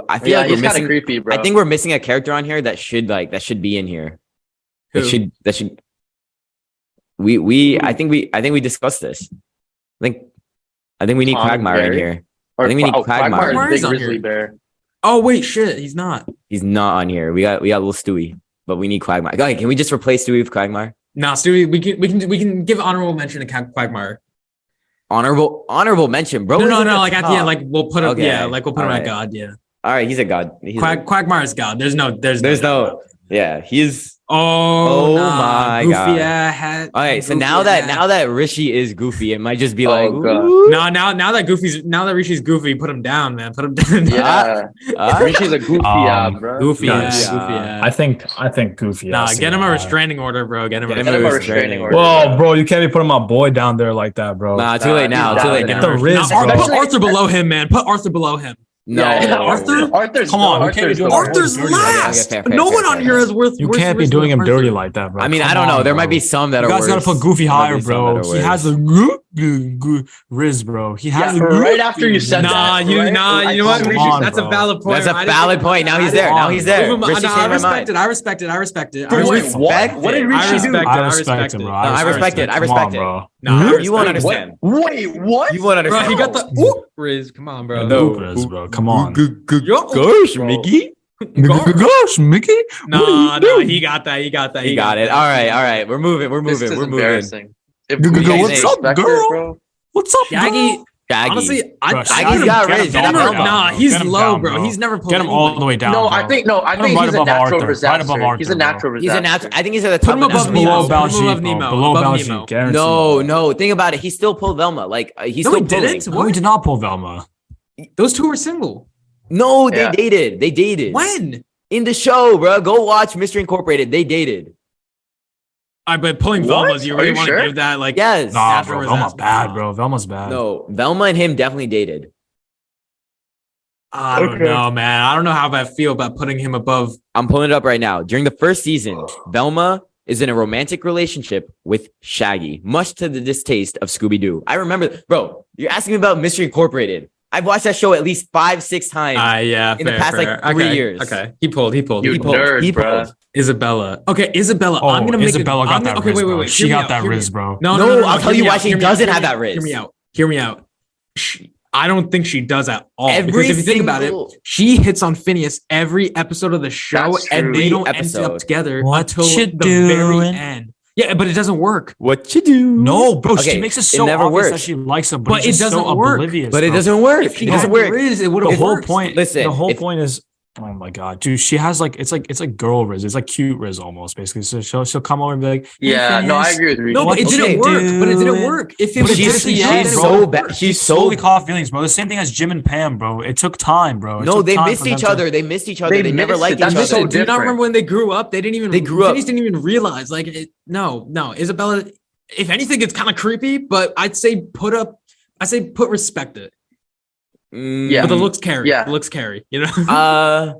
Speaker 2: I feel
Speaker 4: yeah,
Speaker 2: like we're
Speaker 4: he's kind
Speaker 2: missing.
Speaker 4: of creepy, bro.
Speaker 2: I think we're missing a character on here that should like that should be in here. That
Speaker 3: Who?
Speaker 2: should that should. We we I think we I think we discussed this. I think I think we need
Speaker 4: Tom and
Speaker 2: Quagmire in
Speaker 4: Jerry?
Speaker 2: here. I think we need
Speaker 4: Qua-
Speaker 2: Quagmire.
Speaker 4: Quagmire's
Speaker 3: Quagmire's
Speaker 4: big
Speaker 3: on
Speaker 4: grizzly
Speaker 3: here.
Speaker 4: bear.
Speaker 3: Oh wait, shit, he's not.
Speaker 2: He's not on here. We got we got little Stewie, but we need Quagmire. Okay, can we just replace Stewie with Quagmire?
Speaker 3: Nah, Stewie, we can we can we can give honorable mention to Cap Quagmire.
Speaker 2: Honorable honorable mention, bro.
Speaker 3: no,
Speaker 2: is
Speaker 3: no, no.
Speaker 2: Oh, the
Speaker 3: Like at the
Speaker 2: top.
Speaker 3: end, like we'll put him.
Speaker 2: Okay,
Speaker 3: Yeah, like we'll put him
Speaker 2: alright.
Speaker 3: at God. Yeah,
Speaker 2: all right, he's a god. He's
Speaker 3: Quag, Quagmire's God. There's no, there's
Speaker 2: There's
Speaker 3: doubt
Speaker 2: no-
Speaker 3: about it.
Speaker 2: yeah, he's
Speaker 3: Oh,
Speaker 2: Oh
Speaker 3: nah.
Speaker 2: my
Speaker 3: Goofy
Speaker 2: God.
Speaker 3: yeah, had.
Speaker 2: all right. So now that now that Rishi is goofy, it might just be
Speaker 4: Oh,
Speaker 2: like
Speaker 4: God.
Speaker 2: ooh,
Speaker 3: No, now now that Goofy's now that Rishi's Goofy, put him down, man. Put him down.
Speaker 4: Yeah,
Speaker 2: ah.
Speaker 4: Rishi's a goofy
Speaker 1: Um,
Speaker 4: yeah, bro.
Speaker 3: Goofy,
Speaker 1: Nice.
Speaker 3: yeah, Goofy,
Speaker 2: Yeah.
Speaker 3: yeah.
Speaker 5: I think I think Goofy.
Speaker 3: nah,
Speaker 1: has to
Speaker 3: get
Speaker 1: be
Speaker 3: him a
Speaker 1: high.
Speaker 3: restraining order, bro. Get him a
Speaker 2: Get him
Speaker 4: Get him a
Speaker 3: restraining
Speaker 2: Riz,
Speaker 4: restraining
Speaker 2: Riz.
Speaker 4: order.
Speaker 5: Whoa, bro, you can't be putting my boy down there like that, bro.
Speaker 2: Nah, too late now. Too late
Speaker 4: Nah,
Speaker 5: Get
Speaker 2: now.
Speaker 5: the Riz,
Speaker 3: Nah, Ar-
Speaker 5: bro.
Speaker 3: put Arthur below him, man. Put Arthur below him.
Speaker 2: No,
Speaker 4: Yeah,
Speaker 3: Arthur?
Speaker 4: Arthur's
Speaker 1: Come on, we
Speaker 4: Arthur's
Speaker 1: can't be doing
Speaker 4: the
Speaker 1: Arthur.
Speaker 4: worst.
Speaker 3: Arthur's
Speaker 1: dirty.
Speaker 3: last.
Speaker 2: Okay, okay, fair,
Speaker 3: no
Speaker 2: fair,
Speaker 3: one on
Speaker 2: fair,
Speaker 3: here
Speaker 2: fair.
Speaker 3: is worth.
Speaker 1: You
Speaker 3: worse
Speaker 1: can't be
Speaker 3: risk than
Speaker 1: doing him
Speaker 3: Arthur.
Speaker 1: dirty like that, bro.
Speaker 2: I mean, I
Speaker 1: Come
Speaker 2: don't know.
Speaker 1: on,
Speaker 2: There might
Speaker 1: bro.
Speaker 2: be some that
Speaker 1: You
Speaker 2: are.
Speaker 1: guys gotta
Speaker 2: worse.
Speaker 1: put Goofy
Speaker 2: There might
Speaker 1: higher,
Speaker 2: be some that
Speaker 1: bro.
Speaker 2: are
Speaker 1: He has
Speaker 2: worse.
Speaker 1: the goo- goo- goo- Riz, bro. He has
Speaker 4: Yeah,
Speaker 1: the
Speaker 4: right
Speaker 1: goo-
Speaker 4: after you said
Speaker 3: Nah,
Speaker 4: that.
Speaker 3: you
Speaker 4: right?
Speaker 3: nah, you know what?
Speaker 1: Come
Speaker 3: Rishi,
Speaker 1: on,
Speaker 3: that's
Speaker 1: bro.
Speaker 3: a valid point.
Speaker 2: That's a
Speaker 3: I didn't
Speaker 2: valid
Speaker 3: think about
Speaker 2: point. Now
Speaker 3: that.
Speaker 2: he's
Speaker 3: I didn't
Speaker 2: there. Now he's
Speaker 1: Give
Speaker 2: there.
Speaker 3: Give him a-
Speaker 2: Rishi
Speaker 3: nah, I
Speaker 2: changed my
Speaker 3: respect it.
Speaker 2: mind.
Speaker 3: I respect it. I respect it. I
Speaker 4: For what?
Speaker 3: respect it.
Speaker 4: What? What did
Speaker 2: it.
Speaker 3: I
Speaker 4: Rishi do?
Speaker 3: respect it.
Speaker 1: I
Speaker 3: I
Speaker 1: respect
Speaker 3: respect
Speaker 1: him,
Speaker 3: it.
Speaker 1: bro.
Speaker 2: No, I respect it.
Speaker 1: Come
Speaker 2: I
Speaker 1: on,
Speaker 2: respect it.
Speaker 1: bro.
Speaker 3: Nah, I
Speaker 2: You won't
Speaker 3: respect it.
Speaker 2: understand.
Speaker 4: Wait, what?
Speaker 2: You won't
Speaker 3: Bro,
Speaker 2: understand.
Speaker 3: he got the oop Riz. Come on, bro.
Speaker 2: No.
Speaker 1: Goop Riz, bro. Come on.
Speaker 3: Yo,
Speaker 2: Gosh,
Speaker 4: Bro.
Speaker 2: Mickey.
Speaker 3: guard.
Speaker 1: Gosh, Mickey.
Speaker 3: Nah, nah, he got that. He got that.
Speaker 2: He got it. All right, all right. We're moving. We're
Speaker 4: This
Speaker 2: moving.
Speaker 4: is
Speaker 2: We're moving.
Speaker 4: embarrassing. If
Speaker 1: Go, go,
Speaker 4: we
Speaker 1: go,
Speaker 4: didn't
Speaker 1: what's up,
Speaker 4: expect it,
Speaker 1: girl?
Speaker 4: bro,
Speaker 1: What's up,
Speaker 3: Shaggy,
Speaker 2: Shaggy.
Speaker 3: honestly, I,
Speaker 1: Bro,
Speaker 3: I
Speaker 2: Shaggy's
Speaker 3: put him-
Speaker 2: got
Speaker 1: get
Speaker 2: Riz.
Speaker 1: him
Speaker 2: Get
Speaker 1: down,
Speaker 2: him down.
Speaker 3: Nah,
Speaker 1: bro.
Speaker 3: he's
Speaker 1: Get him
Speaker 3: low,
Speaker 1: down,
Speaker 3: bro.
Speaker 1: bro.
Speaker 3: He's never pulled.
Speaker 1: Get him all the way down.
Speaker 4: no,
Speaker 1: bro.
Speaker 4: I think no, I
Speaker 1: Put him
Speaker 4: think
Speaker 1: right
Speaker 4: he's a
Speaker 1: above
Speaker 4: natural
Speaker 1: Arthur. Right
Speaker 4: disaster.
Speaker 1: above
Speaker 4: he's a
Speaker 1: Arthur, bro.
Speaker 4: natural
Speaker 2: He's
Speaker 4: disaster.
Speaker 2: a natural. I think he's at the
Speaker 3: Put
Speaker 2: top.
Speaker 3: him
Speaker 2: of
Speaker 3: above
Speaker 1: That's
Speaker 2: natural
Speaker 3: Nemo.
Speaker 1: below
Speaker 2: disasters.
Speaker 3: Put him
Speaker 1: Baljeet, bro.
Speaker 3: above Nemo.
Speaker 1: Below
Speaker 3: Above
Speaker 1: Baljeet.
Speaker 3: Nemo.
Speaker 1: Guaranteed.
Speaker 2: No, no. Think about it. He still pulled Velma. Like uh, he's
Speaker 3: No,
Speaker 2: still
Speaker 3: he
Speaker 2: pulling.
Speaker 3: didn't.
Speaker 1: No, we did not pull Velma.
Speaker 3: Those two were single.
Speaker 2: No, they
Speaker 4: Yeah.
Speaker 2: dated. They dated.
Speaker 3: When?
Speaker 2: in the show, bro? Go watch Mystery Incorporated. They dated.
Speaker 3: I but pulling
Speaker 4: What?
Speaker 3: Velma's, you
Speaker 4: Are
Speaker 3: really
Speaker 4: you
Speaker 3: want
Speaker 4: sure?
Speaker 3: to give that like
Speaker 2: Yes.
Speaker 1: Nah,
Speaker 3: After
Speaker 1: bro.
Speaker 3: his
Speaker 1: Velma's
Speaker 3: ass.
Speaker 1: bad, bro. Velma's bad.
Speaker 2: No, Velma and him definitely dated.
Speaker 3: I don't
Speaker 4: Okay.
Speaker 3: know, man. I don't know how I feel about putting him above.
Speaker 2: I'm pulling it up right now. During the first season, Velma is in a romantic relationship with Shaggy, much to the distaste of Scooby Doo. I remember, bro, you're asking me about Mystery Incorporated. I've watched that show at least five, six times.
Speaker 3: Ah, yeah,
Speaker 2: In the
Speaker 3: fair,
Speaker 2: past, like,
Speaker 3: fair.
Speaker 2: three
Speaker 3: Okay,
Speaker 2: years.
Speaker 3: Okay, he pulled. He pulled.
Speaker 4: You
Speaker 3: He pulled.
Speaker 4: nerd,
Speaker 2: he
Speaker 4: bro.
Speaker 2: pulled.
Speaker 3: Isabella. Okay, Isabella.
Speaker 1: Oh,
Speaker 3: I'm gonna make
Speaker 1: Isabella
Speaker 3: a,
Speaker 1: got
Speaker 3: I'm
Speaker 1: that
Speaker 3: gonna, okay,
Speaker 1: Riz,
Speaker 3: wait, wait,
Speaker 1: bro.
Speaker 3: wait.
Speaker 1: She
Speaker 3: Hear me
Speaker 1: got
Speaker 3: out,
Speaker 1: that
Speaker 3: hear me
Speaker 1: Riz,
Speaker 3: out.
Speaker 1: bro.
Speaker 2: No,
Speaker 3: No, no, no, no,
Speaker 2: I'll tell
Speaker 3: hear
Speaker 2: you
Speaker 3: me
Speaker 2: why
Speaker 3: out,
Speaker 2: she
Speaker 3: hear me
Speaker 2: doesn't
Speaker 3: out,
Speaker 2: have
Speaker 3: hear
Speaker 2: that
Speaker 3: me- Hear me
Speaker 2: riz.
Speaker 3: out. Hear me out. She, I don't think she does at all.
Speaker 2: Every
Speaker 3: because if you think about it,
Speaker 2: single-
Speaker 3: she hits on Phineas every episode of the show,
Speaker 4: That's
Speaker 3: and
Speaker 4: true.
Speaker 3: they don't end
Speaker 2: Episode.
Speaker 3: up together
Speaker 1: What
Speaker 3: until
Speaker 1: you
Speaker 3: the very
Speaker 1: doing?
Speaker 3: end. Yeah, but it doesn't work.
Speaker 2: What you do?
Speaker 1: No, bro.
Speaker 2: Okay,
Speaker 1: she makes it
Speaker 2: it
Speaker 1: so
Speaker 2: never
Speaker 1: obvious
Speaker 2: works.
Speaker 1: that she likes him, but,
Speaker 3: But
Speaker 1: it's
Speaker 3: it
Speaker 1: just so
Speaker 3: doesn't work.
Speaker 1: oblivious.
Speaker 2: But it
Speaker 1: bro.
Speaker 2: doesn't work. Oh,
Speaker 3: If she
Speaker 2: It doesn't
Speaker 3: had
Speaker 2: work.
Speaker 3: Riz, it would
Speaker 1: The
Speaker 3: have
Speaker 1: whole point.
Speaker 2: Listen,
Speaker 1: the whole
Speaker 2: if-
Speaker 1: point is Oh my god, dude, she has like it's like it's like girl riz. It's like cute riz almost basically. So she'll she'll come over and be like,
Speaker 4: Yeah, no, I agree with you.
Speaker 1: No,
Speaker 4: No,
Speaker 1: but
Speaker 2: it
Speaker 1: it's-
Speaker 2: didn't
Speaker 1: okay,
Speaker 2: work. But it
Speaker 1: dude.
Speaker 2: didn't work. If it
Speaker 1: But
Speaker 2: was
Speaker 1: it
Speaker 2: just
Speaker 1: didn't-
Speaker 2: yeah,
Speaker 1: she's
Speaker 2: she's
Speaker 1: so
Speaker 2: so bad. She's so
Speaker 1: slowly caught feelings, bro. The same thing as Jim and Pam, bro. It took time, bro. It
Speaker 2: no.
Speaker 1: took
Speaker 2: They
Speaker 1: time
Speaker 2: missed
Speaker 1: for them
Speaker 2: each
Speaker 1: to-
Speaker 2: other. They missed each other.
Speaker 4: They
Speaker 2: They, never
Speaker 4: missed
Speaker 2: liked
Speaker 4: it. That's
Speaker 2: each
Speaker 4: just
Speaker 2: other.
Speaker 4: so
Speaker 3: do you not
Speaker 4: different.
Speaker 3: remember when they grew up? They didn't even.
Speaker 2: They grew up.
Speaker 3: Phineas didn't even realize. Like, it, no, no. Isabella. If anything, it's kind of creepy. But I'd say put up. I say put respect it.
Speaker 2: Mm,
Speaker 4: Yeah.
Speaker 3: But the looks carry.
Speaker 4: Yeah.
Speaker 3: The looks carry. You know.
Speaker 2: Uh,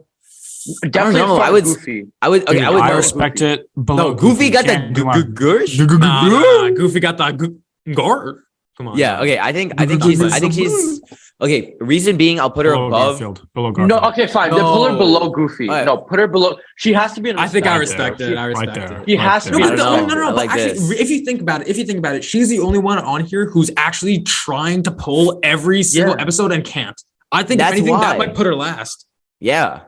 Speaker 2: I
Speaker 4: definitely
Speaker 2: don't know.
Speaker 4: fuck
Speaker 2: I would-
Speaker 4: Goofy.
Speaker 2: I would. Okay,
Speaker 1: Dude,
Speaker 2: I would.
Speaker 1: I
Speaker 2: no,
Speaker 1: respect it. Below
Speaker 2: No, Goofy got that
Speaker 1: Can't do my-
Speaker 2: gush.
Speaker 3: Nah, nah, nah, Goofy got the goo- gore. Come on.
Speaker 2: Yeah. Okay. I think. I think she's. I think she's. Okay. Reason being, I'll put her
Speaker 1: Below
Speaker 2: above.
Speaker 1: Garfield. Below
Speaker 4: No,
Speaker 1: Garfield.
Speaker 4: okay, fine. Then put her
Speaker 3: No.
Speaker 4: below Goofy.
Speaker 2: Alright.
Speaker 4: No, put her below. She has to be. In
Speaker 3: I think I
Speaker 1: Right
Speaker 3: respect
Speaker 1: there.
Speaker 3: it. I
Speaker 1: Right
Speaker 3: respect
Speaker 1: there.
Speaker 3: it.
Speaker 4: He
Speaker 1: Right
Speaker 4: has
Speaker 1: there.
Speaker 4: to
Speaker 3: No,
Speaker 4: be
Speaker 3: but
Speaker 4: I
Speaker 3: the,
Speaker 4: don't
Speaker 3: oh,
Speaker 4: know.
Speaker 3: no, no,
Speaker 2: I
Speaker 3: no.
Speaker 2: like
Speaker 3: but actually,
Speaker 2: this.
Speaker 3: if you think about it, if you think about it, she's the only one on here who's actually trying to pull every single
Speaker 4: Yeah.
Speaker 3: episode and can't. I think
Speaker 2: That's
Speaker 3: if anything, that
Speaker 2: why.
Speaker 3: might put her last.
Speaker 2: Yeah.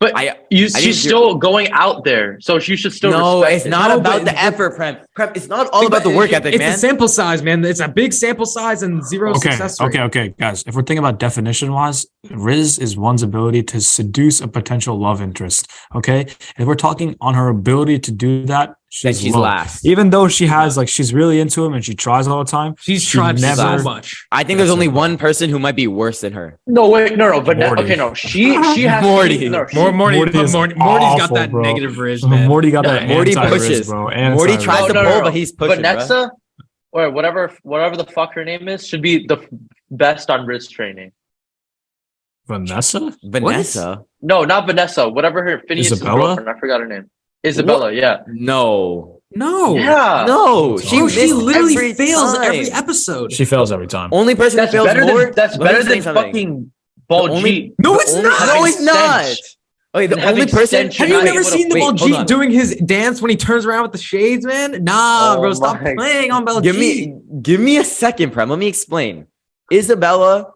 Speaker 4: But
Speaker 2: I-
Speaker 4: you,
Speaker 2: I
Speaker 4: she's
Speaker 2: didn't do-
Speaker 4: still going out there, so she should still.
Speaker 2: no,
Speaker 4: respect
Speaker 2: it's
Speaker 4: it.
Speaker 2: not
Speaker 3: No,
Speaker 2: about
Speaker 3: but-
Speaker 2: the effort, prep. Prep. It's not all
Speaker 3: Think
Speaker 2: about the work ethic,
Speaker 3: It's
Speaker 2: man.
Speaker 3: a sample size, man. It's a big sample size and zero
Speaker 1: Okay,
Speaker 3: success rate.
Speaker 1: okay, okay, guys. If we're thinking about definition wise, Riz is one's ability to seduce a potential love interest. Okay. And if we're talking on her ability to do that,
Speaker 2: Then
Speaker 1: she's,
Speaker 2: she's
Speaker 1: low.
Speaker 2: last.
Speaker 1: Even though she has like she's really into him and she tries all the time.
Speaker 3: She's
Speaker 1: She
Speaker 3: tried so
Speaker 1: never-
Speaker 3: much.
Speaker 2: I think there's only one person who might be worse than her.
Speaker 4: No, wait, no, no. Vanessa.
Speaker 1: Morty.
Speaker 4: Okay, no. She she has
Speaker 2: Morty.
Speaker 4: To be, no, she-
Speaker 6: More, Morty,
Speaker 1: Morty
Speaker 6: but
Speaker 1: is
Speaker 6: Morty, has got
Speaker 1: awful,
Speaker 3: that
Speaker 1: bro.
Speaker 3: negative ridge, man.
Speaker 1: Morty got that.
Speaker 2: Morty
Speaker 1: anti-Riz,
Speaker 2: pushes.
Speaker 1: bro.
Speaker 2: Morty
Speaker 1: Anti-Riz.
Speaker 2: tries to
Speaker 4: No, no,
Speaker 2: pull,
Speaker 4: no.
Speaker 2: but he's pushing. bruh.
Speaker 4: Vanessa or whatever whatever the fuck her name is should be the f- best on wrist training.
Speaker 1: Vanessa.
Speaker 2: Vanessa.
Speaker 4: No, not Vanessa. Whatever her Phineas'
Speaker 1: Isabella?
Speaker 4: girlfriend. I forgot her name. Isabella. Yeah.
Speaker 2: No.
Speaker 3: No.
Speaker 4: Yeah.
Speaker 2: No.
Speaker 1: It's
Speaker 2: She,
Speaker 3: Bro,
Speaker 1: awful.
Speaker 3: she
Speaker 2: missed
Speaker 3: literally
Speaker 2: every
Speaker 3: fails
Speaker 2: time.
Speaker 3: every episode.
Speaker 1: She fails every time.
Speaker 2: Only person
Speaker 4: That's
Speaker 2: that fails
Speaker 4: better
Speaker 2: more.
Speaker 4: than that's
Speaker 2: let me
Speaker 4: better
Speaker 2: say
Speaker 4: than
Speaker 2: something.
Speaker 4: fucking Bulgy.
Speaker 2: only-
Speaker 3: no, it's
Speaker 2: only-
Speaker 3: not.
Speaker 2: No, it's not. Okay,
Speaker 4: And
Speaker 2: the
Speaker 4: having
Speaker 2: only person.
Speaker 4: stench
Speaker 3: Have you
Speaker 4: Wait,
Speaker 3: never
Speaker 4: wait,
Speaker 3: seen the
Speaker 2: wait, hold
Speaker 3: Baljeet
Speaker 2: on.
Speaker 3: doing his dance when he turns around with the shades, man? Nah,
Speaker 4: Oh
Speaker 3: bro, stop
Speaker 4: my-
Speaker 3: playing on Baljeet.
Speaker 2: Give me, give me a second, Prem. Let me explain. Isabella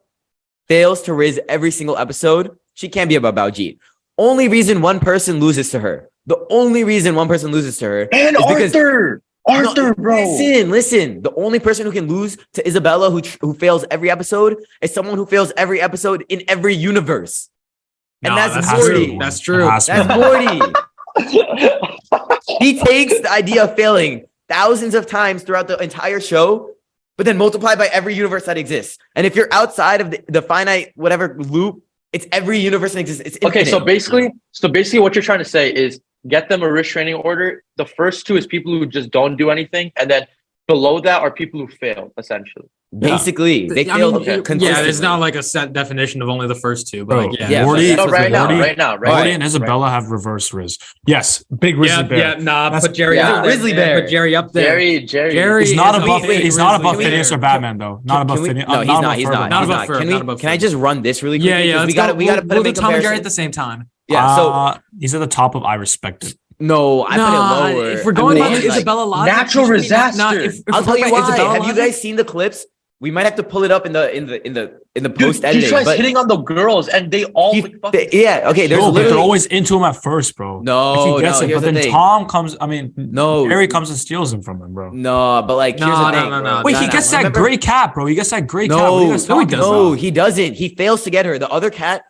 Speaker 2: fails to raise every single episode. She can't be about Baljeet. Only reason one person loses to her. The only reason one person loses to her.
Speaker 4: And
Speaker 2: It's because-
Speaker 4: Arthur. Arthur, bro.
Speaker 2: Listen, listen. The only person who can lose to Isabella, who tr- who fails every episode, is someone who fails every episode in every universe. And
Speaker 3: Nah,
Speaker 2: that's,
Speaker 3: that's
Speaker 2: Morty.
Speaker 3: true. That's true.
Speaker 1: Has to
Speaker 2: That's
Speaker 1: be.
Speaker 2: Morty. he takes the idea of failing thousands of times throughout the entire show, but then multiplied by every universe that exists. And if you're outside of the, the finite whatever loop, it's every universe that exists. It's
Speaker 4: okay, so
Speaker 2: infinite.
Speaker 4: basically, so basically, what you're trying to say is get them a restraining order. The first two is people who just don't do anything, and then below that are people who fail. Essentially,
Speaker 1: Yeah.
Speaker 2: basically they
Speaker 3: I
Speaker 2: fail
Speaker 3: mean,
Speaker 4: okay,
Speaker 3: yeah, there's
Speaker 2: consistently.
Speaker 3: not like a set definition of only the first two, but
Speaker 1: Bro,
Speaker 3: like, yeah,
Speaker 2: yeah,
Speaker 1: Morty,
Speaker 2: yeah.
Speaker 4: no,
Speaker 2: That's
Speaker 4: right now,
Speaker 1: Morty,
Speaker 4: right now, right
Speaker 1: Morty
Speaker 4: now.
Speaker 1: and Isabella have reverse Riz. Yes, big Rizzy
Speaker 3: yeah,
Speaker 1: Bear.
Speaker 3: yeah, nah,
Speaker 1: That's-
Speaker 3: put Jerry,
Speaker 4: Yeah.
Speaker 3: up there,
Speaker 2: Grizzly
Speaker 3: man.
Speaker 2: Bear.
Speaker 3: put Jerry up there.
Speaker 4: Jerry, Jerry,
Speaker 3: Jerry-
Speaker 1: He's not
Speaker 3: is
Speaker 1: above.
Speaker 3: above-
Speaker 1: he's not above
Speaker 3: Grizzly
Speaker 1: Phineas
Speaker 3: Bear.
Speaker 1: or Batman though. Not
Speaker 2: Can
Speaker 1: above
Speaker 2: we-
Speaker 1: Phineas.
Speaker 2: No,
Speaker 1: uh,
Speaker 2: he's
Speaker 1: not
Speaker 2: not.
Speaker 1: above
Speaker 2: He's
Speaker 1: Ferb.
Speaker 2: not.
Speaker 3: Not
Speaker 2: he's
Speaker 3: above
Speaker 2: not.
Speaker 3: Ferb,
Speaker 2: Can
Speaker 3: not
Speaker 2: we?
Speaker 3: above
Speaker 2: Can I
Speaker 3: Ferb.
Speaker 2: just run this really quick?
Speaker 3: Yeah, yeah.
Speaker 2: Because
Speaker 3: let's
Speaker 2: we got to.
Speaker 3: go-
Speaker 2: We got to
Speaker 3: we'll-
Speaker 2: put him
Speaker 3: we'll
Speaker 2: in
Speaker 3: do Tom and Jerry
Speaker 2: comparison.
Speaker 3: at the same time.
Speaker 2: Yeah. So
Speaker 1: Uh, he's at the top of I respect it.
Speaker 2: no, I
Speaker 3: Nah,
Speaker 2: put it lower.
Speaker 3: If we're going
Speaker 2: I
Speaker 3: by
Speaker 2: mean,
Speaker 3: the
Speaker 2: like-
Speaker 3: Isabella logic,
Speaker 4: natural
Speaker 3: we should be not- not-
Speaker 4: disaster.
Speaker 3: if- if
Speaker 2: I'll
Speaker 3: we're
Speaker 2: tell you
Speaker 3: going
Speaker 2: why.
Speaker 3: by Isabella
Speaker 2: Have you
Speaker 3: logic-
Speaker 2: guys seen the clips? We might have to pull it up in the in the in the in the
Speaker 4: Dude,
Speaker 2: post
Speaker 4: he
Speaker 2: editing.
Speaker 4: tries
Speaker 2: but
Speaker 4: hitting on the girls, and they all.
Speaker 2: he-
Speaker 4: would fucking-
Speaker 2: they- yeah. Okay. There's
Speaker 1: no, but they're
Speaker 2: literally
Speaker 1: always into him at first, bro. Like,
Speaker 2: no.
Speaker 1: he gets
Speaker 2: no
Speaker 1: him,
Speaker 2: here's
Speaker 1: but then
Speaker 2: the thing.
Speaker 1: Tom comes. I mean,
Speaker 2: no.
Speaker 1: Harry comes and steals him from him, bro.
Speaker 2: no. But like, here's
Speaker 3: No,
Speaker 2: the
Speaker 3: no,
Speaker 2: thing.
Speaker 3: no, no.
Speaker 1: Wait,
Speaker 3: Nah,
Speaker 1: he
Speaker 3: nah,
Speaker 1: gets that
Speaker 2: remember-
Speaker 1: gray cat, bro. He gets that gray cat. What are you
Speaker 2: No,
Speaker 1: guys
Speaker 2: no,
Speaker 1: talking
Speaker 2: no,
Speaker 1: about?
Speaker 2: he doesn't. He fails to get her. The other cat,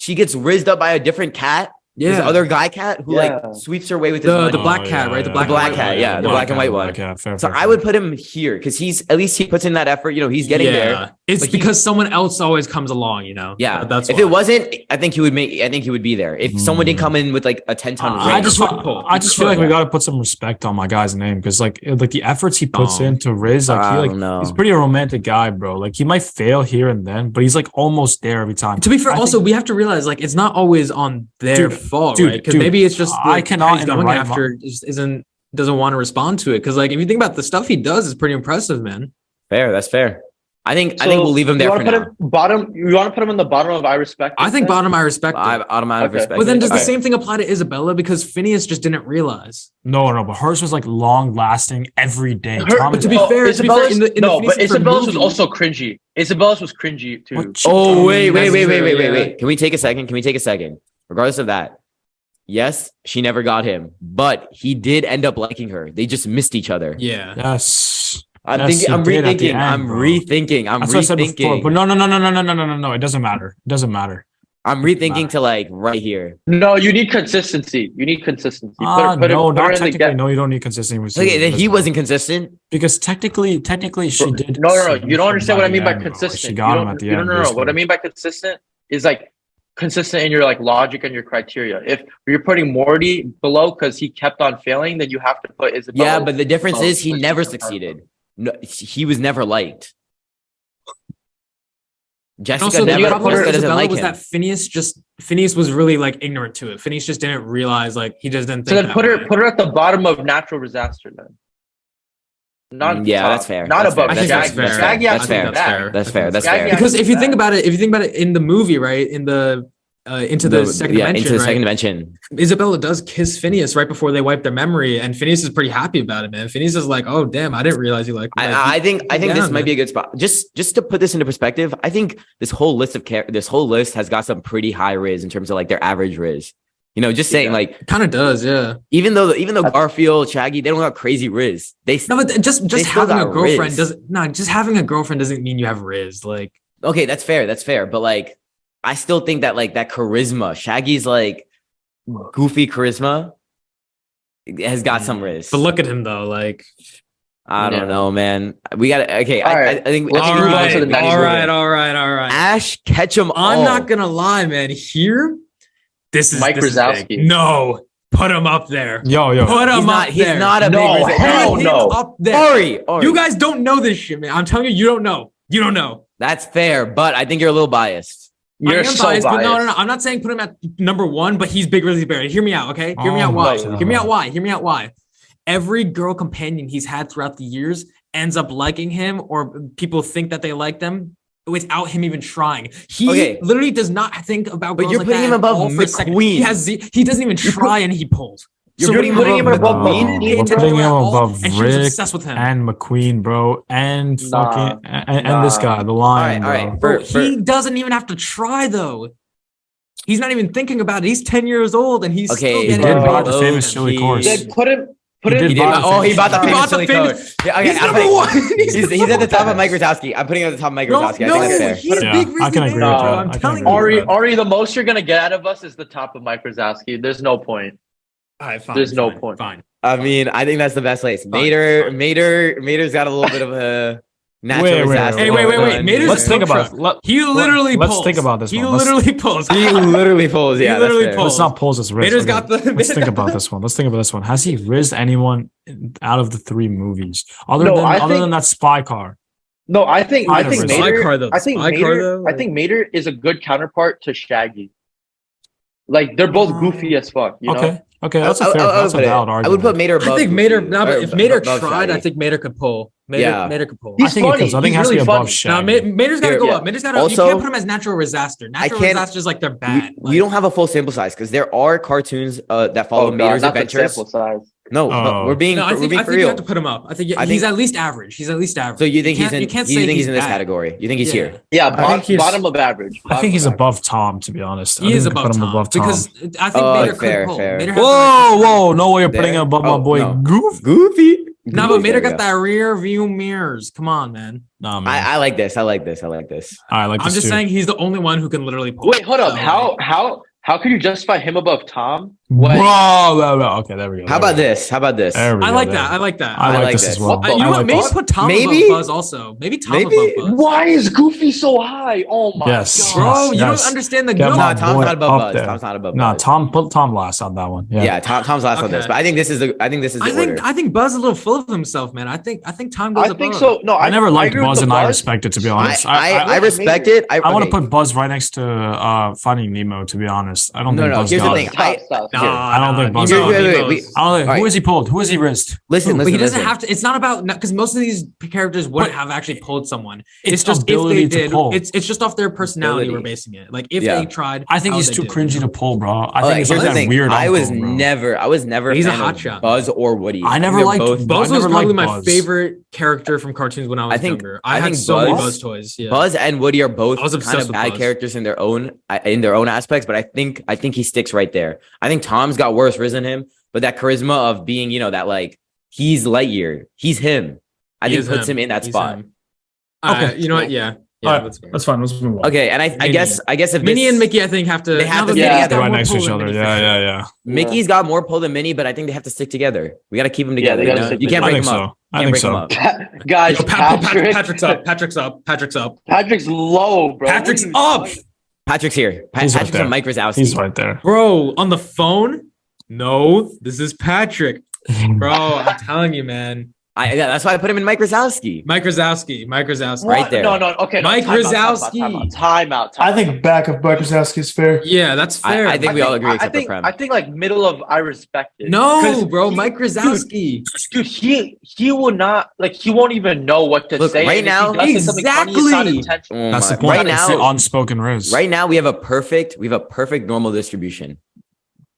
Speaker 2: she gets rizzed up by a different cat. This
Speaker 3: Yeah,
Speaker 2: other guy cat who
Speaker 4: Yeah.
Speaker 2: like sweeps her away with his
Speaker 3: the the
Speaker 2: money.
Speaker 3: black
Speaker 1: Oh,
Speaker 3: cat,
Speaker 1: yeah,
Speaker 3: right? The
Speaker 1: yeah,
Speaker 3: black,
Speaker 2: yeah. Black
Speaker 3: and white
Speaker 2: cat, yeah, the black and white one.
Speaker 1: Yeah, fair,
Speaker 2: so
Speaker 1: fair,
Speaker 2: I
Speaker 1: fair.
Speaker 2: would put him here because he's at least he puts in that effort. You know, he's getting there.
Speaker 3: It's
Speaker 2: But he-
Speaker 3: because someone else always comes along, you know.
Speaker 2: Yeah,
Speaker 3: That- that's
Speaker 2: if
Speaker 3: why.
Speaker 2: it wasn't, I think he would make. I think he would be there if someone didn't come in with like a ten ton.
Speaker 1: Hmm. I
Speaker 2: ring.
Speaker 1: just,
Speaker 3: Could
Speaker 1: wa-
Speaker 3: pull.
Speaker 1: I just feel like we got to put some respect on my guy's name because, like, it- like the efforts he puts
Speaker 3: No.
Speaker 1: in to Riz, like,
Speaker 2: I
Speaker 1: he, like
Speaker 2: don't know.
Speaker 1: he's
Speaker 4: Um,
Speaker 1: pretty a romantic guy, bro. Like, he might fail here and then, but he's like almost there every time.
Speaker 3: To be fair,
Speaker 1: I
Speaker 3: also we have to realize like it's not always on their
Speaker 1: Dude,
Speaker 3: fault,
Speaker 1: dude,
Speaker 3: right? Because
Speaker 1: dude,
Speaker 3: maybe it's just
Speaker 1: I
Speaker 3: like,
Speaker 1: cannot
Speaker 3: how he's
Speaker 1: in the
Speaker 3: going
Speaker 1: right
Speaker 3: after just isn't doesn't want to respond to it. Because like if you think about the stuff he does, is pretty impressive, man.
Speaker 2: fair. That's fair. I think. I
Speaker 4: So,
Speaker 2: think we'll leave him there
Speaker 4: you
Speaker 2: for
Speaker 4: wanna
Speaker 2: now.
Speaker 4: put Him bottom. You want to put him in the bottom of I respect.
Speaker 3: I
Speaker 4: It
Speaker 3: think
Speaker 4: then?
Speaker 3: bottom I respect.
Speaker 2: I
Speaker 3: it.
Speaker 2: have automatic
Speaker 4: Okay.
Speaker 2: respect.
Speaker 3: But then does the
Speaker 2: Alright.
Speaker 3: same thing apply to Isabella? Because Phineas just didn't realize.
Speaker 1: No, no, but hers was like long lasting every day.
Speaker 4: Her-
Speaker 1: Tom
Speaker 3: but
Speaker 1: is-
Speaker 3: to be
Speaker 4: Oh,
Speaker 3: fair- to be fair, in the- in the
Speaker 4: no, but
Speaker 3: Phineas and Ferb
Speaker 4: Isabella's was
Speaker 3: movie-
Speaker 4: also cringy. Isabella's was cringy too.
Speaker 1: What
Speaker 2: Oh wait, wait,
Speaker 3: Mm, that's
Speaker 2: wait, wait,
Speaker 3: true,
Speaker 2: wait, wait,
Speaker 3: yeah.
Speaker 2: wait. Can we take a second? Can we take a second? Regardless of that, yes, she never got him, but he did end up liking her. They just missed each other.
Speaker 3: Yeah.
Speaker 1: yes.
Speaker 2: I'm
Speaker 1: Yes,
Speaker 2: thinking.
Speaker 1: he
Speaker 2: I'm
Speaker 1: did at the
Speaker 2: rethinking.
Speaker 1: end,
Speaker 2: I'm
Speaker 1: bro.
Speaker 2: rethinking. I'm
Speaker 1: That's what I said before.
Speaker 2: rethinking.
Speaker 1: But no, no, no, no, no, no, no, no, no, no. It doesn't matter. It doesn't matter.
Speaker 2: I'm rethinking to like right here.
Speaker 4: No, you need consistency. You need consistency. Put-
Speaker 1: Ah,
Speaker 4: put it-
Speaker 1: no,
Speaker 4: put her
Speaker 1: not
Speaker 4: in the
Speaker 1: technically.
Speaker 4: ga-
Speaker 1: No, you don't need consistency. with
Speaker 2: Look,
Speaker 1: Susan
Speaker 2: at he
Speaker 1: Sarandon.
Speaker 2: wasn't consistent.
Speaker 1: because technically, technically she
Speaker 4: Bro,
Speaker 1: did.
Speaker 4: No, no, no.
Speaker 1: seduce
Speaker 4: You don't understand what I mean by
Speaker 1: somebody, bro. She
Speaker 4: consistent.
Speaker 1: got
Speaker 4: you
Speaker 1: him
Speaker 4: don't-
Speaker 1: at the
Speaker 4: you
Speaker 1: end.
Speaker 4: don't- No, no, no. What I
Speaker 1: basically.
Speaker 4: mean by consistent is like consistent in your like logic and your criteria. If you're putting Morty below because he kept on failing, then you have to put Isabella.
Speaker 2: Yeah, but the difference
Speaker 4: Well,
Speaker 2: is he
Speaker 4: like,
Speaker 2: never
Speaker 4: you know,
Speaker 2: succeeded. No, he was never liked.
Speaker 3: And
Speaker 2: Jessica
Speaker 3: also, the
Speaker 2: never
Speaker 4: gotta
Speaker 3: problem
Speaker 4: put her-
Speaker 3: with
Speaker 2: Jessica doesn't
Speaker 3: Isabella
Speaker 2: like
Speaker 3: was
Speaker 2: him.
Speaker 3: that Phineas just Phineas was really like ignorant to it. Phineas just didn't realize like he just didn't. Think
Speaker 4: so then
Speaker 3: that
Speaker 4: put
Speaker 3: way.
Speaker 4: her put her at the bottom of natural disaster then. Not at the
Speaker 2: Yeah,
Speaker 4: top.
Speaker 2: that's fair.
Speaker 4: Not
Speaker 2: That's
Speaker 4: above.
Speaker 2: fair.
Speaker 3: I think that's
Speaker 4: Shaggy-
Speaker 3: fair.
Speaker 4: Shaggy
Speaker 2: That's
Speaker 4: has
Speaker 2: fair.
Speaker 4: to be
Speaker 2: That's
Speaker 4: back.
Speaker 2: That's fair. That's
Speaker 4: Shaggy
Speaker 2: fair.
Speaker 4: has to
Speaker 3: because
Speaker 4: be
Speaker 3: if you think
Speaker 4: back.
Speaker 3: about it, if you think about it in the movie, right, in the uh, into the, second
Speaker 2: yeah,
Speaker 3: dimension,
Speaker 2: into the
Speaker 3: right,
Speaker 2: second dimension.
Speaker 3: Isabella does kiss Phineas right before they wipe their memory, and Phineas is pretty happy about it, man. Phineas is like, "Oh, damn, I didn't realize you like." like,
Speaker 2: I, I think I think
Speaker 3: Yeah,
Speaker 2: this might
Speaker 3: man.
Speaker 2: be a good spot. Just just to put this into perspective, I think this whole list of care this whole list has got some pretty high riz in terms of like their average riz. You know, just saying
Speaker 4: Yeah.
Speaker 2: like
Speaker 3: kind of does, yeah.
Speaker 2: even though even though Garfield, Shaggy, they don't have crazy riz. They
Speaker 3: No, but just just
Speaker 2: still
Speaker 3: having a
Speaker 2: got
Speaker 3: girlfriend
Speaker 2: Riz.
Speaker 3: doesn't. No, just having a girlfriend doesn't mean you have Riz. Like,
Speaker 2: okay, that's fair, that's fair. But like, I still think that like that charisma, Shaggy's like goofy charisma, has got some riz.
Speaker 3: Mm. but look at him though. Like,
Speaker 2: I don't
Speaker 4: Yeah.
Speaker 2: know, man. We got to okay. I, I, I
Speaker 4: Alright.
Speaker 2: think I think
Speaker 4: Let's
Speaker 3: all
Speaker 2: we-
Speaker 4: move on
Speaker 3: right,
Speaker 4: to the next
Speaker 3: all
Speaker 4: movie.
Speaker 3: right, all right, all right.
Speaker 2: Ash Ketchum.
Speaker 3: I'm
Speaker 2: all.
Speaker 3: not gonna lie, man. Here, this is
Speaker 4: Mike
Speaker 3: this is big.
Speaker 4: Wazowski.
Speaker 3: No, put him up there.
Speaker 1: Yo, yo.
Speaker 3: Put him
Speaker 2: He's not.
Speaker 3: up
Speaker 2: He's
Speaker 3: there.
Speaker 2: not a
Speaker 4: No,
Speaker 2: big. riz-
Speaker 4: hell
Speaker 3: Put him
Speaker 4: no.
Speaker 3: Up there.
Speaker 2: Ori, Ori.
Speaker 3: You guys don't know this shit, man. I'm telling you, you don't know. You don't know.
Speaker 2: That's fair, but I think you're a little biased.
Speaker 3: I
Speaker 4: You're
Speaker 3: am
Speaker 4: so
Speaker 3: biased,
Speaker 4: biased.
Speaker 3: but no, no, no. I'm not saying put him at number one, but he's Big Rizzy Barrett. Hear me out, okay? Hear me
Speaker 1: Oh
Speaker 3: out why.
Speaker 1: my
Speaker 3: Hear me out
Speaker 1: God.
Speaker 3: why. Hear me out why. Every girl companion he's had throughout the years ends up liking him, or people think that they like them without him even trying. He
Speaker 2: Okay.
Speaker 3: literally does not think about.
Speaker 2: But
Speaker 3: girls
Speaker 2: you're
Speaker 3: like
Speaker 2: putting
Speaker 3: that
Speaker 2: him
Speaker 3: at
Speaker 2: above
Speaker 3: all for a second.
Speaker 2: McQueen.
Speaker 3: He has. ze- He doesn't even
Speaker 2: You're put-
Speaker 3: trying. he pulls.
Speaker 2: You're
Speaker 3: So
Speaker 2: putting,
Speaker 3: when
Speaker 2: him above.
Speaker 1: above
Speaker 2: Baldwin?
Speaker 1: Baldwin?
Speaker 3: he
Speaker 1: We're
Speaker 3: didn't
Speaker 1: putting
Speaker 3: interact
Speaker 1: him
Speaker 3: at all,
Speaker 1: above
Speaker 3: and she was
Speaker 1: Rick
Speaker 3: obsessed with him.
Speaker 1: and McQueen, bro, and
Speaker 4: Nah.
Speaker 1: fucking and, and this
Speaker 4: Nah.
Speaker 1: guy, the lion.
Speaker 2: All right, all right.
Speaker 1: bro.
Speaker 3: Bro,
Speaker 2: For- for-
Speaker 3: he doesn't even have to try though. He's not even thinking about it. He's ten years old and he's
Speaker 2: Okay,
Speaker 3: still
Speaker 2: he
Speaker 3: getting
Speaker 1: did
Speaker 3: it.
Speaker 1: buy the
Speaker 2: Oh,
Speaker 1: famous chili
Speaker 2: geez.
Speaker 1: course.
Speaker 4: Then put him. Put
Speaker 1: He
Speaker 4: him.
Speaker 1: did
Speaker 2: He did,
Speaker 1: buy the
Speaker 2: oh, he
Speaker 1: famous
Speaker 2: bought the
Speaker 1: chili
Speaker 3: He
Speaker 2: famous
Speaker 3: bought the
Speaker 2: silly
Speaker 3: famous-
Speaker 2: code. Yeah, okay,
Speaker 3: He's
Speaker 2: I
Speaker 3: number
Speaker 2: think-
Speaker 3: one.
Speaker 2: He's, he's, at the top of Mike Rotowski. I'm putting him at the top of Mike
Speaker 3: no,
Speaker 2: Rotowski. I think that's
Speaker 3: no,
Speaker 2: fair.
Speaker 3: he's
Speaker 1: Yeah,
Speaker 3: big.
Speaker 1: I
Speaker 3: Reason
Speaker 1: can agree
Speaker 3: Barrett,
Speaker 4: with
Speaker 3: bro.
Speaker 4: that.
Speaker 3: I'm
Speaker 1: I can
Speaker 3: telling you.
Speaker 1: agree with that.
Speaker 4: Ari, Ari, the most you're gonna get out of us is the top of Mike Krzyzewski. There's no point.
Speaker 3: All right, fine,
Speaker 4: There's no
Speaker 3: fine,
Speaker 4: point.
Speaker 3: Fine.
Speaker 2: I mean, I think that's the best place.
Speaker 3: Fine,
Speaker 2: Mater,
Speaker 3: fine.
Speaker 2: Mater, Mater's got a little bit of a natural
Speaker 1: Wait, wait, wait,
Speaker 2: disaster.
Speaker 1: wait, wait,
Speaker 2: going
Speaker 1: wait,
Speaker 3: wait.
Speaker 2: on.
Speaker 3: Mater's
Speaker 1: Let's
Speaker 3: a
Speaker 1: think
Speaker 3: tow
Speaker 1: about. Let,
Speaker 3: He literally.
Speaker 1: let's
Speaker 3: pulls.
Speaker 1: think about this
Speaker 3: He
Speaker 1: one. Let's-
Speaker 3: literally pulls.
Speaker 2: He literally pulls. Yeah, that's
Speaker 3: He literally
Speaker 2: fair.
Speaker 3: pulls.
Speaker 1: let's not pulse this. Riz.
Speaker 3: Mater's
Speaker 1: okay?
Speaker 3: got the.
Speaker 1: Let's think about this one. Let's think about this one. Has he rizzed anyone out of the three movies, other
Speaker 4: No,
Speaker 1: than
Speaker 4: I
Speaker 1: other
Speaker 4: think-
Speaker 1: than that spy car?
Speaker 4: No, I think I think
Speaker 1: Spy
Speaker 4: Mater.
Speaker 3: car, though.
Speaker 4: I think
Speaker 3: Spy car,
Speaker 4: Mater.
Speaker 3: though,
Speaker 4: I think Mater is a good counterpart to Shaggy. Like they're both goofy as fuck. You
Speaker 1: Ah. okay,
Speaker 4: know.
Speaker 1: okay, that's
Speaker 2: I-
Speaker 1: a
Speaker 2: I-
Speaker 1: fair,
Speaker 2: I would
Speaker 1: that's a
Speaker 2: put it-
Speaker 1: valid
Speaker 2: I would
Speaker 1: argument.
Speaker 2: put Mater above.
Speaker 3: I think Mater.
Speaker 2: Goofy,
Speaker 3: No,
Speaker 2: or
Speaker 3: but if Mater
Speaker 2: above
Speaker 3: tried,
Speaker 2: Shaggy.
Speaker 3: I think Mater could pull. Mater,
Speaker 2: Yeah.
Speaker 3: Mater could pull.
Speaker 1: I think
Speaker 4: He's
Speaker 1: it does. I
Speaker 4: funny.
Speaker 1: think it
Speaker 4: He's
Speaker 1: has to be
Speaker 4: really
Speaker 1: above
Speaker 4: funny.
Speaker 1: Shaggy.
Speaker 3: No, Ma- Mater's got to
Speaker 2: Here,
Speaker 3: go
Speaker 2: yeah.
Speaker 3: up. Mater's got to.
Speaker 2: Also,
Speaker 3: you can't put him as natural disaster. Natural
Speaker 2: can't-
Speaker 3: disaster is like they're
Speaker 2: We-
Speaker 3: bad.
Speaker 2: we,
Speaker 3: Like-
Speaker 2: don't have a full sample size because there are cartoons uh, that follow
Speaker 4: Oh, God,
Speaker 2: Mater's
Speaker 4: not the
Speaker 2: adventures.
Speaker 4: sample size.
Speaker 2: No, no,
Speaker 1: Oh.
Speaker 2: we're being
Speaker 3: No, I
Speaker 2: we're
Speaker 3: think,
Speaker 2: being
Speaker 3: I
Speaker 2: for
Speaker 3: think you
Speaker 2: real.
Speaker 3: have to put him up. I think
Speaker 2: I
Speaker 3: he's
Speaker 2: think-
Speaker 3: at least average. He's at least average.
Speaker 2: So you think
Speaker 3: You
Speaker 2: he's
Speaker 3: can't-
Speaker 2: in?
Speaker 3: you can't
Speaker 2: you
Speaker 3: say
Speaker 2: think he's
Speaker 3: he's
Speaker 2: in this
Speaker 3: bad.
Speaker 2: category? You think he's
Speaker 3: Yeah.
Speaker 2: here?
Speaker 4: Yeah,
Speaker 1: I think
Speaker 4: bo-
Speaker 1: he's-
Speaker 4: bottom of average.
Speaker 1: I think he's
Speaker 4: Bottom of
Speaker 1: above Tom, to be honest. I
Speaker 3: he is
Speaker 1: think I
Speaker 3: above
Speaker 1: put him
Speaker 3: Tom, because I think
Speaker 2: Oh,
Speaker 3: Mater
Speaker 2: fair,
Speaker 3: could pull.
Speaker 2: fair.
Speaker 3: Mater has
Speaker 1: Whoa,
Speaker 3: that-
Speaker 1: whoa, no way you're
Speaker 2: There.
Speaker 1: putting him above
Speaker 2: Oh,
Speaker 1: my boy
Speaker 2: no.
Speaker 1: Goof.
Speaker 2: Goofy.
Speaker 3: No,
Speaker 2: Goofy,
Speaker 3: but Mater
Speaker 2: there we
Speaker 3: got
Speaker 2: go.
Speaker 3: that rear view mirrors. Come on, man.
Speaker 1: Nah, man.
Speaker 2: I, I like this. I like this. I like this.
Speaker 1: I, like
Speaker 3: I'm
Speaker 1: this
Speaker 3: just
Speaker 1: too.
Speaker 3: saying he's the only one who can literally pull.
Speaker 4: Wait, hold
Speaker 1: Oh,
Speaker 4: up.
Speaker 3: So,
Speaker 4: How
Speaker 3: like,
Speaker 4: how how can you justify him above Tom?
Speaker 1: Bro,
Speaker 4: What?
Speaker 1: blah, blah. okay, there we go.
Speaker 2: How
Speaker 1: there
Speaker 2: about
Speaker 1: we go.
Speaker 2: this? How about this?
Speaker 1: There we
Speaker 3: I
Speaker 1: go,
Speaker 3: like
Speaker 1: there.
Speaker 3: that. I like that.
Speaker 1: I,
Speaker 3: I,
Speaker 1: like
Speaker 2: like
Speaker 1: this,
Speaker 2: this.
Speaker 1: as well.
Speaker 4: What the-
Speaker 3: you
Speaker 1: I
Speaker 3: know what?
Speaker 1: like
Speaker 3: Maybe
Speaker 1: this.
Speaker 3: put Tom
Speaker 2: Maybe-
Speaker 3: above Buzz also. Maybe Tom
Speaker 2: Maybe-
Speaker 3: above Buzz.
Speaker 4: Why is Goofy so high? Oh my
Speaker 1: Yes.
Speaker 4: god.
Speaker 3: Bro, you
Speaker 1: Yes.
Speaker 3: don't understand the
Speaker 1: Get
Speaker 3: no.
Speaker 1: him
Speaker 2: Nah,
Speaker 1: on.
Speaker 2: Tom's
Speaker 1: boy,
Speaker 2: not
Speaker 1: up
Speaker 2: above Buzz.
Speaker 1: there.
Speaker 2: Tom's not above
Speaker 1: Nah,
Speaker 2: Buzz.
Speaker 1: Tom put Tom last on that one. Yeah.
Speaker 2: Yeah, Tom, Tom's last on
Speaker 3: Okay.
Speaker 2: this, but I think this is the. I think this is the
Speaker 3: I
Speaker 2: order.
Speaker 3: think I think Buzz is a little full of himself, man. I think I think Tom goes
Speaker 4: I
Speaker 3: above.
Speaker 4: think so. No, I,
Speaker 1: I never liked
Speaker 4: agree with
Speaker 1: Buzz,
Speaker 4: the
Speaker 1: and I respect it to be
Speaker 2: I,
Speaker 1: honest.
Speaker 2: I, I,
Speaker 4: I-
Speaker 2: respect it. I,
Speaker 1: I want to
Speaker 2: okay.
Speaker 1: put Buzz right next to uh, Finding Nemo. To be honest, I don't
Speaker 2: No,
Speaker 1: think
Speaker 2: no,
Speaker 1: Buzz
Speaker 2: here's the
Speaker 1: got
Speaker 2: thing.
Speaker 1: it.
Speaker 4: Stop, stop,
Speaker 3: Nah,
Speaker 4: stop.
Speaker 1: I don't
Speaker 3: nah,
Speaker 1: think Buzz-
Speaker 3: Nemos-
Speaker 1: Wait, wait,
Speaker 2: wait,
Speaker 3: Nemos.
Speaker 2: we-
Speaker 1: I don't think,
Speaker 2: Alright.
Speaker 1: Who is he pulled? Who is he risked?
Speaker 2: Listen,
Speaker 3: but
Speaker 2: listen,
Speaker 3: he doesn't
Speaker 2: listen.
Speaker 3: have to. It's not about because most of these characters wouldn't
Speaker 1: But
Speaker 3: have actually pulled someone.
Speaker 1: it's
Speaker 3: It's, just if
Speaker 1: ability
Speaker 3: they
Speaker 1: to
Speaker 3: did.
Speaker 1: pull.
Speaker 3: It's it's just off their personality
Speaker 2: Ability.
Speaker 3: we're basing it. Like if
Speaker 2: Yeah.
Speaker 3: they tried,
Speaker 1: I think
Speaker 3: how
Speaker 1: he's
Speaker 3: they
Speaker 1: too
Speaker 3: did.
Speaker 1: cringy to pull, bro. I
Speaker 2: All
Speaker 1: think
Speaker 2: right,
Speaker 1: it's
Speaker 2: here's
Speaker 1: like
Speaker 2: the
Speaker 1: that
Speaker 2: thing.
Speaker 1: weird.
Speaker 2: I
Speaker 1: uncle,
Speaker 2: was
Speaker 1: bro.
Speaker 2: never, I was never. a
Speaker 3: He's a
Speaker 2: fan
Speaker 3: hot
Speaker 2: of
Speaker 3: shot.
Speaker 2: Buzz or Woody.
Speaker 1: I
Speaker 2: think
Speaker 1: never
Speaker 2: they're
Speaker 1: liked
Speaker 2: both-
Speaker 1: Buzz
Speaker 3: Buzz was
Speaker 1: never
Speaker 3: probably
Speaker 1: liked
Speaker 3: my
Speaker 1: Buzz.
Speaker 3: favorite character from cartoons when I was
Speaker 2: I think-
Speaker 3: younger.
Speaker 2: I
Speaker 3: I, had
Speaker 2: think
Speaker 3: so many
Speaker 2: Buzz-
Speaker 3: Buzz toys. Yeah.
Speaker 2: Buzz and Woody are both
Speaker 3: I was obsessed
Speaker 2: kind of
Speaker 3: with
Speaker 2: bad
Speaker 3: Buzz.
Speaker 2: characters in their own I- in their own aspects, but I think I think he sticks right there. I think Tom's got worse risen him, but that charisma of being, you know, that like he's Lightyear, he's him. I
Speaker 3: He
Speaker 2: think
Speaker 3: is
Speaker 2: puts him,
Speaker 3: him.
Speaker 2: in that
Speaker 3: He's
Speaker 2: spot.
Speaker 3: him. Uh,
Speaker 1: Okay.
Speaker 3: you know what? Yeah.
Speaker 7: Yeah,
Speaker 8: All right.
Speaker 7: that's fair.
Speaker 8: That's fine. Let's move on.
Speaker 2: Okay, and I, I guess I guess if
Speaker 3: Minnie
Speaker 2: this,
Speaker 3: and Mickey, I think, have to.
Speaker 2: They have
Speaker 3: now
Speaker 2: to
Speaker 4: be-
Speaker 3: that Minnie's
Speaker 4: Yeah.
Speaker 3: got
Speaker 8: They're right
Speaker 3: more
Speaker 8: next to
Speaker 3: pull
Speaker 8: each
Speaker 3: than
Speaker 8: other.
Speaker 3: Minnie
Speaker 8: Yeah,
Speaker 3: Fish.
Speaker 8: yeah, yeah.
Speaker 2: Mickey's got more pull than Minnie, but I think they have to stick together. We got to keep them
Speaker 4: Yeah,
Speaker 2: together.
Speaker 4: they
Speaker 2: you
Speaker 4: gotta
Speaker 2: know?
Speaker 4: stick
Speaker 2: you can't
Speaker 8: I
Speaker 2: break
Speaker 8: think
Speaker 2: them
Speaker 8: so.
Speaker 2: up.
Speaker 8: I
Speaker 2: Can't
Speaker 8: think
Speaker 2: break
Speaker 8: so.
Speaker 2: 'em up.
Speaker 4: Guys,
Speaker 7: Yo, Pat- Pat-
Speaker 4: Patrick,
Speaker 7: Patrick's up. Patrick's up. Patrick's up.
Speaker 4: Patrick's low, bro.
Speaker 3: Patrick's
Speaker 4: What are
Speaker 3: up,
Speaker 4: you talking-
Speaker 2: Patrick's here. Pa-
Speaker 8: He's right
Speaker 2: Patrick's
Speaker 8: there.
Speaker 2: on Mike Rizowski.
Speaker 8: He's right there.
Speaker 3: bro. On the phone? No, this is Patrick, bro. I'm telling you, man.
Speaker 2: I, yeah, that's why I put him in Mike Rizowski.
Speaker 3: Mike Rosowski. Mike Rosowski.
Speaker 2: Right
Speaker 4: What?
Speaker 2: there.
Speaker 4: No, no, okay. no,
Speaker 3: Mike
Speaker 4: time out, time out, Time
Speaker 3: Rizowski.
Speaker 4: out. Time out. time
Speaker 9: I think back of Bukowski is fair.
Speaker 3: Yeah, that's
Speaker 2: I-
Speaker 3: fair.
Speaker 2: I think
Speaker 4: out.
Speaker 2: we all agree
Speaker 4: I-
Speaker 2: except
Speaker 4: I
Speaker 2: for
Speaker 4: think,
Speaker 2: Prem.
Speaker 4: I think like middle of I respect it.
Speaker 3: no,
Speaker 4: 'Cause
Speaker 3: bro.
Speaker 4: he-
Speaker 3: Mike Rosowski.
Speaker 4: dude, he he will not like he won't even know what to
Speaker 2: Look,
Speaker 4: say.
Speaker 2: right
Speaker 4: and if he
Speaker 2: now-
Speaker 4: does say something funny, it's not
Speaker 3: Exactly.
Speaker 4: intentional.
Speaker 2: Oh
Speaker 1: That's
Speaker 2: my-
Speaker 1: the point.
Speaker 2: Right
Speaker 1: It's
Speaker 2: now,
Speaker 1: the unspoken riz.
Speaker 2: right now we have a perfect, we have a perfect normal distribution.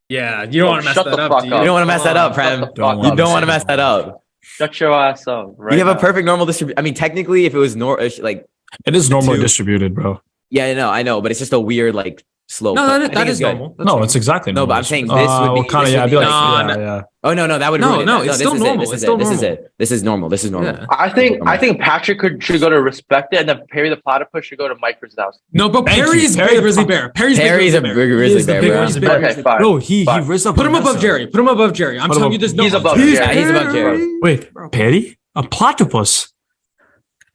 Speaker 7: Yeah, you don't
Speaker 4: Oh,
Speaker 7: want to mess
Speaker 4: shut
Speaker 7: that
Speaker 4: the
Speaker 7: up.
Speaker 4: fuck
Speaker 7: dude.
Speaker 4: up.
Speaker 2: You don't want to mess
Speaker 4: Come
Speaker 2: that
Speaker 4: on,
Speaker 2: up, Prem.
Speaker 4: shut the fuck
Speaker 8: Don't
Speaker 2: You
Speaker 8: up.
Speaker 2: don't want to mess that up.
Speaker 4: Shut your ass up. Right
Speaker 2: you have
Speaker 4: now.
Speaker 2: a perfect normal distribution. I mean, technically, if it was nor ish, like
Speaker 8: It is normally
Speaker 2: Two.
Speaker 8: distributed, bro.
Speaker 2: yeah, I know, I know, but it's just a weird like slow.
Speaker 3: No,
Speaker 2: I
Speaker 3: that,
Speaker 2: think
Speaker 3: that
Speaker 2: it's
Speaker 3: is
Speaker 2: good.
Speaker 3: normal.
Speaker 8: no, it's exactly
Speaker 2: No, but I'm saying this would be-
Speaker 8: kind of
Speaker 2: this
Speaker 8: yeah.
Speaker 2: would
Speaker 8: I'd
Speaker 2: be
Speaker 8: be like,
Speaker 3: like-
Speaker 8: yeah,
Speaker 3: No,
Speaker 8: yeah.
Speaker 2: Oh no, no, that would
Speaker 3: No,
Speaker 2: ruin it.
Speaker 3: no, it's still
Speaker 2: this is
Speaker 3: normal.
Speaker 2: It. This
Speaker 3: It's
Speaker 2: is
Speaker 3: still
Speaker 2: it. This is
Speaker 3: normal.
Speaker 2: it. This is normal. This is normal.
Speaker 3: Yeah.
Speaker 4: I think I think Patrick could should go to respect it, and then Perry the Platypus should go to Mike Rizowski.
Speaker 3: No, but
Speaker 8: Thank
Speaker 3: Perry
Speaker 8: you.
Speaker 3: is
Speaker 8: Perry
Speaker 3: big
Speaker 8: the
Speaker 3: grizzly
Speaker 8: fuck-
Speaker 3: bear. Perry's big
Speaker 2: Perry's
Speaker 3: grizzly
Speaker 2: a big
Speaker 3: bear. He
Speaker 2: grizzly
Speaker 3: is the
Speaker 2: bear,
Speaker 3: big
Speaker 2: bro.
Speaker 3: grizzly bear.
Speaker 4: Okay, fine.
Speaker 1: No, he he
Speaker 4: Fine.
Speaker 1: rizzed up.
Speaker 3: Put him above
Speaker 1: Vanessa.
Speaker 3: Jerry. Put him above Jerry. I'm
Speaker 8: Put him
Speaker 3: telling you,
Speaker 8: ab-
Speaker 3: there's no.
Speaker 4: He's
Speaker 3: one.
Speaker 4: above
Speaker 3: He's
Speaker 2: Jerry. Yeah, he's above Jerry.
Speaker 3: Perry.
Speaker 8: Wait, Perry? A platypus?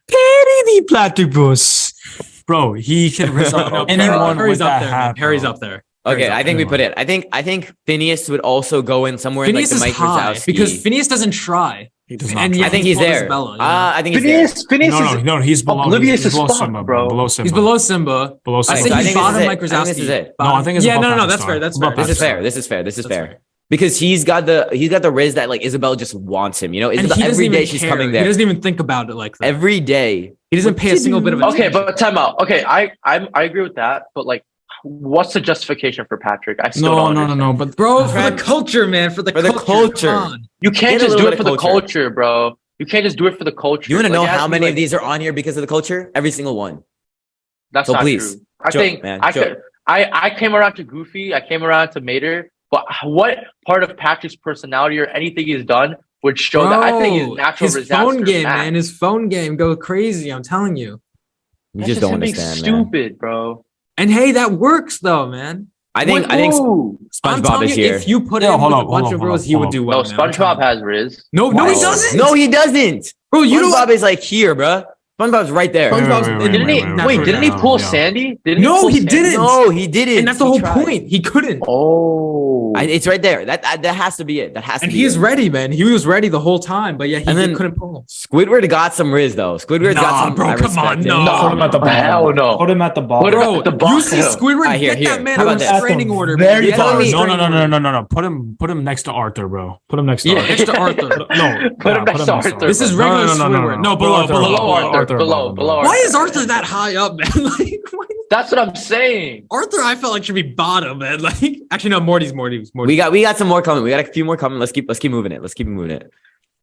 Speaker 8: Perry the platypus. Bro, he can rizz up
Speaker 3: No, Perry-
Speaker 8: anyone
Speaker 3: Perry's
Speaker 8: with
Speaker 3: up
Speaker 8: that
Speaker 3: there. man.
Speaker 8: hat.
Speaker 3: Perry's
Speaker 8: bro.
Speaker 3: up there. Perry's
Speaker 2: Okay,
Speaker 3: up
Speaker 2: I think we put it. I think I think Phineas would also go in somewhere
Speaker 3: Phineas
Speaker 2: in
Speaker 3: is
Speaker 2: like the Mike
Speaker 3: high
Speaker 2: Rizowski.
Speaker 3: because Phineas doesn't try.
Speaker 8: He does not.
Speaker 3: And
Speaker 8: try.
Speaker 2: I think he's
Speaker 3: Well, there's
Speaker 2: there.
Speaker 3: Bella, yeah.
Speaker 2: Uh, I think he's there.
Speaker 4: Phineas, Phineas
Speaker 8: no, no,
Speaker 4: is
Speaker 8: no, he's below.
Speaker 4: oblivious
Speaker 8: he's
Speaker 4: as
Speaker 8: below
Speaker 4: fuck,
Speaker 8: Simba,
Speaker 4: bro.
Speaker 8: Below Simba.
Speaker 3: He's below Simba.
Speaker 8: Below Simba.
Speaker 3: I
Speaker 2: Alright,
Speaker 3: say
Speaker 2: so I
Speaker 3: he's
Speaker 2: think this is
Speaker 3: bottom
Speaker 2: it.
Speaker 3: Mike
Speaker 2: I think this
Speaker 3: Rosowski.
Speaker 2: is it.
Speaker 1: No, I think it's
Speaker 3: yeah,
Speaker 1: above
Speaker 3: no, no, no.
Speaker 1: Patrick's
Speaker 3: That's fair.
Speaker 1: line.
Speaker 3: That's
Speaker 1: Above
Speaker 3: fair.
Speaker 2: This
Speaker 1: Patrick's
Speaker 2: is fair. This is fair. This is fair. Because he's got the he's got the riz that like Isabel just wants him. You know,
Speaker 3: And
Speaker 2: Isabel
Speaker 3: he doesn't
Speaker 2: every
Speaker 3: even
Speaker 2: day she's
Speaker 3: care.
Speaker 2: coming
Speaker 3: He
Speaker 2: there.
Speaker 3: doesn't even think about it like that.
Speaker 2: Every day.
Speaker 3: He doesn't pay a single bit of attention.
Speaker 4: Okay, but time out. Okay, I I'm, I agree with that, but like, what's the justification for Patrick? I still
Speaker 8: no, no,
Speaker 4: don't
Speaker 8: no,
Speaker 4: understand.
Speaker 8: no. But
Speaker 3: bro, for
Speaker 2: Fred-
Speaker 3: the culture, man, for the
Speaker 2: For the
Speaker 3: culture.
Speaker 2: culture.
Speaker 3: come on.
Speaker 4: You can't
Speaker 2: Get a
Speaker 4: just
Speaker 2: little
Speaker 4: do
Speaker 2: bit
Speaker 4: it for
Speaker 2: of
Speaker 4: the
Speaker 2: culture.
Speaker 4: culture, bro. You can't just do it for the culture.
Speaker 2: You want to
Speaker 4: Like,
Speaker 2: know
Speaker 4: it has
Speaker 2: how
Speaker 4: be,
Speaker 2: many
Speaker 4: like,
Speaker 2: of these are on here because of the culture? Every single one.
Speaker 4: That's
Speaker 2: So
Speaker 4: not
Speaker 2: please,
Speaker 4: true. I
Speaker 2: joke,
Speaker 4: think
Speaker 2: man,
Speaker 4: I
Speaker 2: joke.
Speaker 4: could. I I came around to Goofy. I came around to Mater. But what part of Patrick's personality or anything he's done would show that? I think his
Speaker 3: Bro,
Speaker 4: natural
Speaker 3: his
Speaker 4: disaster
Speaker 3: phone game,
Speaker 4: act.
Speaker 3: man. His phone game go crazy. I'm telling you.
Speaker 2: You
Speaker 4: That's
Speaker 2: just don't
Speaker 4: him being
Speaker 2: understand, man.
Speaker 4: Stupid, bro.
Speaker 3: And hey, that works though, man.
Speaker 2: I think
Speaker 4: Like,
Speaker 2: I think
Speaker 4: whoa.
Speaker 3: I'm
Speaker 2: SpongeBob
Speaker 3: telling
Speaker 2: is
Speaker 3: you,
Speaker 2: here.
Speaker 3: if you put
Speaker 1: Yeah,
Speaker 3: him
Speaker 1: hold
Speaker 3: with
Speaker 1: up,
Speaker 3: a
Speaker 1: hold
Speaker 3: bunch
Speaker 1: up,
Speaker 3: of
Speaker 1: hold
Speaker 3: girls,
Speaker 1: up,
Speaker 3: he would
Speaker 1: hold
Speaker 3: do
Speaker 4: No,
Speaker 3: well. man. I'm telling
Speaker 4: SpongeBob
Speaker 3: you.
Speaker 4: has Riz.
Speaker 3: No, no, he
Speaker 2: Wow.
Speaker 3: doesn't.
Speaker 2: No, he doesn't.
Speaker 3: bro, you don't.
Speaker 2: SpongeBob is like here, bruh. SpongeBob's right there.
Speaker 8: Wait, wait,
Speaker 3: SpongeBob's-
Speaker 8: wait,
Speaker 3: Wait,
Speaker 4: Didn't he?
Speaker 3: wait,
Speaker 4: Wait,
Speaker 3: wait,
Speaker 4: didn't he
Speaker 8: no,
Speaker 4: pull
Speaker 8: no.
Speaker 4: Sandy? Didn't
Speaker 3: No,
Speaker 4: pull
Speaker 3: he
Speaker 4: Sandy?
Speaker 3: didn't.
Speaker 2: No, he didn't.
Speaker 3: And that's the
Speaker 2: He
Speaker 3: whole
Speaker 2: tried.
Speaker 3: point. He couldn't.
Speaker 4: Oh,
Speaker 2: I, it's right there. That, that that has to be it. That has
Speaker 3: And
Speaker 2: to be
Speaker 3: he's
Speaker 2: it.
Speaker 3: ready, man. He was ready the whole time, but yeah, he
Speaker 2: And
Speaker 3: he
Speaker 2: then-
Speaker 3: couldn't pull.
Speaker 2: Squidward got some riz though. Squidward's got
Speaker 1: Nah,
Speaker 2: some.
Speaker 1: bro,
Speaker 2: I
Speaker 1: come
Speaker 2: respect
Speaker 1: on,
Speaker 2: it.
Speaker 1: no.
Speaker 8: Put him at the bottom.
Speaker 4: Hell no.
Speaker 8: Put him at the
Speaker 4: Put him
Speaker 8: bottom.
Speaker 4: at
Speaker 3: Bro,
Speaker 4: the bottom.
Speaker 3: you see Squidward
Speaker 2: I hear-
Speaker 3: get that
Speaker 2: here.
Speaker 3: man
Speaker 2: How
Speaker 3: a
Speaker 2: about that?
Speaker 3: restraining order.
Speaker 9: Very
Speaker 3: man. Get
Speaker 2: far.
Speaker 3: him a
Speaker 8: No, no,
Speaker 3: restraining
Speaker 8: no, no,
Speaker 3: order.
Speaker 8: no, no, no. Put him, put him next to Arthur, bro. Put him next to
Speaker 4: Yeah.
Speaker 8: Arthur.
Speaker 3: Next to Arthur.
Speaker 8: No,
Speaker 4: Put him
Speaker 8: yeah,
Speaker 4: next to Arthur.
Speaker 3: This is regular
Speaker 8: no, no, no, no,
Speaker 3: Squidward. No, below, below,
Speaker 4: below Arthur, below, below
Speaker 3: Why is Arthur that high up, man? Like why?
Speaker 4: That's what I'm saying.
Speaker 3: Arthur, I felt like should be bottom, man. Like actually, no, Morty's Morty's Morty.
Speaker 2: We got we got some more coming. We got a few more coming. Let's keep let's keep moving it. Let's keep moving it.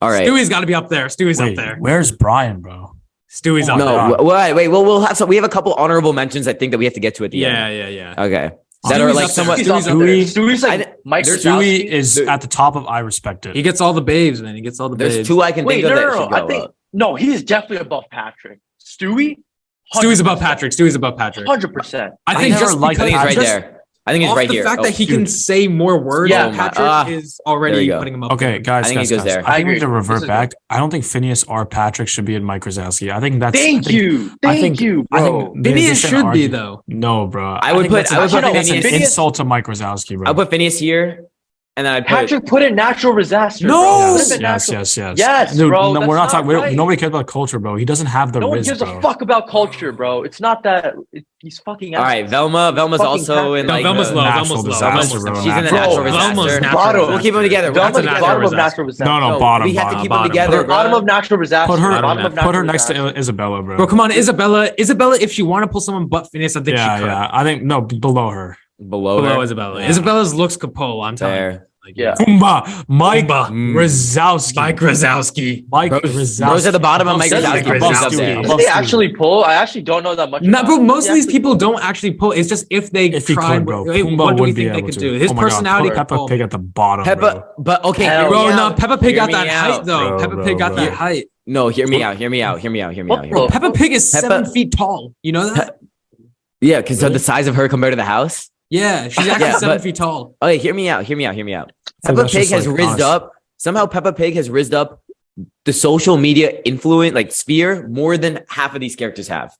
Speaker 2: All right.
Speaker 3: Stewie's got to be up there. Stewie's up
Speaker 8: Wait,
Speaker 3: there.
Speaker 1: Where's Brian, bro?
Speaker 3: Stewie's up
Speaker 2: no,
Speaker 3: there.
Speaker 2: w- wait, wait. Well, we'll have some. We have a couple honorable mentions. I think that we have to get to at the
Speaker 3: Yeah,
Speaker 2: end.
Speaker 3: yeah, yeah.
Speaker 2: Okay. That are like
Speaker 3: Stewie's up there.
Speaker 2: somewhat.
Speaker 4: Stewie's up there.
Speaker 1: Stewie-
Speaker 4: Stewie's
Speaker 2: I-
Speaker 4: like Mike
Speaker 2: there's
Speaker 1: Stewie
Speaker 4: Wazowski.
Speaker 1: is
Speaker 2: Dude.
Speaker 1: at the top of I respect it.
Speaker 3: He gets all the babes, man. He gets all the
Speaker 2: There's
Speaker 3: babes.
Speaker 2: two I can
Speaker 4: Wait,
Speaker 2: think
Speaker 4: no,
Speaker 2: of
Speaker 4: no,
Speaker 2: that
Speaker 4: no.
Speaker 2: should go
Speaker 4: I think
Speaker 2: up.
Speaker 4: no. He's definitely above Patrick. Stewie.
Speaker 3: Stewie's above Patrick. Stewie's above Patrick.
Speaker 4: Hundred percent.
Speaker 3: I
Speaker 1: I
Speaker 3: think
Speaker 1: never
Speaker 3: just
Speaker 1: liked
Speaker 2: I think he's right
Speaker 3: because just
Speaker 2: there. I think he's
Speaker 3: off
Speaker 2: right
Speaker 3: the
Speaker 2: here.
Speaker 3: fact
Speaker 2: Oh,
Speaker 3: that he
Speaker 2: dude.
Speaker 3: can say more words
Speaker 4: Yeah.
Speaker 3: than
Speaker 2: Oh my-
Speaker 3: Patrick
Speaker 2: ah,
Speaker 3: is
Speaker 2: there
Speaker 3: already
Speaker 2: you go.
Speaker 3: putting him up.
Speaker 1: Okay, guys,
Speaker 2: I think
Speaker 1: guys,
Speaker 2: he goes
Speaker 1: guys.
Speaker 2: there.
Speaker 1: I,
Speaker 4: I
Speaker 1: think we need to
Speaker 4: agree. This is
Speaker 1: revert
Speaker 4: good.
Speaker 1: back. I don't think Phineas or Patrick should be in Mike Rosowski. I think that's.
Speaker 4: Thank
Speaker 1: I think,
Speaker 4: you.
Speaker 1: I
Speaker 4: Thank
Speaker 1: think-
Speaker 4: you,
Speaker 1: I think
Speaker 4: bro.
Speaker 1: there's
Speaker 3: Maybe it
Speaker 1: just an
Speaker 3: should be
Speaker 1: argu-
Speaker 3: though.
Speaker 1: No, bro.
Speaker 2: I would
Speaker 1: think
Speaker 2: put-
Speaker 1: that's an-
Speaker 2: I would put
Speaker 1: think that's an
Speaker 2: Phineas-
Speaker 1: insult to Mike Rosowski, bro.
Speaker 2: I put Phineas here, and then I put
Speaker 4: Patrick put in natural disaster.
Speaker 3: No!
Speaker 4: bro. Put him
Speaker 1: yes,
Speaker 4: in
Speaker 1: yes,
Speaker 4: natural-
Speaker 1: yes, yes,
Speaker 4: Yes,
Speaker 1: Dude,
Speaker 4: bro,
Speaker 1: no,
Speaker 4: that's
Speaker 1: we're not
Speaker 4: not
Speaker 1: talking. We don't,
Speaker 4: right.
Speaker 1: Nobody cares about culture, bro. He doesn't have the
Speaker 4: No one
Speaker 1: riz,
Speaker 4: gives
Speaker 1: bro.
Speaker 4: a fuck about culture, bro. It's not that it, he's fucking.
Speaker 2: All right, Velma. Velma's
Speaker 4: Fucking
Speaker 2: also in
Speaker 4: No,
Speaker 2: like.
Speaker 3: Velma's
Speaker 2: the-
Speaker 3: low.
Speaker 1: Natural
Speaker 3: Velma's low.
Speaker 1: disaster,
Speaker 3: Velma's
Speaker 1: bro.
Speaker 3: low.
Speaker 2: She's in the
Speaker 1: Bro,
Speaker 2: natural
Speaker 3: Velma's
Speaker 2: disaster.
Speaker 3: natural.
Speaker 4: Bottom.
Speaker 2: We'll keep them together. We'll
Speaker 4: Velma's
Speaker 2: have to
Speaker 3: That's a
Speaker 2: keep
Speaker 4: bottom
Speaker 2: them
Speaker 4: of
Speaker 2: together.
Speaker 4: natural disaster.
Speaker 1: No, no,
Speaker 2: No,
Speaker 1: bottom.
Speaker 2: we have to
Speaker 1: bottom.
Speaker 2: keep
Speaker 3: bottom.
Speaker 2: them
Speaker 1: Put
Speaker 2: together.
Speaker 1: her-
Speaker 4: Bottom of natural disaster.
Speaker 1: Put her,
Speaker 4: Bottom of
Speaker 1: put her
Speaker 4: natural
Speaker 1: next
Speaker 4: disaster.
Speaker 1: to Isabella, bro.
Speaker 3: Bro, come on, Isabella. Isabella, if she want to pull someone but Phineas, I think
Speaker 1: yeah,
Speaker 3: she could.
Speaker 1: yeah. I think no b- below her.
Speaker 2: below.
Speaker 3: Below
Speaker 2: her.
Speaker 3: Isabella.
Speaker 1: Yeah.
Speaker 3: Isabella's looks Capola. I'm telling you.
Speaker 2: There.
Speaker 3: Like,
Speaker 4: Yeah.
Speaker 1: Pumba, Mike
Speaker 3: Pumba.
Speaker 1: mm. Rizowski,
Speaker 3: Mike
Speaker 1: Mike,
Speaker 3: Rosowski.
Speaker 1: Mike
Speaker 2: Bros-
Speaker 1: Rizowski.
Speaker 2: Bros at the bottom of Mike
Speaker 3: Above
Speaker 2: Rosowski.
Speaker 3: Stewie.
Speaker 2: Bros
Speaker 3: Above
Speaker 2: up there.
Speaker 1: Stewie.
Speaker 4: Did
Speaker 1: Above
Speaker 4: they actually pull? I actually don't know that much.
Speaker 3: No,
Speaker 4: about
Speaker 3: bro.
Speaker 4: them. Did
Speaker 3: Most
Speaker 4: they
Speaker 3: of these
Speaker 4: actually
Speaker 3: people
Speaker 4: pull?
Speaker 3: don't actually pull. It's just if they
Speaker 1: If he
Speaker 3: try.
Speaker 1: could,
Speaker 3: and-
Speaker 1: bro,
Speaker 3: hey,
Speaker 1: Pumba
Speaker 3: what do we
Speaker 1: would be
Speaker 3: think they
Speaker 1: able
Speaker 3: could
Speaker 1: to.
Speaker 3: do? His
Speaker 1: Oh my God,
Speaker 3: personality. could
Speaker 1: Peppa
Speaker 3: pull.
Speaker 1: Pig at the bottom,
Speaker 2: Peppa,
Speaker 1: bro.
Speaker 2: but okay,
Speaker 4: Hell
Speaker 2: hear me
Speaker 3: Bro, no,
Speaker 2: out.
Speaker 3: Peppa Pig
Speaker 2: Oh, Hear
Speaker 3: got that
Speaker 2: me
Speaker 3: height
Speaker 2: out.
Speaker 3: though.
Speaker 1: Bro,
Speaker 3: Peppa
Speaker 1: bro,
Speaker 3: Pig got
Speaker 1: bro.
Speaker 3: that height.
Speaker 2: No, hear me out. Hear me out. Hear me out. Hear me out. Hear me
Speaker 3: Bro,
Speaker 2: out.
Speaker 3: Peppa Pig is
Speaker 2: Peppa-
Speaker 3: seven feet tall. You know that?
Speaker 2: Yeah, because of the size of her compared to the house.
Speaker 3: Yeah, she's actually
Speaker 2: Yeah,
Speaker 3: seven
Speaker 2: but-
Speaker 3: feet tall.
Speaker 2: Okay, hear me out. Hear me out. Hear me out.
Speaker 1: So
Speaker 2: Peppa
Speaker 1: Oh, that's
Speaker 2: Pig
Speaker 1: just
Speaker 2: has
Speaker 1: like
Speaker 2: rizzed
Speaker 1: us.
Speaker 2: up. Somehow, Peppa Pig has rizzed up the social media influence, like sphere, more than half of these characters have.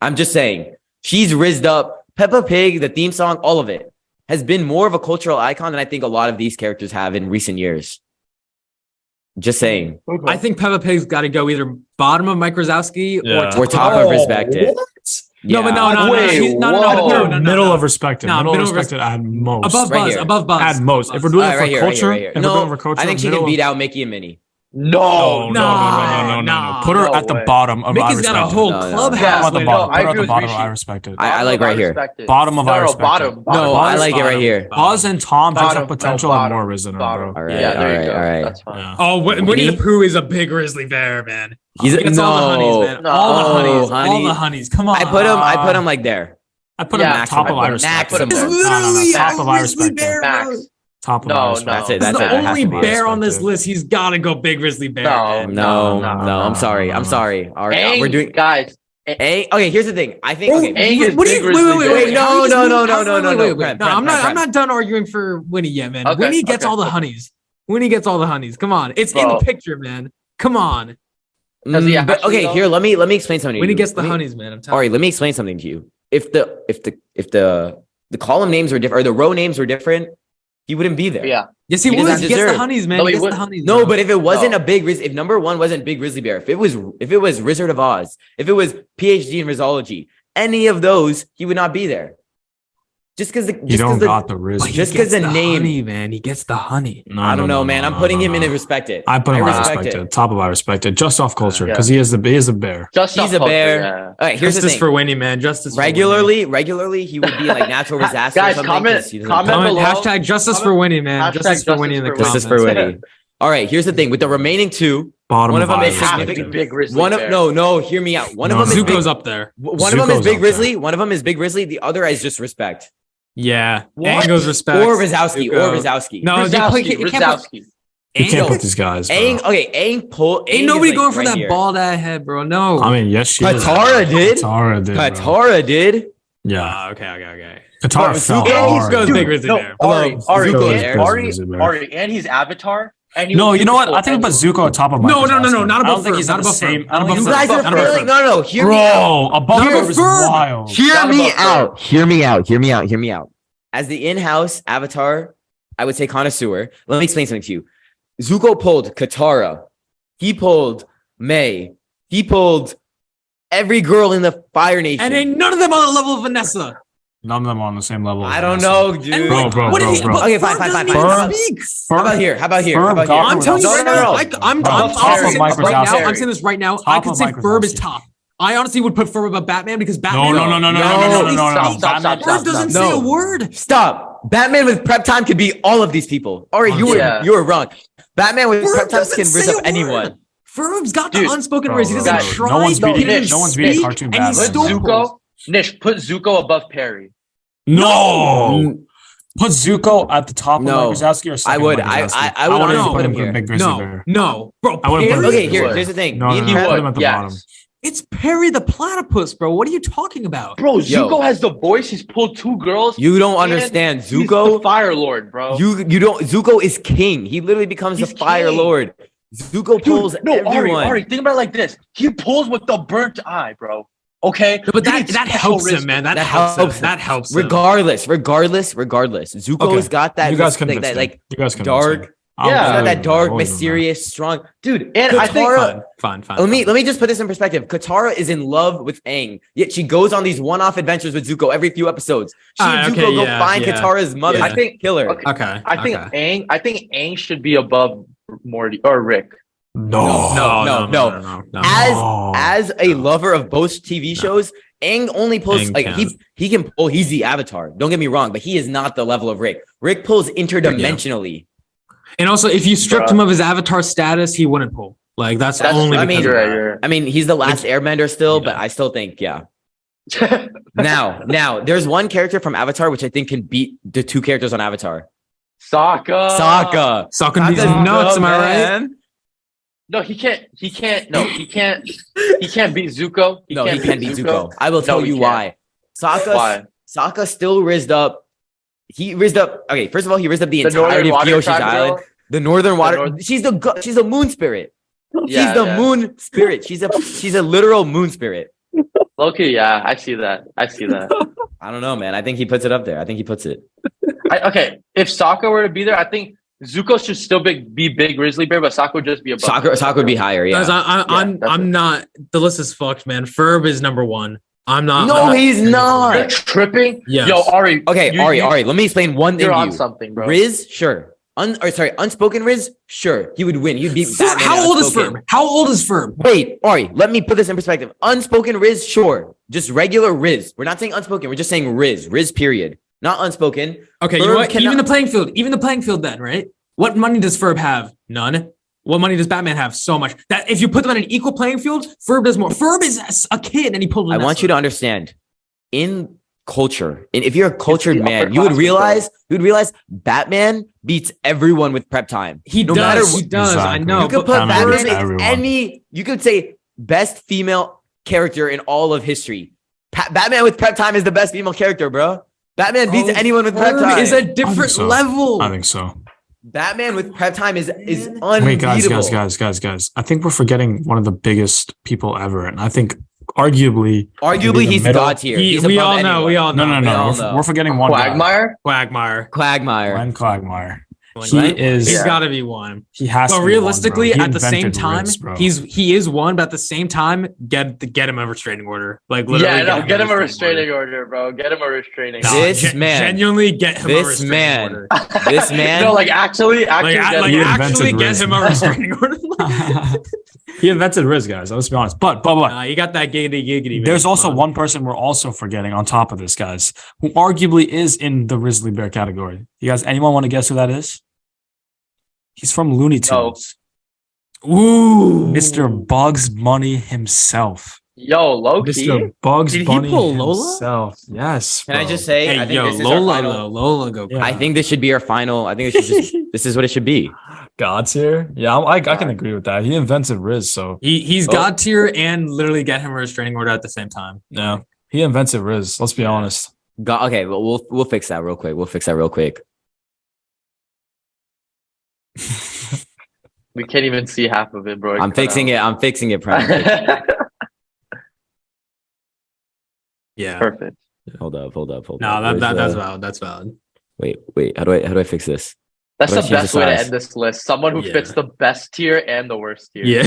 Speaker 2: I'm just saying, she's rizzed up. Peppa Pig, the theme song, all of it has been more of a cultural icon than I think a lot of these characters have in recent years. Just saying,
Speaker 3: I think Peppa Pig's got to go either bottom of Mike Rosowski
Speaker 10: Yeah.
Speaker 2: we're
Speaker 3: or top.
Speaker 2: top of respected.
Speaker 3: Uh, oh, No, but no, no, no,
Speaker 4: Wait,
Speaker 3: she's- no, no, no,
Speaker 4: whoa.
Speaker 3: no, no, no,
Speaker 1: middle
Speaker 3: no.
Speaker 1: of respected.
Speaker 3: Nah,
Speaker 1: middle,
Speaker 3: middle
Speaker 1: of
Speaker 3: of
Speaker 1: respected at most.
Speaker 3: above
Speaker 2: Right
Speaker 3: Buzz,
Speaker 2: here.
Speaker 3: above Buzz,
Speaker 1: at most. If
Speaker 3: above
Speaker 1: we're
Speaker 2: All
Speaker 1: doing
Speaker 2: right,
Speaker 1: it for
Speaker 2: right here, right
Speaker 1: culture,
Speaker 2: here, right here.
Speaker 1: if we're going for
Speaker 2: No,
Speaker 1: culture,
Speaker 2: I think she can
Speaker 1: middle-
Speaker 2: beat out Mickey and Minnie.
Speaker 1: No, no, no, no, no,
Speaker 4: No,
Speaker 1: no, no, no.
Speaker 3: nah.
Speaker 1: Put her
Speaker 4: No
Speaker 1: at the
Speaker 4: way.
Speaker 1: bottom of I
Speaker 3: Mickey's
Speaker 1: respect.
Speaker 3: got a
Speaker 1: It.
Speaker 3: whole
Speaker 2: No, no.
Speaker 3: clubhouse.
Speaker 1: Put her at the
Speaker 4: Wait,
Speaker 1: bottom.
Speaker 4: no, I
Speaker 1: Put her at
Speaker 4: agree
Speaker 1: the
Speaker 4: with
Speaker 1: bottom of
Speaker 4: Rishi.
Speaker 1: I respect it.
Speaker 2: I- I like right here.
Speaker 4: Respected.
Speaker 1: Bottom of
Speaker 4: no,
Speaker 1: I
Speaker 4: no,
Speaker 1: respect
Speaker 4: bottom,
Speaker 1: it.
Speaker 4: bottom.
Speaker 2: No, I
Speaker 1: Buzz-
Speaker 2: like it right here.
Speaker 1: Buzz and Tom have
Speaker 4: Bottom,
Speaker 1: potential and
Speaker 4: bottom,
Speaker 1: more risen,
Speaker 4: bottom.
Speaker 1: bro.
Speaker 2: All right,
Speaker 4: Yeah,
Speaker 2: all
Speaker 4: there
Speaker 2: right,
Speaker 4: you go.
Speaker 2: all right.
Speaker 4: That's fine.
Speaker 1: Yeah.
Speaker 3: Oh, Win- Winnie the
Speaker 2: Winnie?
Speaker 3: Pooh is a big grizzly bear, man.
Speaker 2: He's
Speaker 3: He gets
Speaker 2: no,
Speaker 3: all the honeys, man.
Speaker 4: No.
Speaker 3: all the honeys, all
Speaker 2: honey.
Speaker 3: the honeys. Come on.
Speaker 2: I put him. I put him like there.
Speaker 1: I put
Speaker 4: Yeah,
Speaker 1: him at top
Speaker 2: I
Speaker 1: of
Speaker 2: put
Speaker 1: I
Speaker 2: him-
Speaker 1: respect.
Speaker 2: I put him
Speaker 1: it. No,
Speaker 2: there.
Speaker 1: no, no,
Speaker 3: Literally
Speaker 1: Top
Speaker 3: a
Speaker 1: of I
Speaker 3: grizzly
Speaker 1: respect. it.
Speaker 3: bear.
Speaker 4: Max.
Speaker 1: Top of
Speaker 4: No,
Speaker 1: I
Speaker 4: no.
Speaker 1: respect.
Speaker 2: That's it.
Speaker 1: it.
Speaker 2: That's
Speaker 3: That's the
Speaker 2: it. That has
Speaker 3: only
Speaker 2: to be
Speaker 3: bear on this
Speaker 1: Respected.
Speaker 3: list. He's got to go big grizzly bear.
Speaker 4: No.
Speaker 3: man.
Speaker 2: No,
Speaker 1: No,
Speaker 2: no,
Speaker 1: no,
Speaker 2: I'm sorry.
Speaker 1: no,
Speaker 2: I'm
Speaker 1: no.
Speaker 2: sorry. All right,
Speaker 4: Ang,
Speaker 2: we're doing.
Speaker 4: guys.
Speaker 2: Ang, okay, here's the thing. I think. Okay,
Speaker 4: Ang is
Speaker 3: What do you?
Speaker 4: big
Speaker 3: Wait,
Speaker 4: grizzly
Speaker 3: wait, wait,
Speaker 4: bear.
Speaker 3: wait.
Speaker 2: No,
Speaker 3: How does
Speaker 2: no,
Speaker 3: this-
Speaker 2: no, no,
Speaker 3: how-
Speaker 2: no,
Speaker 3: wait,
Speaker 2: no,
Speaker 3: wait,
Speaker 2: no.
Speaker 3: wait.
Speaker 2: Prem,
Speaker 3: No,
Speaker 2: Prem,
Speaker 3: I'm not.
Speaker 2: Prem,
Speaker 3: I'm not done arguing for Winnie yet, man.
Speaker 4: Okay,
Speaker 3: Winnie gets
Speaker 4: okay.
Speaker 3: all the honeys. Winnie gets all the honeys. Come on, it's in the
Speaker 4: Bro.
Speaker 3: picture, man. Come on,
Speaker 4: Does he
Speaker 2: Mm, but,
Speaker 4: actually
Speaker 2: okay,
Speaker 4: though?
Speaker 2: here. Let me let me explain something. to
Speaker 3: Winnie
Speaker 2: you.
Speaker 3: gets the
Speaker 2: Let me-
Speaker 3: honeys, man. I'm
Speaker 2: All
Speaker 3: telling
Speaker 2: right, let me explain something to you. If the if the if the the column names were different or the row names were different, he wouldn't be there.
Speaker 4: Yeah.
Speaker 3: you. Yes, he,
Speaker 2: He
Speaker 3: would.
Speaker 2: doesn't
Speaker 3: He gets the
Speaker 2: deserve-
Speaker 3: honeys, man.
Speaker 4: No,
Speaker 3: he
Speaker 4: he
Speaker 3: gets the
Speaker 4: wouldn't.
Speaker 3: honeys.
Speaker 2: No,
Speaker 3: bro.
Speaker 2: but if it wasn't
Speaker 4: No.
Speaker 2: a big Riz, if number one wasn't Big Grizzly Bear, if it was if it was Wizard of Oz, if it was PhD in Rizology, any of those, he would not be there. Just because the
Speaker 1: You
Speaker 2: just
Speaker 1: don't
Speaker 2: because the
Speaker 1: got the riz.
Speaker 3: But he
Speaker 2: just 'cause
Speaker 3: gets
Speaker 2: the name-
Speaker 3: honey, man, he gets the honey.
Speaker 1: No,
Speaker 2: I don't
Speaker 1: no,
Speaker 2: know,
Speaker 1: no,
Speaker 2: man.
Speaker 1: no,
Speaker 2: I'm
Speaker 1: no,
Speaker 2: putting
Speaker 1: no,
Speaker 2: him in
Speaker 1: no.
Speaker 2: and respect it.
Speaker 1: I put him
Speaker 2: I
Speaker 1: at
Speaker 2: respect
Speaker 1: respected.
Speaker 2: it.
Speaker 1: Top of I respected. Just off culture
Speaker 4: Yeah.
Speaker 1: because he is the he is a bear.
Speaker 4: Just
Speaker 2: He's
Speaker 4: off
Speaker 2: a
Speaker 4: culture,
Speaker 2: bear.
Speaker 4: yeah.
Speaker 2: All right, here's the
Speaker 3: justice
Speaker 2: thing.
Speaker 3: for Winnie, man. Justice for Winnie.
Speaker 2: regularly, regularly, he would be like natural disaster. or
Speaker 4: Guys,
Speaker 2: something
Speaker 4: comment-
Speaker 2: 'cause he doesn't-
Speaker 4: comment
Speaker 3: Comment,
Speaker 4: below.
Speaker 3: hashtag justice for Winnie, man.
Speaker 4: Hashtag
Speaker 3: Justice for Winnie in the
Speaker 2: Justice
Speaker 3: comments.
Speaker 2: for Winnie. All right, here's the thing. With the remaining two,
Speaker 1: Bottom
Speaker 2: One
Speaker 1: of
Speaker 2: of them
Speaker 1: I
Speaker 2: is
Speaker 4: Have to
Speaker 1: respected.
Speaker 4: be
Speaker 2: significant.
Speaker 4: big grizzly
Speaker 2: one of
Speaker 4: bear.
Speaker 2: no, no, hear me out. One
Speaker 1: No,
Speaker 2: of them
Speaker 1: no.
Speaker 2: is big,
Speaker 3: Zuko's up there.
Speaker 2: one of them
Speaker 1: Zuko's
Speaker 2: is Big
Speaker 1: up there.
Speaker 2: Grizzly. One of them is Big Grizzly. The other is just respect.
Speaker 3: Yeah.
Speaker 2: What?
Speaker 3: Ango's respect.
Speaker 2: Or Rizowski. Or
Speaker 3: Zuko.
Speaker 2: Rizowski.
Speaker 3: No, they play-
Speaker 4: Rizowski,
Speaker 3: you can't
Speaker 4: Rizowski.
Speaker 1: You can't
Speaker 2: Ang-
Speaker 1: put these guys.
Speaker 2: Aang,
Speaker 1: bro.
Speaker 2: okay, Aang pull. Aang
Speaker 3: Ain't
Speaker 2: is,
Speaker 3: nobody
Speaker 2: like,
Speaker 3: going for
Speaker 2: right
Speaker 3: that
Speaker 2: here.
Speaker 3: bald ass head, bro. No.
Speaker 1: I mean, yes, she did.
Speaker 2: Katara did.
Speaker 1: Katara did. bro.
Speaker 2: Katara did.
Speaker 1: Yeah,
Speaker 3: Ah, okay, okay, okay.
Speaker 1: Katara fell
Speaker 4: Zuko-
Speaker 1: hard.
Speaker 3: Zuko's
Speaker 1: dude.
Speaker 3: big grizzly
Speaker 4: No,
Speaker 3: bear.
Speaker 4: Ari,
Speaker 2: Although
Speaker 4: Ari,
Speaker 2: Zuko
Speaker 4: and,
Speaker 2: there.
Speaker 4: Ari,
Speaker 1: Grizzly bear.
Speaker 4: Ari, and he's Avatar. And he
Speaker 1: No,
Speaker 4: was
Speaker 1: you know what?
Speaker 4: beautiful
Speaker 1: I think
Speaker 4: and
Speaker 1: about
Speaker 4: he-
Speaker 1: Zuko on top of my.
Speaker 3: No, no, no, no, not
Speaker 1: I don't
Speaker 3: above
Speaker 1: think
Speaker 3: her,
Speaker 1: he's
Speaker 3: not
Speaker 1: on the
Speaker 3: above her.
Speaker 1: same. I
Speaker 3: Not
Speaker 1: don't
Speaker 3: above
Speaker 1: think
Speaker 2: You
Speaker 1: he's on
Speaker 2: guys
Speaker 1: the
Speaker 2: are
Speaker 1: same-
Speaker 2: failing. No, no, hear me out.
Speaker 1: Bro, above
Speaker 3: Not
Speaker 1: her is
Speaker 3: above her.
Speaker 1: wild.
Speaker 2: Hear
Speaker 4: Not
Speaker 2: me
Speaker 4: above her.
Speaker 2: out. Hear me out. Hear me out. Hear me out. As the in-house avatar, I would say connoisseur. Let me explain something to you. Zuko pulled Katara. He pulled May. He pulled every girl in the Fire Nation.
Speaker 3: And ain't none of them on the level of Vanessa.
Speaker 1: None of them are on the same level.
Speaker 2: I
Speaker 1: as
Speaker 2: don't
Speaker 1: us.
Speaker 2: know,
Speaker 3: And
Speaker 2: dude.
Speaker 1: Bro,
Speaker 3: like,
Speaker 1: bro,
Speaker 3: what
Speaker 1: bro,
Speaker 3: did he,
Speaker 1: bro.
Speaker 3: but
Speaker 2: Okay, fine,
Speaker 3: Fern
Speaker 2: fine,
Speaker 3: doesn't
Speaker 1: fine.
Speaker 3: even
Speaker 1: Fern-
Speaker 3: speak.
Speaker 2: How about here? How about here? How
Speaker 1: Ferb
Speaker 2: about
Speaker 1: got
Speaker 2: here?
Speaker 1: her
Speaker 3: I'm telling you
Speaker 2: no,
Speaker 3: right
Speaker 2: no,
Speaker 3: now.
Speaker 2: no,
Speaker 3: I, I'm, I'm,
Speaker 1: Bro,
Speaker 3: I'm,
Speaker 1: top
Speaker 3: I'm
Speaker 1: of
Speaker 3: saying
Speaker 1: Mike
Speaker 3: this right now.
Speaker 2: Wazowski.
Speaker 3: I'm saying this right now. I
Speaker 1: Top
Speaker 3: could
Speaker 1: of
Speaker 3: say
Speaker 1: Mike
Speaker 3: Ferb is
Speaker 1: Wazowski.
Speaker 3: top. I honestly would put Ferb above Batman because
Speaker 1: No,
Speaker 3: Batman.
Speaker 1: no, no, no, no, no, no, no, no, no.
Speaker 4: Stop, stop,
Speaker 1: Batman-
Speaker 4: stop, stop,
Speaker 3: Ferb doesn't
Speaker 2: No.
Speaker 3: say a word.
Speaker 2: Stop. Batman with prep time could be all of these people. All right, you were
Speaker 4: Yeah.
Speaker 2: you were wrong. Batman with
Speaker 3: Ferb
Speaker 2: prep time
Speaker 3: doesn't
Speaker 2: can rizz
Speaker 3: say a
Speaker 2: up
Speaker 3: word.
Speaker 2: anyone.
Speaker 3: Ferb's got
Speaker 4: Dude,
Speaker 3: the unspoken
Speaker 1: bro,
Speaker 3: words. He
Speaker 1: bro,
Speaker 3: doesn't
Speaker 4: bro,
Speaker 3: try.
Speaker 1: no one's
Speaker 3: he
Speaker 4: beating-
Speaker 3: doesn't
Speaker 1: no one's beating
Speaker 3: speak,
Speaker 1: cartoon
Speaker 3: and he
Speaker 1: Batman,
Speaker 4: Put
Speaker 3: still
Speaker 1: man.
Speaker 3: pulls.
Speaker 4: Zuko. Nish, put Zuko above Perry.
Speaker 1: No.
Speaker 3: Mm,
Speaker 1: Put Zuko at the top
Speaker 2: No.
Speaker 1: of Mike Wazowski or second
Speaker 2: I would.
Speaker 1: Mike
Speaker 2: I-
Speaker 1: Wazowski?
Speaker 2: I- I would
Speaker 1: wouldn't
Speaker 3: honestly
Speaker 1: put
Speaker 3: put
Speaker 1: him
Speaker 2: him
Speaker 1: for the
Speaker 2: here.
Speaker 1: big grizzly
Speaker 3: No,
Speaker 1: bear.
Speaker 3: no, bro.
Speaker 1: I would've
Speaker 3: Perry-
Speaker 1: put
Speaker 2: Okay,
Speaker 1: He
Speaker 2: here,
Speaker 4: would.
Speaker 2: here's the thing.
Speaker 1: No,
Speaker 2: Me
Speaker 1: no,
Speaker 2: and
Speaker 1: no,
Speaker 2: Pat-
Speaker 1: put
Speaker 4: would,
Speaker 1: him at the
Speaker 4: yes.
Speaker 1: bottom.
Speaker 3: It's Perry the platypus, bro. What are you talking about?
Speaker 4: Bro,
Speaker 2: Yo.
Speaker 4: Zuko has the voice. He's pulled two girls.
Speaker 2: You don't
Speaker 4: And
Speaker 2: understand.
Speaker 4: He's the
Speaker 2: Zuko,
Speaker 4: Fire Lord, bro.
Speaker 2: you you don't Zuko is king. He literally becomes the
Speaker 4: He's
Speaker 2: fire
Speaker 4: king.
Speaker 2: lord. Zuko pulls
Speaker 4: Dude, no, Ari,
Speaker 2: everyone.
Speaker 4: Ari, think about it like this. He pulls with the burnt eye, bro. Okay?
Speaker 3: No, but
Speaker 4: You
Speaker 3: that
Speaker 4: need
Speaker 3: that
Speaker 4: special
Speaker 3: helps him,
Speaker 4: risk.
Speaker 3: man. That,
Speaker 2: That
Speaker 3: helps,
Speaker 2: helps
Speaker 3: him.
Speaker 2: him.
Speaker 3: That helps him.
Speaker 2: regardless, regardless, regardless. Zuko's
Speaker 1: Okay.
Speaker 2: got that,
Speaker 1: You guys
Speaker 2: that,
Speaker 1: convinced
Speaker 2: that,
Speaker 1: me.
Speaker 2: like
Speaker 1: You guys convinced
Speaker 2: dark-
Speaker 1: me. I'll
Speaker 4: Yeah.
Speaker 2: he's
Speaker 1: give
Speaker 2: got
Speaker 1: him
Speaker 2: that dark,
Speaker 1: I'll give him
Speaker 2: mysterious, strong dude.
Speaker 4: And I think-
Speaker 2: Katara-
Speaker 3: Fine, fine, fine.
Speaker 2: Let me
Speaker 3: fine.
Speaker 2: let me just put this in perspective. Katara is in love with Aang, yet she goes on these one-off adventures with Zuko every few episodes. She
Speaker 3: Ah,
Speaker 2: and Zuko
Speaker 3: okay,
Speaker 2: go
Speaker 3: yeah,
Speaker 2: find
Speaker 3: yeah.
Speaker 2: Katara's mother.
Speaker 3: Yeah.
Speaker 2: I think kill her.
Speaker 4: Okay.
Speaker 3: Okay.
Speaker 4: I think
Speaker 3: okay.
Speaker 4: Aang, I think Aang should be above Morty or Rick.
Speaker 1: that. No.
Speaker 3: No, no,
Speaker 2: no,
Speaker 3: no, no, no, no.
Speaker 2: As
Speaker 1: No.
Speaker 2: As a lover of both TV shows, Aang only pulls
Speaker 3: Aang
Speaker 2: like
Speaker 3: can.
Speaker 2: he he can pull. He's the Avatar. Don't get me wrong, but he is not the level of Rick. Rick pulls interdimensionally.
Speaker 3: And also, if you stripped
Speaker 4: Bruh.
Speaker 3: him of his avatar status, he wouldn't pull. Like that's,
Speaker 2: That's-
Speaker 3: only.
Speaker 2: I
Speaker 3: I
Speaker 2: mean,
Speaker 3: mean,
Speaker 4: You're right, you're right.
Speaker 2: I mean, he's the last Airbender still, but
Speaker 3: Yeah.
Speaker 2: I still think yeah. Now, now, there's one character from Avatar which I think can beat the two characters on Avatar.
Speaker 4: Sokka.
Speaker 2: Sokka.
Speaker 3: sucking these
Speaker 2: Sokka's
Speaker 3: nuts.
Speaker 2: the
Speaker 3: Am I right?
Speaker 2: man.
Speaker 4: No, he can't. He can't. No, he can't. He can't beat Zuko.
Speaker 2: no, he
Speaker 4: can't
Speaker 2: can beat Zuko. I will
Speaker 4: No,
Speaker 2: tell
Speaker 4: he
Speaker 2: you
Speaker 4: can't.
Speaker 2: why. Sokka's
Speaker 4: Why?
Speaker 2: Sokka still rizzed up. He rizzed up. Okay, first of all, he rizzed up the,
Speaker 4: Northern
Speaker 2: entirety of
Speaker 4: Water
Speaker 2: Kiyoshi's
Speaker 4: Tribe
Speaker 2: Island.
Speaker 4: girl?
Speaker 2: The Northern Water.
Speaker 4: North-
Speaker 2: she's the go- she's a moon spirit.
Speaker 4: Yeah,
Speaker 2: she's the
Speaker 4: yeah.
Speaker 2: moon spirit. She's a she's a literal moon spirit.
Speaker 4: Loki, yeah, I see that. I see that.
Speaker 2: I don't know, man. I think he puts it up there. I think he puts it.
Speaker 4: I, okay, if Sokka were to be there, I think Zuko should still be, be big grizzly bear, but Sokka would just be above.
Speaker 2: Sokka Sokka would be higher. Yeah.
Speaker 3: Guys, I, I, I'm
Speaker 4: that's
Speaker 3: I'm
Speaker 4: it.
Speaker 3: not. The list is fucked, man. Ferb is number one. I'm not. I'm
Speaker 2: no,
Speaker 3: not-
Speaker 2: he's
Speaker 4: You're
Speaker 2: not.
Speaker 4: tripping.
Speaker 3: Yes.
Speaker 4: Yo, Ari.
Speaker 2: Okay,
Speaker 4: you-
Speaker 2: Ari,
Speaker 4: you-
Speaker 2: Ari. Let me explain one thing.
Speaker 4: You're
Speaker 2: to
Speaker 4: on
Speaker 2: you.
Speaker 4: something, bro.
Speaker 2: Riz, sure. Un, or sorry, unspoken Riz, sure. He would win. He'd beat.
Speaker 3: Fer-
Speaker 2: Batman
Speaker 3: how
Speaker 2: in
Speaker 3: old is
Speaker 2: Unspoken.
Speaker 3: Ferb? How old is Ferb?
Speaker 2: Wait, Ari, let me put this in perspective. Unspoken Riz, sure. Just regular Riz. We're not saying unspoken. We're just saying Riz. Riz, period. Not unspoken.
Speaker 3: Okay, you
Speaker 2: Ferb
Speaker 3: know what?
Speaker 2: cannot-
Speaker 3: even the playing field, even the playing field, then right? What money does Ferb have? None. What money does Batman have? So much that if you put them on an equal playing field, Ferb does more. Ferb is a s- a kid, and he pulled.
Speaker 2: I want you to understand in culture, and if you're a cultured
Speaker 4: the
Speaker 2: man, you would
Speaker 4: upperclassmen,
Speaker 2: realize, you would realize Batman beats everyone with prep time.
Speaker 3: He
Speaker 2: no
Speaker 3: does.
Speaker 2: matter
Speaker 3: he
Speaker 2: what-
Speaker 3: does. I
Speaker 1: Exactly.
Speaker 3: know.
Speaker 2: you could
Speaker 3: but-
Speaker 2: put
Speaker 1: Batman
Speaker 2: Batman
Speaker 1: beats
Speaker 2: in
Speaker 1: everyone.
Speaker 2: any, you could say best female character in all of history. Pa- Batman with prep time is the best female character, bro. Batman beats
Speaker 3: Oh,
Speaker 2: anyone with prep
Speaker 3: Ferb
Speaker 2: time.
Speaker 3: is a different
Speaker 1: so.
Speaker 3: level.
Speaker 1: I think so.
Speaker 2: Batman with prep time is is unbeatable.
Speaker 1: Wait, guys, guys, guys, guys, guys. I think we're forgetting one of the biggest people ever, and I think arguably,
Speaker 2: Arguably,
Speaker 1: In the
Speaker 2: he's
Speaker 1: middle.
Speaker 2: god tier.
Speaker 3: He-
Speaker 2: He's
Speaker 3: we
Speaker 2: above
Speaker 3: all know.
Speaker 2: anyone.
Speaker 3: We Oh, all
Speaker 1: no,
Speaker 3: know.
Speaker 1: no, no,
Speaker 2: we all
Speaker 1: we're,
Speaker 2: know.
Speaker 1: we're forgetting one guy,
Speaker 4: Quagmire.
Speaker 3: Quagmire.
Speaker 2: Quagmire.
Speaker 1: Glenn Quagmire.
Speaker 3: Like,
Speaker 1: He
Speaker 3: right?
Speaker 1: is-
Speaker 3: He's
Speaker 4: Yeah.
Speaker 3: got to be one.
Speaker 1: He has. to
Speaker 3: But
Speaker 1: be one, bro.
Speaker 3: realistically,
Speaker 1: He
Speaker 3: at the same
Speaker 1: invented
Speaker 3: time,
Speaker 1: Riz, bro.
Speaker 3: he's he is one. But at the same time, get get him a restraining order. Like literally,
Speaker 4: yeah, no, get him a restraining order, bro. Get him a restraining
Speaker 3: Nah,
Speaker 4: order.
Speaker 2: This
Speaker 3: gen-
Speaker 2: man-
Speaker 3: genuinely get him
Speaker 2: this
Speaker 3: a restraining
Speaker 2: man-
Speaker 3: order.
Speaker 2: This man.
Speaker 4: no, like actually, actually,
Speaker 3: Like, I-
Speaker 4: get
Speaker 3: like,
Speaker 4: him.
Speaker 1: You
Speaker 3: actually
Speaker 1: invented
Speaker 3: get
Speaker 1: Riz.
Speaker 3: him a restraining order.
Speaker 1: he invented Riz, guys. Let's be honest. But but but
Speaker 3: Nah, you got that giggity giggity. man.
Speaker 1: there's
Speaker 3: Come
Speaker 1: also
Speaker 3: on.
Speaker 1: one person we're also forgetting on top of this, guys, who arguably is in the Risley Bear category. You guys, anyone want to guess who that is? He's from Looney
Speaker 4: No.
Speaker 1: Tunes.
Speaker 3: Ooh,
Speaker 1: Mr. Bugs Bunny himself.
Speaker 4: Yo, Loki.
Speaker 1: Mr. Bugs
Speaker 3: Did he
Speaker 1: Bunny
Speaker 3: pull Lola?
Speaker 1: himself. Yes.
Speaker 2: Can I
Speaker 1: bro.
Speaker 2: just say? I
Speaker 3: Hey,
Speaker 2: think
Speaker 3: yo,
Speaker 2: this is our
Speaker 3: Lola,
Speaker 2: final-
Speaker 3: though, Lola, go.
Speaker 1: Yeah.
Speaker 2: I think this should be our final. I think this should just. this is what it should be.
Speaker 11: God's here. Yeah, I, I, I can agree with that. He invented Riz, so
Speaker 3: He he's
Speaker 2: Oh.
Speaker 3: god tier and literally get him a restraining order at the same time.
Speaker 11: yeah, he invented Riz. Let's be honest.
Speaker 2: Go- okay, well, we'll we'll fix that real quick. We'll fix that real quick.
Speaker 4: We can't even see half of it, bro.
Speaker 2: I'm fixing it. I'm fixing it. Prime.
Speaker 3: Yeah.
Speaker 4: Perfect.
Speaker 2: hold up. Hold up. Hold
Speaker 3: No,
Speaker 2: up.
Speaker 3: that,
Speaker 2: Where's
Speaker 3: that that's
Speaker 1: uh,
Speaker 2: the-
Speaker 3: valid. That's valid.
Speaker 2: Wait, wait. How do I how do I fix this?
Speaker 4: That's
Speaker 2: Let's
Speaker 4: the
Speaker 2: use
Speaker 4: best
Speaker 2: the
Speaker 4: way to
Speaker 2: size.
Speaker 4: end this list. Someone who
Speaker 3: Yeah.
Speaker 4: fits the best tier and the worst tier.
Speaker 3: Yeah.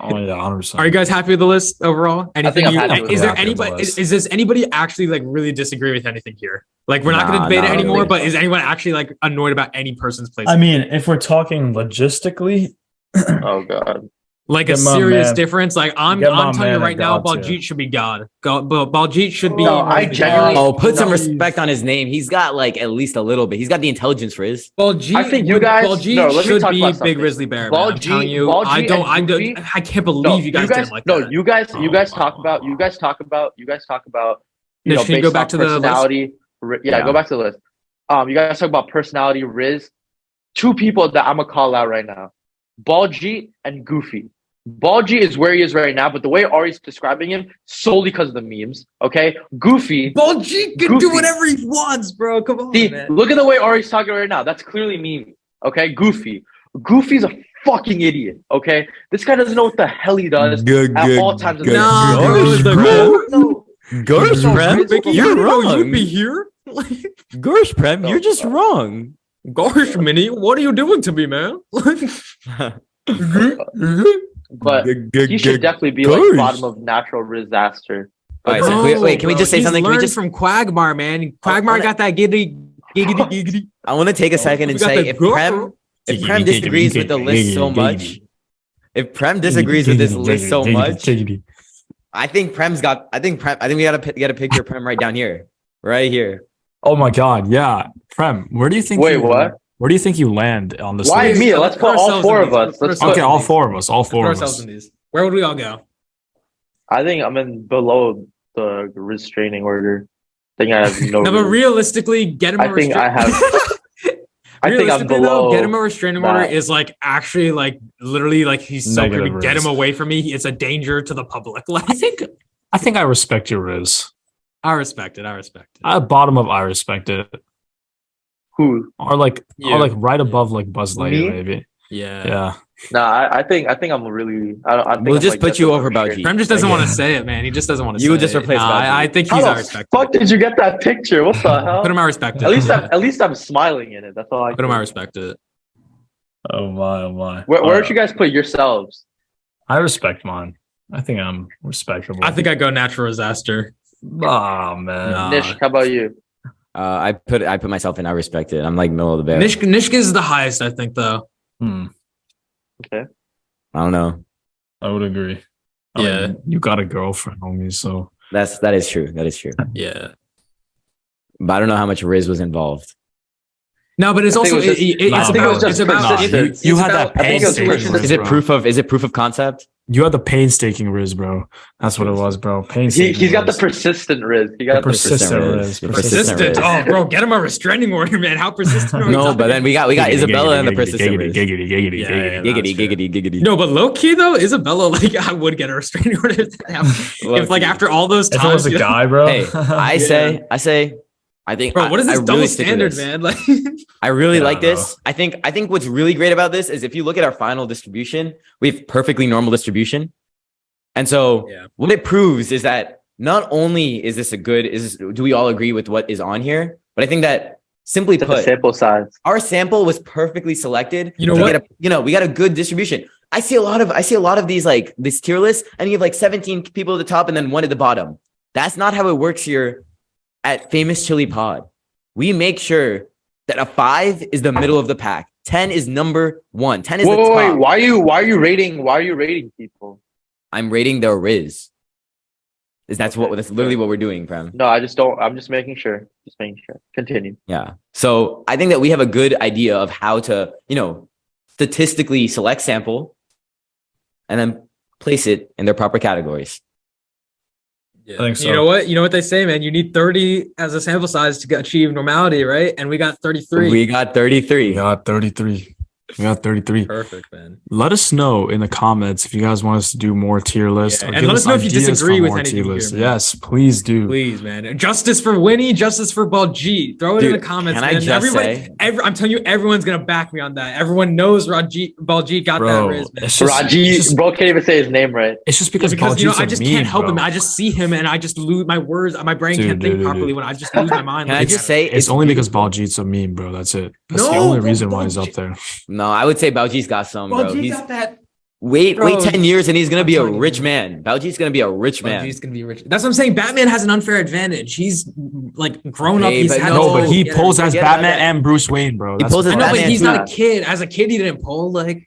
Speaker 11: Oh yeah, hundred
Speaker 3: Are you
Speaker 11: percent.
Speaker 3: guys happy with the list overall? Anything
Speaker 4: I'm
Speaker 3: you,
Speaker 4: happy with
Speaker 3: is
Speaker 4: the
Speaker 3: there
Speaker 11: list.
Speaker 3: anybody is, is this anybody actually like really disagree with anything here? Like we're not
Speaker 2: Nah,
Speaker 3: gonna debate
Speaker 2: not
Speaker 3: it anymore,
Speaker 2: really.
Speaker 3: but is anyone actually like annoyed about any person's place?
Speaker 11: I mean, if we're talking logistically,
Speaker 4: Oh god.
Speaker 3: like a
Speaker 11: get my
Speaker 3: serious
Speaker 11: man-
Speaker 3: difference. Like I'm
Speaker 11: get my
Speaker 3: I'm telling you
Speaker 11: man
Speaker 3: right
Speaker 11: a
Speaker 3: now,
Speaker 11: god tier.
Speaker 3: Baljeet should be God. Go, Bal- Baljeet should be
Speaker 4: No, I genuinely-
Speaker 2: Oh, put some
Speaker 4: No.
Speaker 2: respect on his name. He's got like at least a little bit. He's got the intelligence for his.
Speaker 3: Baljeet,
Speaker 4: I think you
Speaker 3: would-
Speaker 4: guys-
Speaker 3: Baljeet
Speaker 4: no, let me
Speaker 3: should
Speaker 4: talk
Speaker 3: be
Speaker 4: about
Speaker 3: Big
Speaker 4: something.
Speaker 3: Risley Bear. man. I'm
Speaker 4: Baljeet-
Speaker 3: telling you, I
Speaker 4: Baljeet
Speaker 3: don't,
Speaker 4: and
Speaker 3: I don't,
Speaker 4: Goofy-
Speaker 3: I can't believe
Speaker 4: No,
Speaker 3: you, guys didn't like
Speaker 4: no,
Speaker 3: that.
Speaker 4: you guys, you
Speaker 3: Oh,
Speaker 4: guys
Speaker 3: wow,
Speaker 4: talk
Speaker 3: wow,
Speaker 4: about,
Speaker 3: wow.
Speaker 4: you guys talk about, you guys talk about, you
Speaker 3: Nish,
Speaker 4: know,
Speaker 3: can
Speaker 4: based
Speaker 3: you go back
Speaker 4: off
Speaker 3: to the list?
Speaker 4: personality. Ri- Yeah,
Speaker 2: Yeah.
Speaker 4: go back to the list. Um, you guys talk about personality. Riz, two people that I'm gonna call out right now, Balji and Goofy. Balji is where he is right now, but the way Ari's describing him solely because of the memes. Okay, Goofy.
Speaker 3: Baljeet can do
Speaker 4: Goofy.
Speaker 3: whatever he wants, bro. Come on,
Speaker 4: See,
Speaker 3: man.
Speaker 4: look at the way Ari's talking right now. That's clearly meme. Okay, Goofy. Goofy's a fucking idiot. Okay, this guy doesn't know what the hell he does at all times. of the
Speaker 3: No,
Speaker 4: day.
Speaker 3: bro,
Speaker 2: Gosh,
Speaker 3: the
Speaker 2: bro.
Speaker 4: No,
Speaker 2: Gersh
Speaker 4: No, Prem,
Speaker 2: Prem,
Speaker 4: Mickey,
Speaker 2: you're
Speaker 3: you know
Speaker 2: wrong.
Speaker 3: you'd be here. Like,
Speaker 2: Gersh Prem,
Speaker 4: No,
Speaker 2: you're just
Speaker 4: no.
Speaker 2: wrong.
Speaker 3: Gosh, Minnie, what are you doing to me, man?
Speaker 4: but he should definitely be like
Speaker 2: Gosh.
Speaker 4: bottom of natural disaster.
Speaker 2: All right, so
Speaker 3: Bro,
Speaker 2: can we- wait, can we
Speaker 3: bro,
Speaker 2: just say
Speaker 3: he's
Speaker 2: something? Can we
Speaker 3: learned
Speaker 2: just? Oh,
Speaker 3: from Quagmire, man. Quagmire
Speaker 2: wanna-
Speaker 3: got that giggity, giggity, giggity.
Speaker 2: I want to take a second
Speaker 3: Oh, We
Speaker 2: and
Speaker 3: got
Speaker 2: oh, say
Speaker 3: the
Speaker 2: if
Speaker 3: girl.
Speaker 2: Prem, if Prem disagrees with the list so much, if Prem disagrees with this list so much, I think Prem's got. I think Prem. I think we gotta pi- get a picture of Prem right down here, right here.
Speaker 1: Oh my God! Yeah, Prem, where do you think?
Speaker 4: Wait,
Speaker 1: you,
Speaker 4: what?
Speaker 1: Where do you think you land on this?
Speaker 4: Why
Speaker 1: list?
Speaker 4: me? Let's put all four of us. Let's put,
Speaker 1: Okay, all four of us. All
Speaker 3: Put
Speaker 1: four of
Speaker 3: ourselves
Speaker 1: us.
Speaker 3: in these. Where would we all go?
Speaker 4: I think I'm in below the restraining order. I think I have no.
Speaker 3: No, but realistically, get him.
Speaker 4: I
Speaker 3: a
Speaker 4: think I
Speaker 3: restrict-
Speaker 4: I think I'm
Speaker 3: Realistically, though,
Speaker 4: below.
Speaker 3: get him a restraining order
Speaker 4: that.
Speaker 3: is like actually like literally like he's so
Speaker 12: Negative
Speaker 3: creepy. Get
Speaker 12: risk.
Speaker 3: him away from me. He- It's a danger to the public. Like
Speaker 1: I think I think I respect your Riz.
Speaker 3: I respect it. I respect it.
Speaker 1: At bottom of I respect it.
Speaker 4: Who?
Speaker 1: Or like
Speaker 3: You.
Speaker 1: or like right above like Buzz
Speaker 4: Me?
Speaker 1: Lightyear, maybe.
Speaker 3: yeah.
Speaker 1: Yeah.
Speaker 4: Nah, I, I think I think I'm really. I don't. I think
Speaker 2: We'll
Speaker 4: I'm,
Speaker 2: just
Speaker 4: like,
Speaker 2: put
Speaker 4: just
Speaker 2: you
Speaker 4: above
Speaker 2: over,
Speaker 4: Shakespeare.
Speaker 2: Baljeet.
Speaker 3: Prem just doesn't
Speaker 1: Like,
Speaker 3: want to say it, man. He just doesn't want to.
Speaker 2: You
Speaker 3: say
Speaker 2: would just
Speaker 3: it.
Speaker 2: replace
Speaker 3: Nah, I,
Speaker 2: Baljeet.
Speaker 3: I think he's
Speaker 4: How
Speaker 3: I
Speaker 4: the
Speaker 3: respect.
Speaker 4: fuck did you get that picture? What the hell?
Speaker 3: Put him I respect.
Speaker 4: at least I'm at least I'm smiling in it. That's all I.
Speaker 3: Put him I
Speaker 4: can-
Speaker 3: respect it.
Speaker 12: Oh my, oh my.
Speaker 4: Where
Speaker 12: All
Speaker 1: Uh,
Speaker 4: where
Speaker 12: right.
Speaker 4: did you guys put yourselves?
Speaker 12: I respect mine. I think I'm respectable.
Speaker 3: I think I go natural disaster.
Speaker 12: Oh man.
Speaker 3: Nah.
Speaker 4: Nish, how about you?
Speaker 2: Uh, I put I put myself in. I respect it. I'm like middle of the bear.
Speaker 3: Nish Nishka is the highest, I think, though.
Speaker 12: Hmm.
Speaker 2: I don't know.
Speaker 12: I would agree.
Speaker 3: Yeah.
Speaker 12: you got a girlfriend, homie. So
Speaker 2: That's that is true. That is true.
Speaker 3: Yeah.
Speaker 2: But I don't know how much Riz was involved.
Speaker 3: No, but it's
Speaker 4: I think
Speaker 3: also
Speaker 4: it was just-
Speaker 3: it- it-
Speaker 1: Nah,
Speaker 3: it's
Speaker 1: I think it
Speaker 3: about
Speaker 1: was
Speaker 3: it's
Speaker 4: just
Speaker 3: about
Speaker 4: consistent.
Speaker 1: you,
Speaker 4: it's-
Speaker 1: you
Speaker 4: it's
Speaker 1: had
Speaker 4: about-
Speaker 1: that
Speaker 4: I think it was
Speaker 1: painstaking
Speaker 4: original.
Speaker 1: Riz,
Speaker 2: Is it
Speaker 1: bro.
Speaker 2: proof of is it proof of concept?
Speaker 1: You had the painstaking Riz, bro. That's what it was, bro.
Speaker 4: He
Speaker 1: Painstaking.
Speaker 4: he's got the
Speaker 1: Riz.
Speaker 4: persistent Riz. He got
Speaker 12: The
Speaker 4: the
Speaker 12: pers- Persistent Riz.
Speaker 2: Yeah,
Speaker 12: Persistent
Speaker 3: persistent. Oh, bro, get him a restraining order, man. How persistent? Are we
Speaker 2: No,
Speaker 3: talking?
Speaker 2: but then we got we got
Speaker 1: Giggity,
Speaker 2: Isabella and the
Speaker 1: giggity,
Speaker 2: persistent
Speaker 1: giggity,
Speaker 2: Riz.
Speaker 1: giggity, giggity,
Speaker 3: Yeah,
Speaker 1: giggity.
Speaker 3: yeah, yeah.
Speaker 2: Giggity,
Speaker 3: that's
Speaker 2: giggity, giggity.
Speaker 3: No, but low key though, Isabella, like I would get a restraining order if, that happened. if like
Speaker 2: Low-key.
Speaker 3: after all those
Speaker 12: If it was
Speaker 3: times.
Speaker 12: a
Speaker 3: you know-
Speaker 12: guy, bro.
Speaker 2: Hey, I say, I say, I think.
Speaker 3: Bro, what is
Speaker 2: I,
Speaker 3: this
Speaker 2: I
Speaker 3: double
Speaker 2: really stick with
Speaker 3: standard,
Speaker 2: this.
Speaker 3: man? Like,
Speaker 2: I really
Speaker 12: Yeah,
Speaker 2: like
Speaker 12: I don't
Speaker 2: this. I think. I think what's really great about this is if you look at our final distribution, we have perfectly normal distribution, and so
Speaker 3: Yeah.
Speaker 2: what it proves is that not only is this a good is do we all agree with what is on here, but I think that simply
Speaker 4: the
Speaker 2: put,
Speaker 4: sample size.
Speaker 2: our sample was perfectly selected.
Speaker 3: You know
Speaker 2: to
Speaker 3: what?
Speaker 2: get a- you know, we got a good distribution. I see a lot of I see a lot of these like this tier list, and you have like 17 people at the top and then one at the bottom. That's not how it works here at Famous Chili Pod. We make sure that a five is the middle of the pack. 10 is number one. 10 is
Speaker 4: Wait,
Speaker 2: the
Speaker 4: wait,
Speaker 2: top.
Speaker 4: wait, why are you why are you rating why are you rating people?
Speaker 2: I'm rating their Riz. Is that's what that's literally what we're doing, Prem.
Speaker 4: No, I just don't. I'm just making sure. Just making sure. Continue.
Speaker 2: Yeah. So I think that we have a good idea of how to, you know, statistically select sample and then place it in their proper categories.
Speaker 12: I think so.
Speaker 3: you know what? You know what they say, man. You need 30 as a sample size to get- achieve normality, right? And we got 33.
Speaker 2: We got
Speaker 12: We
Speaker 2: 33.
Speaker 12: got 33. We got 33.
Speaker 3: Perfect, man.
Speaker 1: Let us know in the comments if you guys want us to do more tier lists.
Speaker 3: Yeah,
Speaker 1: or
Speaker 3: and
Speaker 1: give
Speaker 3: let us know if you
Speaker 1: ideas
Speaker 3: disagree
Speaker 1: for
Speaker 3: with
Speaker 1: more
Speaker 3: anything
Speaker 1: tier
Speaker 3: here,
Speaker 1: lists.
Speaker 3: man.
Speaker 1: Yes, please
Speaker 2: Mm.
Speaker 1: do.
Speaker 3: Please, man. Justice for Winnie, justice for Baljeet. Throw it in
Speaker 2: Dude,
Speaker 3: the comments,
Speaker 2: can I
Speaker 3: man.
Speaker 2: just
Speaker 3: Everybody,
Speaker 2: say-
Speaker 3: every, I'm telling you, everyone's gonna back me on that. Everyone knows Rajeet Baljeet got
Speaker 12: Bro,
Speaker 3: that Riz, man.
Speaker 1: It's just,
Speaker 4: Raji,
Speaker 1: it's just,
Speaker 4: bro, can't even say his name right.
Speaker 1: it's just because,
Speaker 3: because you know,
Speaker 1: Baljeet's a
Speaker 3: I just
Speaker 1: meme,
Speaker 3: can't help
Speaker 1: bro.
Speaker 3: him. I just see him and I just lose my words. My brain
Speaker 1: Dude,
Speaker 3: can't
Speaker 1: dude,
Speaker 3: think
Speaker 1: dude,
Speaker 3: properly
Speaker 1: dude.
Speaker 3: when I just lose my mind.
Speaker 2: Can I
Speaker 3: looking
Speaker 2: just
Speaker 3: at it.
Speaker 2: say
Speaker 1: It's only because Baljeet's a meme, bro. That's it. That's the
Speaker 3: No,
Speaker 1: only
Speaker 3: bro,
Speaker 1: reason why he's
Speaker 3: Baljeet-
Speaker 1: up there.
Speaker 2: No, I would say Baoji's got some, bro.
Speaker 3: Baljeet
Speaker 2: He's
Speaker 3: got that.
Speaker 2: wait,
Speaker 3: Bro,
Speaker 2: wait 10 years and he's gonna
Speaker 3: I'm
Speaker 2: be a
Speaker 3: telling you,
Speaker 2: rich
Speaker 3: dude.
Speaker 2: man. Baoji's gonna be a rich man.
Speaker 3: Baljeet's gonna be rich. That's what I'm saying. Batman has an unfair advantage. He's like grown up.
Speaker 2: Hey,
Speaker 3: He's
Speaker 2: but
Speaker 3: had
Speaker 1: No,
Speaker 2: Oh,
Speaker 1: but he
Speaker 3: yeah.
Speaker 1: pulls as
Speaker 2: forget about
Speaker 1: Batman
Speaker 2: that.
Speaker 1: and Bruce Wayne, bro.
Speaker 2: He
Speaker 1: That's
Speaker 2: pulls as
Speaker 3: I
Speaker 1: fine.
Speaker 3: know, but
Speaker 2: Batman
Speaker 3: he's
Speaker 2: too.
Speaker 3: not a kid. As a kid, he didn't pull. Like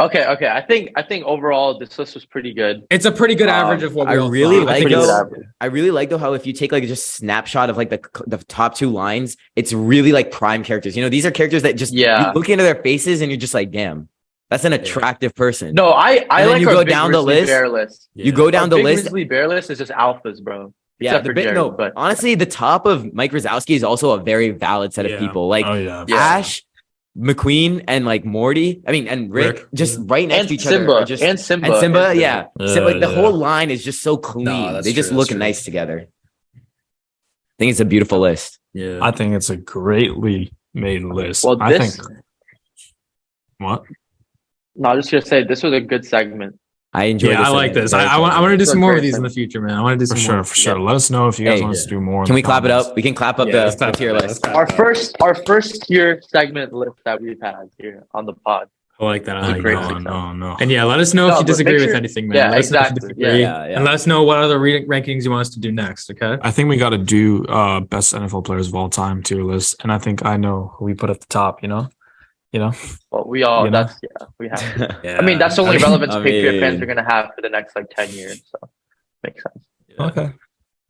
Speaker 4: Okay, okay. I think I think overall this list was pretty good.
Speaker 3: it's a pretty good
Speaker 4: Um,
Speaker 3: average of what
Speaker 2: I
Speaker 3: we all
Speaker 2: really
Speaker 3: thought.
Speaker 2: like
Speaker 3: I think
Speaker 4: Pretty good
Speaker 2: those-
Speaker 3: it's-
Speaker 4: average.
Speaker 2: I really like though how if you take like just snapshot of like the the top two lines, it's really like prime characters. You know, these are characters that just
Speaker 4: Yeah.
Speaker 2: you look into their faces and you're just like, damn, that's an attractive person.
Speaker 4: No, I I
Speaker 2: And then
Speaker 4: like
Speaker 2: you
Speaker 4: our
Speaker 2: go
Speaker 4: big
Speaker 2: down the
Speaker 4: Grizzly
Speaker 2: list.
Speaker 4: Bear list.
Speaker 2: You go down
Speaker 4: Our
Speaker 2: the
Speaker 4: Oh, big
Speaker 2: list.
Speaker 4: Grizzly Bear list is just alphas, bro.
Speaker 2: Yeah,
Speaker 4: except
Speaker 2: the
Speaker 4: for
Speaker 2: big,
Speaker 4: Jared,
Speaker 2: no,
Speaker 4: but-
Speaker 2: honestly, the top of Mike Rosowski is also a very valid set of
Speaker 3: Yeah.
Speaker 2: people. Like
Speaker 12: oh yeah.
Speaker 4: Yeah.
Speaker 2: Ash, McQueen, and like Morty. I mean, and Rick,
Speaker 3: Rick.
Speaker 2: just right next
Speaker 4: And
Speaker 2: to each
Speaker 4: Simba,
Speaker 2: other. are Just,
Speaker 4: and Simba.
Speaker 2: and Simba, yeah.
Speaker 12: Yeah,
Speaker 2: Simba, like the
Speaker 12: yeah.
Speaker 2: whole line is just so clean.
Speaker 3: No, Uh, that's
Speaker 2: they just
Speaker 3: true, that's
Speaker 2: look
Speaker 3: true.
Speaker 2: nice together. I think it's a beautiful list.
Speaker 3: Yeah.
Speaker 12: I think it's a greatly made list.
Speaker 4: Well,
Speaker 12: I
Speaker 4: this-
Speaker 12: think what?
Speaker 4: No, I was just gonna say this was a good segment.
Speaker 2: I enjoy.
Speaker 3: Yeah,
Speaker 2: this
Speaker 3: I like
Speaker 2: segment.
Speaker 3: this. I, I want. I want to do
Speaker 4: It's a
Speaker 3: some more
Speaker 4: great
Speaker 3: of these in
Speaker 4: segment.
Speaker 3: the future, man. I want to do
Speaker 1: For
Speaker 3: some
Speaker 1: sure,
Speaker 3: more.
Speaker 1: for sure. Let us know if you guys
Speaker 2: Hey,
Speaker 1: want us to do more. in
Speaker 2: Can
Speaker 1: the
Speaker 2: we clap it
Speaker 1: comments.
Speaker 2: up? We can clap up
Speaker 3: Yeah,
Speaker 2: the,
Speaker 3: let's
Speaker 2: the
Speaker 3: clap
Speaker 2: tier
Speaker 3: it up.
Speaker 2: list.
Speaker 3: Let's clap
Speaker 4: Our
Speaker 3: it up.
Speaker 4: first our first tier segment list that we've had here on the pod.
Speaker 3: I like that. I
Speaker 1: Like,
Speaker 3: like
Speaker 4: great
Speaker 3: that.
Speaker 1: no,
Speaker 4: success.
Speaker 1: no, no.
Speaker 3: And yeah, let us know
Speaker 4: No,
Speaker 3: if you
Speaker 4: but make
Speaker 3: disagree with
Speaker 4: sure-
Speaker 3: anything, man.
Speaker 4: yeah,
Speaker 3: Let us know if you
Speaker 4: exactly.
Speaker 3: disagree.
Speaker 2: Yeah, yeah.
Speaker 3: And let us know what other re- rankings you want us to do next. Okay.
Speaker 1: I think we got to do uh best NFL players of all time tier list, and I think I know who we put at the top. You know, you know.
Speaker 4: Well, we all
Speaker 1: You know?
Speaker 4: that's yeah, we have. I mean, that's the
Speaker 2: I
Speaker 4: only
Speaker 2: mean-
Speaker 4: relevance
Speaker 2: I
Speaker 4: Patriot
Speaker 2: mean-
Speaker 4: fans are gonna have for the next like ten years. So makes sense.
Speaker 12: Okay.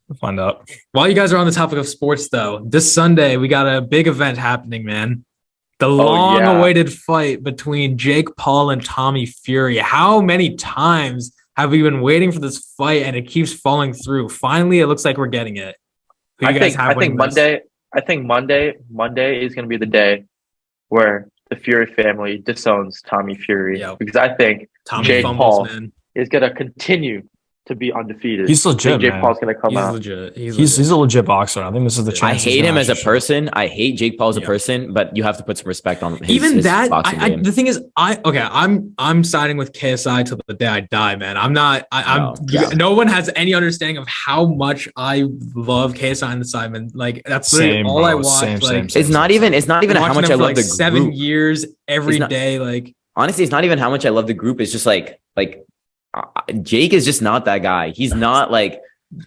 Speaker 12: We'll find out.
Speaker 3: While you guys are on the topic of sports, though, this Sunday we got a big event happening, man.
Speaker 4: Oh,
Speaker 3: The long-awaited fight between Jake Paul and Tommy Fury. How many times have we been waiting for this fight and it keeps falling through? Finally, it looks like we're getting it. Who
Speaker 4: I
Speaker 3: you
Speaker 4: think I
Speaker 3: winning
Speaker 4: think
Speaker 3: this?
Speaker 4: Monday I think Monday Monday is gonna be the day where the Fury family disowns Tommy Fury
Speaker 3: Yep.
Speaker 4: because I think
Speaker 3: Tommy
Speaker 4: Jake
Speaker 3: fumbles,
Speaker 4: Paul.
Speaker 3: man.
Speaker 4: is gonna continue to be undefeated.
Speaker 1: He's
Speaker 4: I think
Speaker 1: legit,
Speaker 4: Jake
Speaker 1: man.
Speaker 4: Paul's gonna come
Speaker 3: He's
Speaker 4: out.
Speaker 3: legit. He's,
Speaker 1: He's
Speaker 3: legit.
Speaker 1: he's a legit boxer. I think this is the
Speaker 2: I
Speaker 1: chance. he's
Speaker 2: hate
Speaker 1: gonna
Speaker 2: him as a
Speaker 1: actually show.
Speaker 2: person. I hate Jake Paul as a
Speaker 3: Yeah.
Speaker 2: person, but you have to put some respect on his,
Speaker 3: even
Speaker 2: his
Speaker 3: that
Speaker 2: boxing
Speaker 3: I, I,
Speaker 2: game.
Speaker 3: the thing is i okay i'm i'm siding with ksi till the day i die man i'm not I, i'm
Speaker 2: No,
Speaker 3: no,
Speaker 2: yeah.
Speaker 3: one has any understanding of how much i love ksi and simon like that's literally
Speaker 1: Same,
Speaker 3: all i
Speaker 1: bro.
Speaker 3: watch
Speaker 1: Same,
Speaker 3: like
Speaker 1: same,
Speaker 2: it's not even. It's not even
Speaker 3: watching
Speaker 2: how much
Speaker 3: them
Speaker 2: I
Speaker 3: for,
Speaker 2: love
Speaker 3: like
Speaker 2: the
Speaker 3: seven
Speaker 2: group.
Speaker 3: years every
Speaker 2: It's not-
Speaker 3: day like
Speaker 2: Honestly, it's not even how much I love the group. It's just like like uh, Jake is just not that guy. He's not like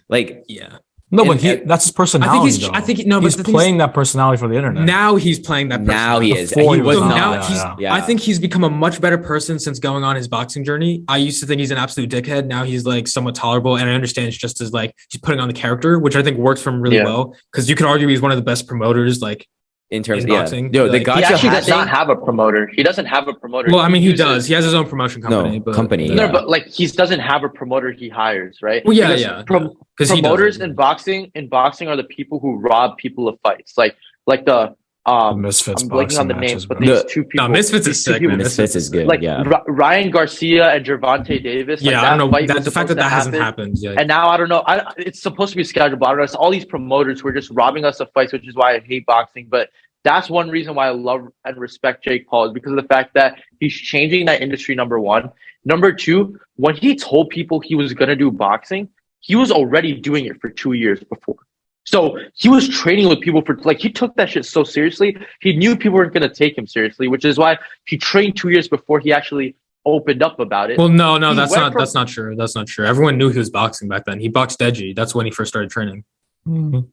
Speaker 2: like
Speaker 3: yeah
Speaker 1: No, but
Speaker 2: And-
Speaker 1: he, that's his
Speaker 3: i think
Speaker 1: personality.
Speaker 3: he's
Speaker 1: though.
Speaker 3: i think no
Speaker 1: he's
Speaker 3: but the thing is,
Speaker 1: playing that personality for the internet.
Speaker 3: now he's playing that person.
Speaker 2: now he is.
Speaker 1: Before
Speaker 2: he
Speaker 1: he
Speaker 2: was
Speaker 1: was
Speaker 2: not.
Speaker 3: now
Speaker 1: yeah,
Speaker 3: he's
Speaker 1: yeah.
Speaker 2: Yeah.
Speaker 3: I think he's become a much better person since going on his boxing journey. I used to think he's an absolute dickhead. Now he's like somewhat tolerable, and I understand it's just as like he's putting on the character, which I think works for him really
Speaker 4: Yeah.
Speaker 3: well. Because you could argue he's one of the best promoters. Like,
Speaker 2: in terms
Speaker 3: in
Speaker 2: of yeah.
Speaker 3: boxing,
Speaker 2: Yo, the
Speaker 3: like-
Speaker 4: he
Speaker 2: gotcha
Speaker 4: actually
Speaker 2: hat
Speaker 4: does not
Speaker 2: thing.
Speaker 4: have a promoter. He doesn't have a promoter.
Speaker 3: well, I mean, he
Speaker 4: uses-
Speaker 3: does. He has his own promotion company.
Speaker 2: No,
Speaker 3: but,
Speaker 2: company,
Speaker 4: No,
Speaker 2: yeah.
Speaker 4: but like he doesn't have a promoter he hires, right?
Speaker 3: Well, yeah,
Speaker 4: Because
Speaker 3: yeah,
Speaker 4: prom-
Speaker 3: yeah. 'Cause he
Speaker 4: promoters
Speaker 3: doesn't.
Speaker 4: in boxing in boxing are the people who rob people of fights, like like the
Speaker 1: The
Speaker 4: um.
Speaker 1: Misfits
Speaker 4: I'm blanking
Speaker 1: boxing
Speaker 4: on the
Speaker 1: matches,
Speaker 4: names, but
Speaker 1: bro.
Speaker 4: these
Speaker 2: No,
Speaker 4: two people.
Speaker 3: No, Misfits
Speaker 4: these
Speaker 3: is
Speaker 4: two
Speaker 3: sick.
Speaker 4: people-
Speaker 3: Man. Misfits,
Speaker 2: Misfits is good.
Speaker 4: like
Speaker 2: yeah.
Speaker 4: Ry- Ryan Garcia and Gervonta Davis.
Speaker 3: yeah,
Speaker 4: like,
Speaker 3: I don't know
Speaker 4: fight
Speaker 3: that
Speaker 4: was
Speaker 3: the fact that
Speaker 4: supposed to
Speaker 3: that hasn't
Speaker 4: happen.
Speaker 3: happened. Yeah,
Speaker 4: And now I don't know. I, don't- it's supposed to be scheduled, but I don't know. It's all these promoters who are just robbing us of fights, which is why I hate boxing. But that's one reason why I love and respect Jake Paul is because of the fact that he's changing that industry. Number one. Number two, when he told people he was gonna do boxing, he was already doing it for two years before. So he was training with people for like he took that shit so seriously. He knew people weren't gonna take him seriously, which is why he trained two years before he actually opened up about it.
Speaker 3: Well, no, no,
Speaker 4: He
Speaker 3: that's
Speaker 4: went
Speaker 3: not
Speaker 4: from-
Speaker 3: that's not true. That's not true. Everyone knew he was boxing back then. He boxed Edgy. That's when he first started training. Hmm.
Speaker 1: Mhm.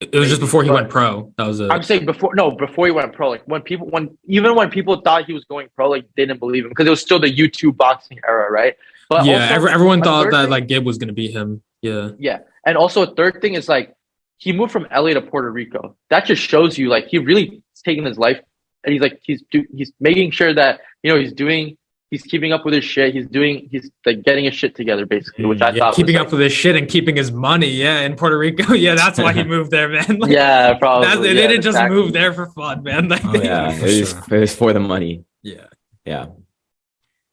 Speaker 3: It was just before he
Speaker 4: But-
Speaker 3: went pro. That was a
Speaker 4: I'm saying before no, before he went pro, like when people when even when people thought he was going pro, like they didn't believe him because it was still the YouTube boxing era, right? But
Speaker 3: yeah.
Speaker 4: also-
Speaker 3: every, everyone
Speaker 4: a
Speaker 3: thought
Speaker 4: third
Speaker 3: that
Speaker 4: thing-
Speaker 3: like Gib was gonna beat him. Yeah.
Speaker 4: and also a third thing is like he moved from LA to Puerto Rico. That just shows you like he really is taking his life and he's like he's do, he's making sure that you know he's doing he's keeping up with his shit. He's doing he's like getting his shit together basically, which I
Speaker 3: Yeah,
Speaker 4: thought
Speaker 3: keeping
Speaker 4: was,
Speaker 3: up with his shit and keeping his money. Yeah, in Puerto Rico. Yeah, that's why he moved there, man.
Speaker 4: like,
Speaker 3: Like,
Speaker 4: yeah, probably
Speaker 3: that's, they
Speaker 4: yeah,
Speaker 3: didn't just
Speaker 4: exactly.
Speaker 3: move there for fun, man. Like,
Speaker 1: Oh,
Speaker 3: they-
Speaker 2: yeah,
Speaker 1: Yeah,
Speaker 2: it
Speaker 1: for
Speaker 2: was,
Speaker 1: sure.
Speaker 2: it was for the money.
Speaker 3: Yeah.
Speaker 2: Yeah,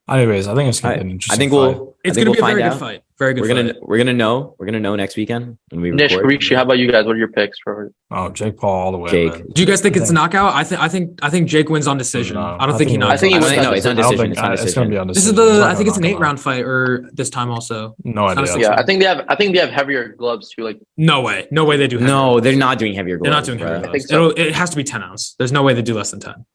Speaker 1: Anyways, I think it's gonna be an
Speaker 2: I
Speaker 1: interesting.
Speaker 2: think
Speaker 1: fight.
Speaker 2: we'll. I
Speaker 3: it's
Speaker 2: think
Speaker 3: gonna be a
Speaker 2: we'll
Speaker 3: very
Speaker 2: find
Speaker 3: good
Speaker 2: out.
Speaker 3: fight. Very good.
Speaker 2: We're gonna
Speaker 3: fight.
Speaker 2: we're gonna know. We're gonna know next weekend when we
Speaker 4: Nish,
Speaker 2: record.
Speaker 4: Rishi, how about you guys? What are your picks for?
Speaker 1: Oh, Jake Paul all the way.
Speaker 2: Jake.
Speaker 1: man.
Speaker 3: Do you guys think it's a knockout? I think I think I think Jake wins on decision.
Speaker 1: No,
Speaker 3: I don't think he
Speaker 1: no.
Speaker 3: knocks.
Speaker 4: I think he
Speaker 3: him.
Speaker 4: wins
Speaker 2: No, it's
Speaker 1: I
Speaker 2: on
Speaker 1: don't
Speaker 2: decision.
Speaker 1: think-
Speaker 2: It's on
Speaker 1: I- Uh, It's gonna
Speaker 2: decision.
Speaker 1: be on
Speaker 3: This is
Speaker 1: decision. It's
Speaker 3: the
Speaker 1: not
Speaker 3: I think
Speaker 1: gonna
Speaker 3: it's an
Speaker 1: knock him
Speaker 3: eight round fight or this time also.
Speaker 1: out. No
Speaker 3: It's not a
Speaker 1: idea.
Speaker 3: six-
Speaker 4: Yeah, I think they have I think they have heavier gloves too. Like
Speaker 3: No way. No way they do. heavy.
Speaker 2: No, they're not doing heavier
Speaker 3: They're
Speaker 2: gloves.
Speaker 3: not doing
Speaker 2: bruh.
Speaker 3: heavy.
Speaker 4: I think
Speaker 3: gloves.
Speaker 4: so.
Speaker 3: It'll, it has to be ten ounce. There's no way they do less than ten.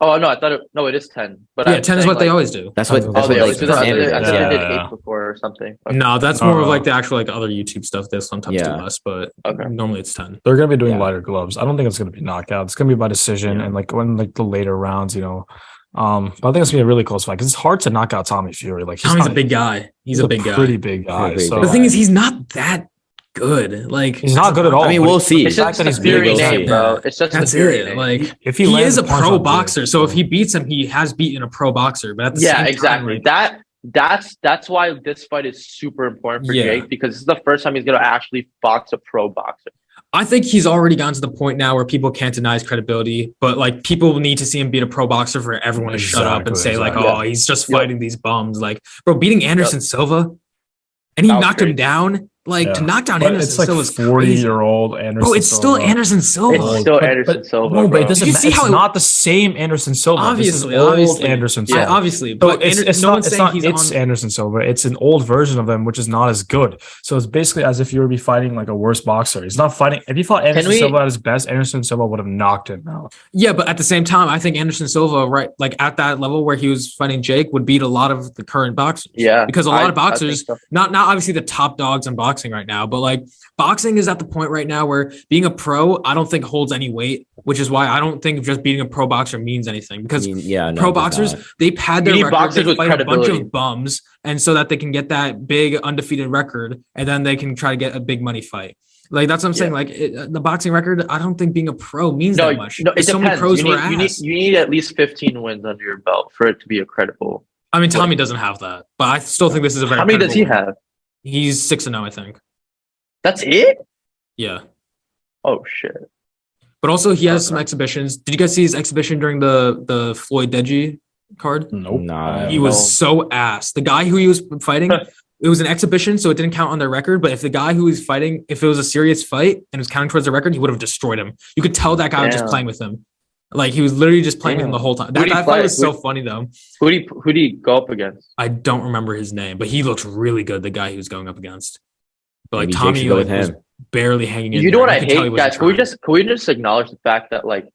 Speaker 4: oh no, I thought it, no, it is ten. But
Speaker 3: yeah,
Speaker 4: I'm
Speaker 3: ten is
Speaker 4: saying,
Speaker 3: what they
Speaker 4: like,
Speaker 3: always do.
Speaker 2: That's what.
Speaker 1: Oh,
Speaker 2: That's
Speaker 4: oh,
Speaker 2: what
Speaker 4: they
Speaker 2: like
Speaker 4: always do
Speaker 2: the
Speaker 4: that. I
Speaker 2: standard.
Speaker 4: thought- I
Speaker 2: is.
Speaker 4: thought
Speaker 1: yeah.
Speaker 4: they
Speaker 2: Yeah.
Speaker 4: did eight before or something. Okay.
Speaker 3: No, that's
Speaker 1: No,
Speaker 3: more of
Speaker 1: no.
Speaker 3: like the actual like other YouTube stuff. They sometimes
Speaker 2: Yeah.
Speaker 3: do less, but
Speaker 4: Okay.
Speaker 3: normally it's ten.
Speaker 1: They're gonna be doing
Speaker 2: Yeah.
Speaker 1: lighter gloves. I don't think it's gonna be knockout. It's gonna be by decision
Speaker 3: Yeah.
Speaker 1: and like when like the later rounds, you know. Um, but I think it's gonna be a really close fight because it's hard to knock out Tommy Fury. Like he's
Speaker 3: Tommy's
Speaker 1: not-
Speaker 3: a big guy. He's, a big guy.
Speaker 1: pretty big guy.
Speaker 2: Pretty big
Speaker 1: so
Speaker 3: the thing is, he's not that good. Like
Speaker 1: he's not good at all.
Speaker 2: I mean,
Speaker 1: but
Speaker 2: we'll see.
Speaker 4: It's
Speaker 1: fact
Speaker 4: just
Speaker 1: that
Speaker 4: the
Speaker 1: he's big
Speaker 4: Fury
Speaker 2: is
Speaker 4: name,
Speaker 2: good.
Speaker 4: bro. It's just the
Speaker 3: That's
Speaker 4: Fury
Speaker 3: it.
Speaker 4: name.
Speaker 3: Like
Speaker 1: if
Speaker 3: he,
Speaker 1: lands
Speaker 3: is a
Speaker 1: the punch
Speaker 3: pro
Speaker 1: on Fury-
Speaker 3: boxer, so if he beats him, he has beaten a pro boxer. But at the same
Speaker 4: yeah,
Speaker 3: time,
Speaker 4: exactly.
Speaker 3: like,
Speaker 4: that that's that's why this fight is super important for
Speaker 3: Yeah.
Speaker 4: Jake because this is the first time he's gonna actually box a pro boxer.
Speaker 3: I think he's already gotten to the point now where people can't deny his credibility, but like people need to see him beat a pro boxer for everyone to shut up and
Speaker 1: Exactly,
Speaker 3: say
Speaker 1: exactly.
Speaker 3: like, "Oh, he's just
Speaker 4: Yep.
Speaker 3: fighting these bums." Like, bro, beating Anderson Silva, and he
Speaker 4: That was
Speaker 3: knocked
Speaker 4: crazy.
Speaker 3: him down. Like
Speaker 1: Yeah.
Speaker 3: to knock down
Speaker 1: but
Speaker 3: Anderson
Speaker 1: it's like
Speaker 3: Silva is
Speaker 1: forty
Speaker 3: crazy.
Speaker 1: year old Anderson.
Speaker 3: Bro, it's still
Speaker 1: Silva.
Speaker 3: Anderson Silva.
Speaker 4: It's still
Speaker 1: but- but-
Speaker 4: Anderson Silva.
Speaker 1: No, but it
Speaker 4: bro.
Speaker 1: doesn't.
Speaker 3: You
Speaker 1: matter.
Speaker 3: see
Speaker 1: It's
Speaker 3: how it-
Speaker 1: not the same Anderson Silva.
Speaker 3: Obviously,
Speaker 1: this is old
Speaker 3: obviously.
Speaker 1: Anderson
Speaker 3: I-
Speaker 1: Silva.
Speaker 3: obviously,
Speaker 1: So
Speaker 3: but
Speaker 1: Oh, it's,
Speaker 3: Ander-
Speaker 1: it's
Speaker 3: no
Speaker 1: not,
Speaker 3: one's
Speaker 1: it's,
Speaker 3: saying
Speaker 1: not
Speaker 3: he's
Speaker 1: it's
Speaker 3: on.
Speaker 1: Anderson Silva. It's an old version of them, which is not as good. So it's basically as if you would be fighting like a worse boxer. He's not fighting. If he fought Anderson
Speaker 4: we-
Speaker 1: Silva at his best, Anderson Silva would have knocked him out.
Speaker 3: Yeah, but at the same time, I think Anderson Silva, right, like at that level where he was fighting Jake, would beat a lot of the current boxers.
Speaker 4: yeah,
Speaker 3: because a lot of
Speaker 4: think
Speaker 3: boxers-
Speaker 4: so.
Speaker 3: Not not obviously the top dogs in boxing right now, but like boxing is at the point right now where being a pro, I don't think holds any weight, which is why I don't think just beating a pro boxer means anything
Speaker 2: I
Speaker 3: because
Speaker 2: mean, yeah, no,
Speaker 3: pro
Speaker 2: it's
Speaker 3: boxers
Speaker 2: not.
Speaker 3: they
Speaker 4: You
Speaker 3: pad their
Speaker 4: need
Speaker 3: record,
Speaker 4: boxers
Speaker 3: they
Speaker 4: with
Speaker 3: fight a bunch
Speaker 4: credibility.
Speaker 3: of bums, and so that they can get that big undefeated record, and then they can try to get a big money fight. Like that's what I'm saying. Like it, uh, the boxing record, I don't think being a pro means
Speaker 4: No,
Speaker 3: that
Speaker 4: you-
Speaker 3: much.
Speaker 4: no, it
Speaker 3: There's so many
Speaker 4: depends.
Speaker 3: pros
Speaker 4: You
Speaker 3: were
Speaker 4: need, you, need,
Speaker 3: ass.
Speaker 4: you need at least 15 wins under your belt for it to be a credible.
Speaker 3: I mean, Tommy doesn't have that, but I still think this is a very.
Speaker 4: How many does he
Speaker 3: credible-
Speaker 4: have?
Speaker 3: He's oh, six and zero, I think.
Speaker 4: That's it?
Speaker 3: Yeah,
Speaker 4: Oh shit!
Speaker 3: But also, he has some exhibitions. Did you guys see his exhibition during the the Floyd Deji card?
Speaker 1: Nope.
Speaker 2: Nah.
Speaker 3: He was so ass. The guy who he was fighting, it was an exhibition, so it didn't count on their record. But if the guy who he was fighting, if it was a serious fight and it was counting towards the record, he would have destroyed him. You could tell that guy was
Speaker 4: Damn.
Speaker 3: just playing with him. Like he was literally just playing with
Speaker 4: Damn.
Speaker 3: him the whole time.
Speaker 4: Who'd
Speaker 3: That,
Speaker 4: he
Speaker 3: that fight
Speaker 4: fight?
Speaker 3: was so
Speaker 4: Who'd-
Speaker 3: funny though.
Speaker 4: Who do you, who do you go up against?
Speaker 3: I don't remember his name, but he looked really good. The guy he was going up against, but like
Speaker 2: Maybe Jake
Speaker 3: Tommy
Speaker 2: should go
Speaker 3: like,
Speaker 2: with
Speaker 3: was
Speaker 2: him.
Speaker 3: barely hanging in.
Speaker 4: You know
Speaker 3: there.
Speaker 4: what I
Speaker 3: could tell he
Speaker 4: hate,
Speaker 3: wasn't
Speaker 4: guys? Can we
Speaker 3: trying.
Speaker 4: just can we just acknowledge the fact that like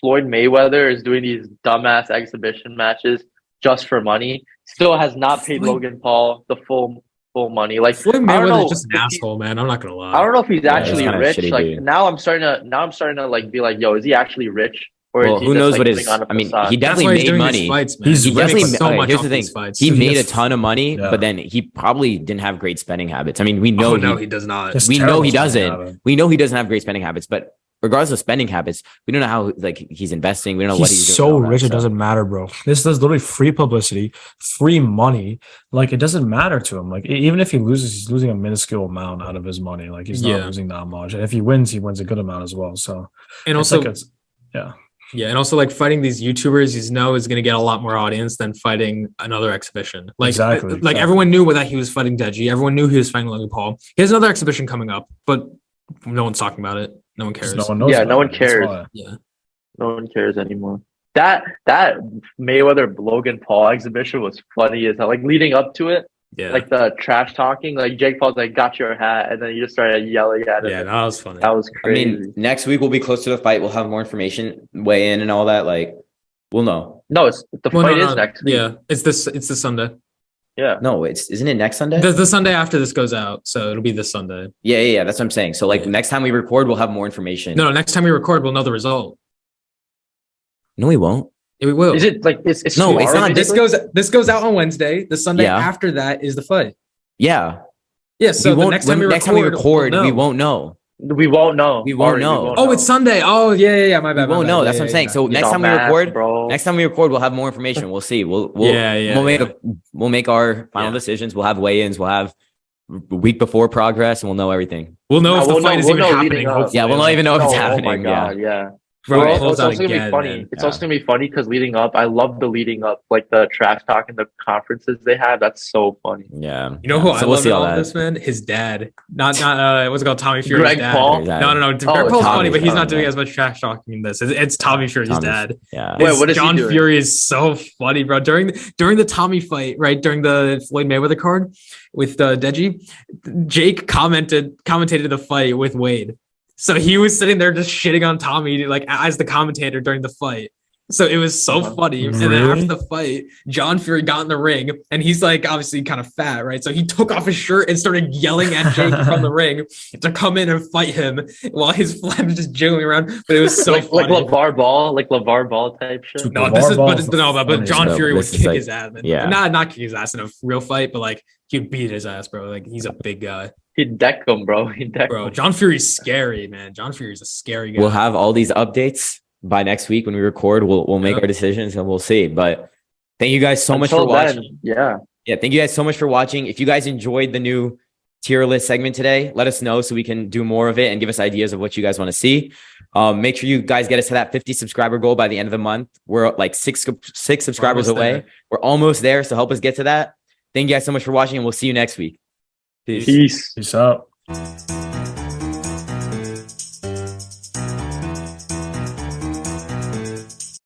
Speaker 4: Floyd Mayweather is doing these dumbass exhibition matches just for money? Still has not paid
Speaker 3: Floyd-
Speaker 4: Logan Paul the full full money. Like
Speaker 3: Floyd
Speaker 4: I don't
Speaker 3: Mayweather
Speaker 4: know
Speaker 3: is just an
Speaker 4: if he-
Speaker 3: asshole, man. I'm not gonna lie.
Speaker 4: I don't know if he's
Speaker 2: Yeah,
Speaker 4: actually
Speaker 2: that's kinda
Speaker 4: rich.
Speaker 2: shitty,
Speaker 4: Like
Speaker 2: dude.
Speaker 4: now, I'm starting to now I'm starting to like be like, yo, is he actually rich? Or
Speaker 2: Well,
Speaker 4: is he
Speaker 2: who
Speaker 4: just,
Speaker 2: knows
Speaker 4: like,
Speaker 2: what his?
Speaker 4: putting on a
Speaker 2: I mean, he
Speaker 4: facade?
Speaker 3: That's why
Speaker 2: definitely
Speaker 3: he's
Speaker 2: made
Speaker 3: doing
Speaker 2: money.
Speaker 3: these fights, man.
Speaker 1: He's
Speaker 3: He
Speaker 1: winning
Speaker 3: makes
Speaker 2: definitely.
Speaker 3: so
Speaker 2: okay,
Speaker 3: much
Speaker 2: here's
Speaker 3: off
Speaker 2: the
Speaker 3: these
Speaker 2: thing.
Speaker 3: fights.
Speaker 2: He
Speaker 3: So
Speaker 2: made a
Speaker 3: has-
Speaker 2: ton of money,
Speaker 1: Yeah.
Speaker 2: but then he probably didn't have great spending habits. I mean, we know
Speaker 3: Oh
Speaker 2: he,
Speaker 3: no, he does not.
Speaker 1: Just
Speaker 2: we know
Speaker 1: terrible
Speaker 2: he
Speaker 1: stuff
Speaker 2: doesn't.
Speaker 1: happened.
Speaker 2: we know he doesn't have great spending habits, but regardless of spending habits, we don't know how like he's investing. We don't know what
Speaker 1: He's
Speaker 2: he's doing
Speaker 1: so
Speaker 2: and all that
Speaker 1: rich, it
Speaker 2: stuff.
Speaker 1: doesn't matter, bro. This is literally free publicity, free money. Like it doesn't matter to him. Like e- even if he loses, he's losing a minuscule amount out of his money. Like he's
Speaker 3: Yeah.
Speaker 1: not losing that much. And if he wins, he wins a good amount as well. So
Speaker 3: And
Speaker 1: it's
Speaker 3: also,
Speaker 1: like it's-
Speaker 3: yeah, and also like fighting these YouTubers, you know, is gonna get a lot more audience than fighting another exhibition. Like,
Speaker 1: Exactly,
Speaker 3: like
Speaker 1: exactly.
Speaker 3: everyone knew that he was fighting Deji. Everyone knew he was fighting Logan Paul. He has another exhibition coming up, but no one's talking about it. No one cares.
Speaker 1: just no one knows.
Speaker 4: Yeah,
Speaker 1: about
Speaker 4: no one
Speaker 1: it. That's
Speaker 4: cares.
Speaker 1: why.
Speaker 4: no one cares anymore. That that Mayweather Logan Paul exhibition was funny as hell. Like leading up to it,
Speaker 3: yeah,
Speaker 4: like the trash talking, like Jake Paul's like got your hat, and then you just started yelling at him.
Speaker 3: yeah, that was funny.
Speaker 4: That was
Speaker 2: I
Speaker 4: crazy.
Speaker 2: mean, next week we'll be close to the fight. We'll have more information, weigh in, and all that. Like, we'll know.
Speaker 4: no, it's the
Speaker 3: Well, no,
Speaker 4: fight
Speaker 3: no,
Speaker 4: is next week.
Speaker 3: Yeah, it's this. It's this Sunday.
Speaker 4: Yeah.
Speaker 2: No, it's isn't it next Sunday?
Speaker 3: The, the Sunday after this goes out, so it'll be this Sunday.
Speaker 2: yeah, yeah, yeah. That's what I'm saying. So like
Speaker 3: Yeah.
Speaker 2: next time we record, we'll have more information.
Speaker 3: No, no, next time we record, we'll know the result.
Speaker 2: no, we won't.
Speaker 3: Yeah, we will.
Speaker 4: Is it like it's, it's
Speaker 2: No, it's
Speaker 4: tomorrow?
Speaker 2: not
Speaker 3: Oh, this goes this goes out on Wednesday. The Sunday
Speaker 2: Yeah.
Speaker 3: after that is the fight.
Speaker 2: Yeah,
Speaker 3: Yeah, so
Speaker 2: we
Speaker 3: the
Speaker 2: won't.
Speaker 3: next time we
Speaker 2: when-
Speaker 3: record,
Speaker 2: next time we record,
Speaker 3: we'll
Speaker 2: we
Speaker 3: know.
Speaker 2: won't know.
Speaker 4: We won't know.
Speaker 2: We won't
Speaker 4: Ari,
Speaker 2: know.
Speaker 3: Oh, it's Sunday. Oh, yeah, yeah, yeah. My
Speaker 2: We
Speaker 3: bad. my
Speaker 2: won't
Speaker 3: bad.
Speaker 2: know.
Speaker 3: Yeah,
Speaker 2: That's what I'm
Speaker 3: yeah,
Speaker 2: saying.
Speaker 3: yeah.
Speaker 2: So
Speaker 4: You
Speaker 2: next
Speaker 4: know,
Speaker 2: time we
Speaker 4: math,
Speaker 2: record,
Speaker 4: bro.
Speaker 2: next time we record, we'll have more information. We'll see. We'll we'll
Speaker 3: yeah, yeah.
Speaker 2: we'll make
Speaker 3: yeah.
Speaker 2: a, we'll make our final
Speaker 3: Yeah.
Speaker 2: decisions. We'll have weigh-ins. We'll have week before progress, and we'll know everything.
Speaker 3: We'll know
Speaker 4: No,
Speaker 3: if the
Speaker 4: we'll
Speaker 3: fight
Speaker 4: know-
Speaker 3: is
Speaker 4: we'll
Speaker 3: even
Speaker 4: know
Speaker 3: happening.
Speaker 4: leading up.
Speaker 3: hopefully.
Speaker 2: Yeah, we'll not even know if
Speaker 4: No,
Speaker 2: it's
Speaker 4: oh
Speaker 2: happening.
Speaker 4: my god!
Speaker 2: yeah.
Speaker 4: Yeah,
Speaker 3: Right,
Speaker 4: Well,
Speaker 3: it pulls
Speaker 4: it's
Speaker 3: out
Speaker 4: also gonna
Speaker 3: again,
Speaker 4: be funny.
Speaker 3: man.
Speaker 4: It's
Speaker 2: Yeah.
Speaker 4: also gonna be funny because leading up, I love the leading up, like the trash talk and the conferences they have. That's so funny.
Speaker 2: Yeah.
Speaker 3: You know
Speaker 2: yeah.
Speaker 3: who
Speaker 2: So
Speaker 3: I
Speaker 2: we'll
Speaker 3: love
Speaker 2: see
Speaker 3: in
Speaker 2: all
Speaker 3: all
Speaker 2: that.
Speaker 3: this, man? His dad. Not not uh, what's it called? Tommy Fury's
Speaker 4: Greg
Speaker 3: dad.
Speaker 4: Paul.
Speaker 2: Exactly.
Speaker 3: No, no, no. Greg
Speaker 4: Oh,
Speaker 3: Paul's funny,
Speaker 2: Tommy's
Speaker 3: but he's
Speaker 2: done,
Speaker 3: not doing
Speaker 2: yeah.
Speaker 3: as much trash talking in this. It's, it's Tommy Fury's
Speaker 2: Tommy's-
Speaker 3: dad.
Speaker 2: Yeah.
Speaker 4: Wait,
Speaker 3: It's
Speaker 4: what is he
Speaker 3: John
Speaker 4: doing?
Speaker 3: Fury is so funny, bro. During the, during the Tommy fight, right during the Floyd Mayweather card with uh, Deji, Jake commented commentated the fight with Wade. So he was sitting there just shitting on Tommy, like as the commentator during the fight. So it was so funny. And then
Speaker 1: Really?
Speaker 3: after the fight, John Fury got in the ring, and he's like obviously kind of fat, right? So he took off his shirt and started yelling at Jake from the ring to come in and fight him while his flag was just jiggling around. But it was so
Speaker 4: like
Speaker 3: funny.
Speaker 4: like Levar Ball, like Levar Ball type shit.
Speaker 1: Super
Speaker 3: No,
Speaker 1: Levar
Speaker 3: this is
Speaker 1: Ball
Speaker 3: but
Speaker 1: is the
Speaker 3: no, but, but
Speaker 1: funniest
Speaker 3: John
Speaker 2: though,
Speaker 3: Fury
Speaker 2: but
Speaker 3: would
Speaker 2: this is
Speaker 3: kick
Speaker 2: like-
Speaker 3: his ass. Man.
Speaker 2: yeah.
Speaker 3: not not kick his ass in a real fight, but like he'd beat his ass, bro. Like he's a big guy,
Speaker 4: He decked him, bro. He decked
Speaker 3: bro.
Speaker 4: him.
Speaker 3: John Fury's scary, man. John Fury's a scary guy.
Speaker 2: We'll have all these updates by next week when we record. We'll we'll make
Speaker 3: Yeah.
Speaker 2: our decisions and we'll see. But thank you guys so much for
Speaker 4: Until then,
Speaker 2: watching.
Speaker 4: Yeah.
Speaker 2: Yeah, thank you guys so much for watching. If you guys enjoyed the new tier list segment today, let us know so we can do more of it and give us ideas of what you guys want to see. Um, make sure you guys get us to that 50 subscriber goal by the end of the month. We're like six six subscribers
Speaker 3: almost
Speaker 2: away.
Speaker 3: there.
Speaker 2: We're almost there, so help us get to that. Thank you guys so much for watching, and we'll see you next week. Peace.
Speaker 4: Peace.
Speaker 1: Peace out.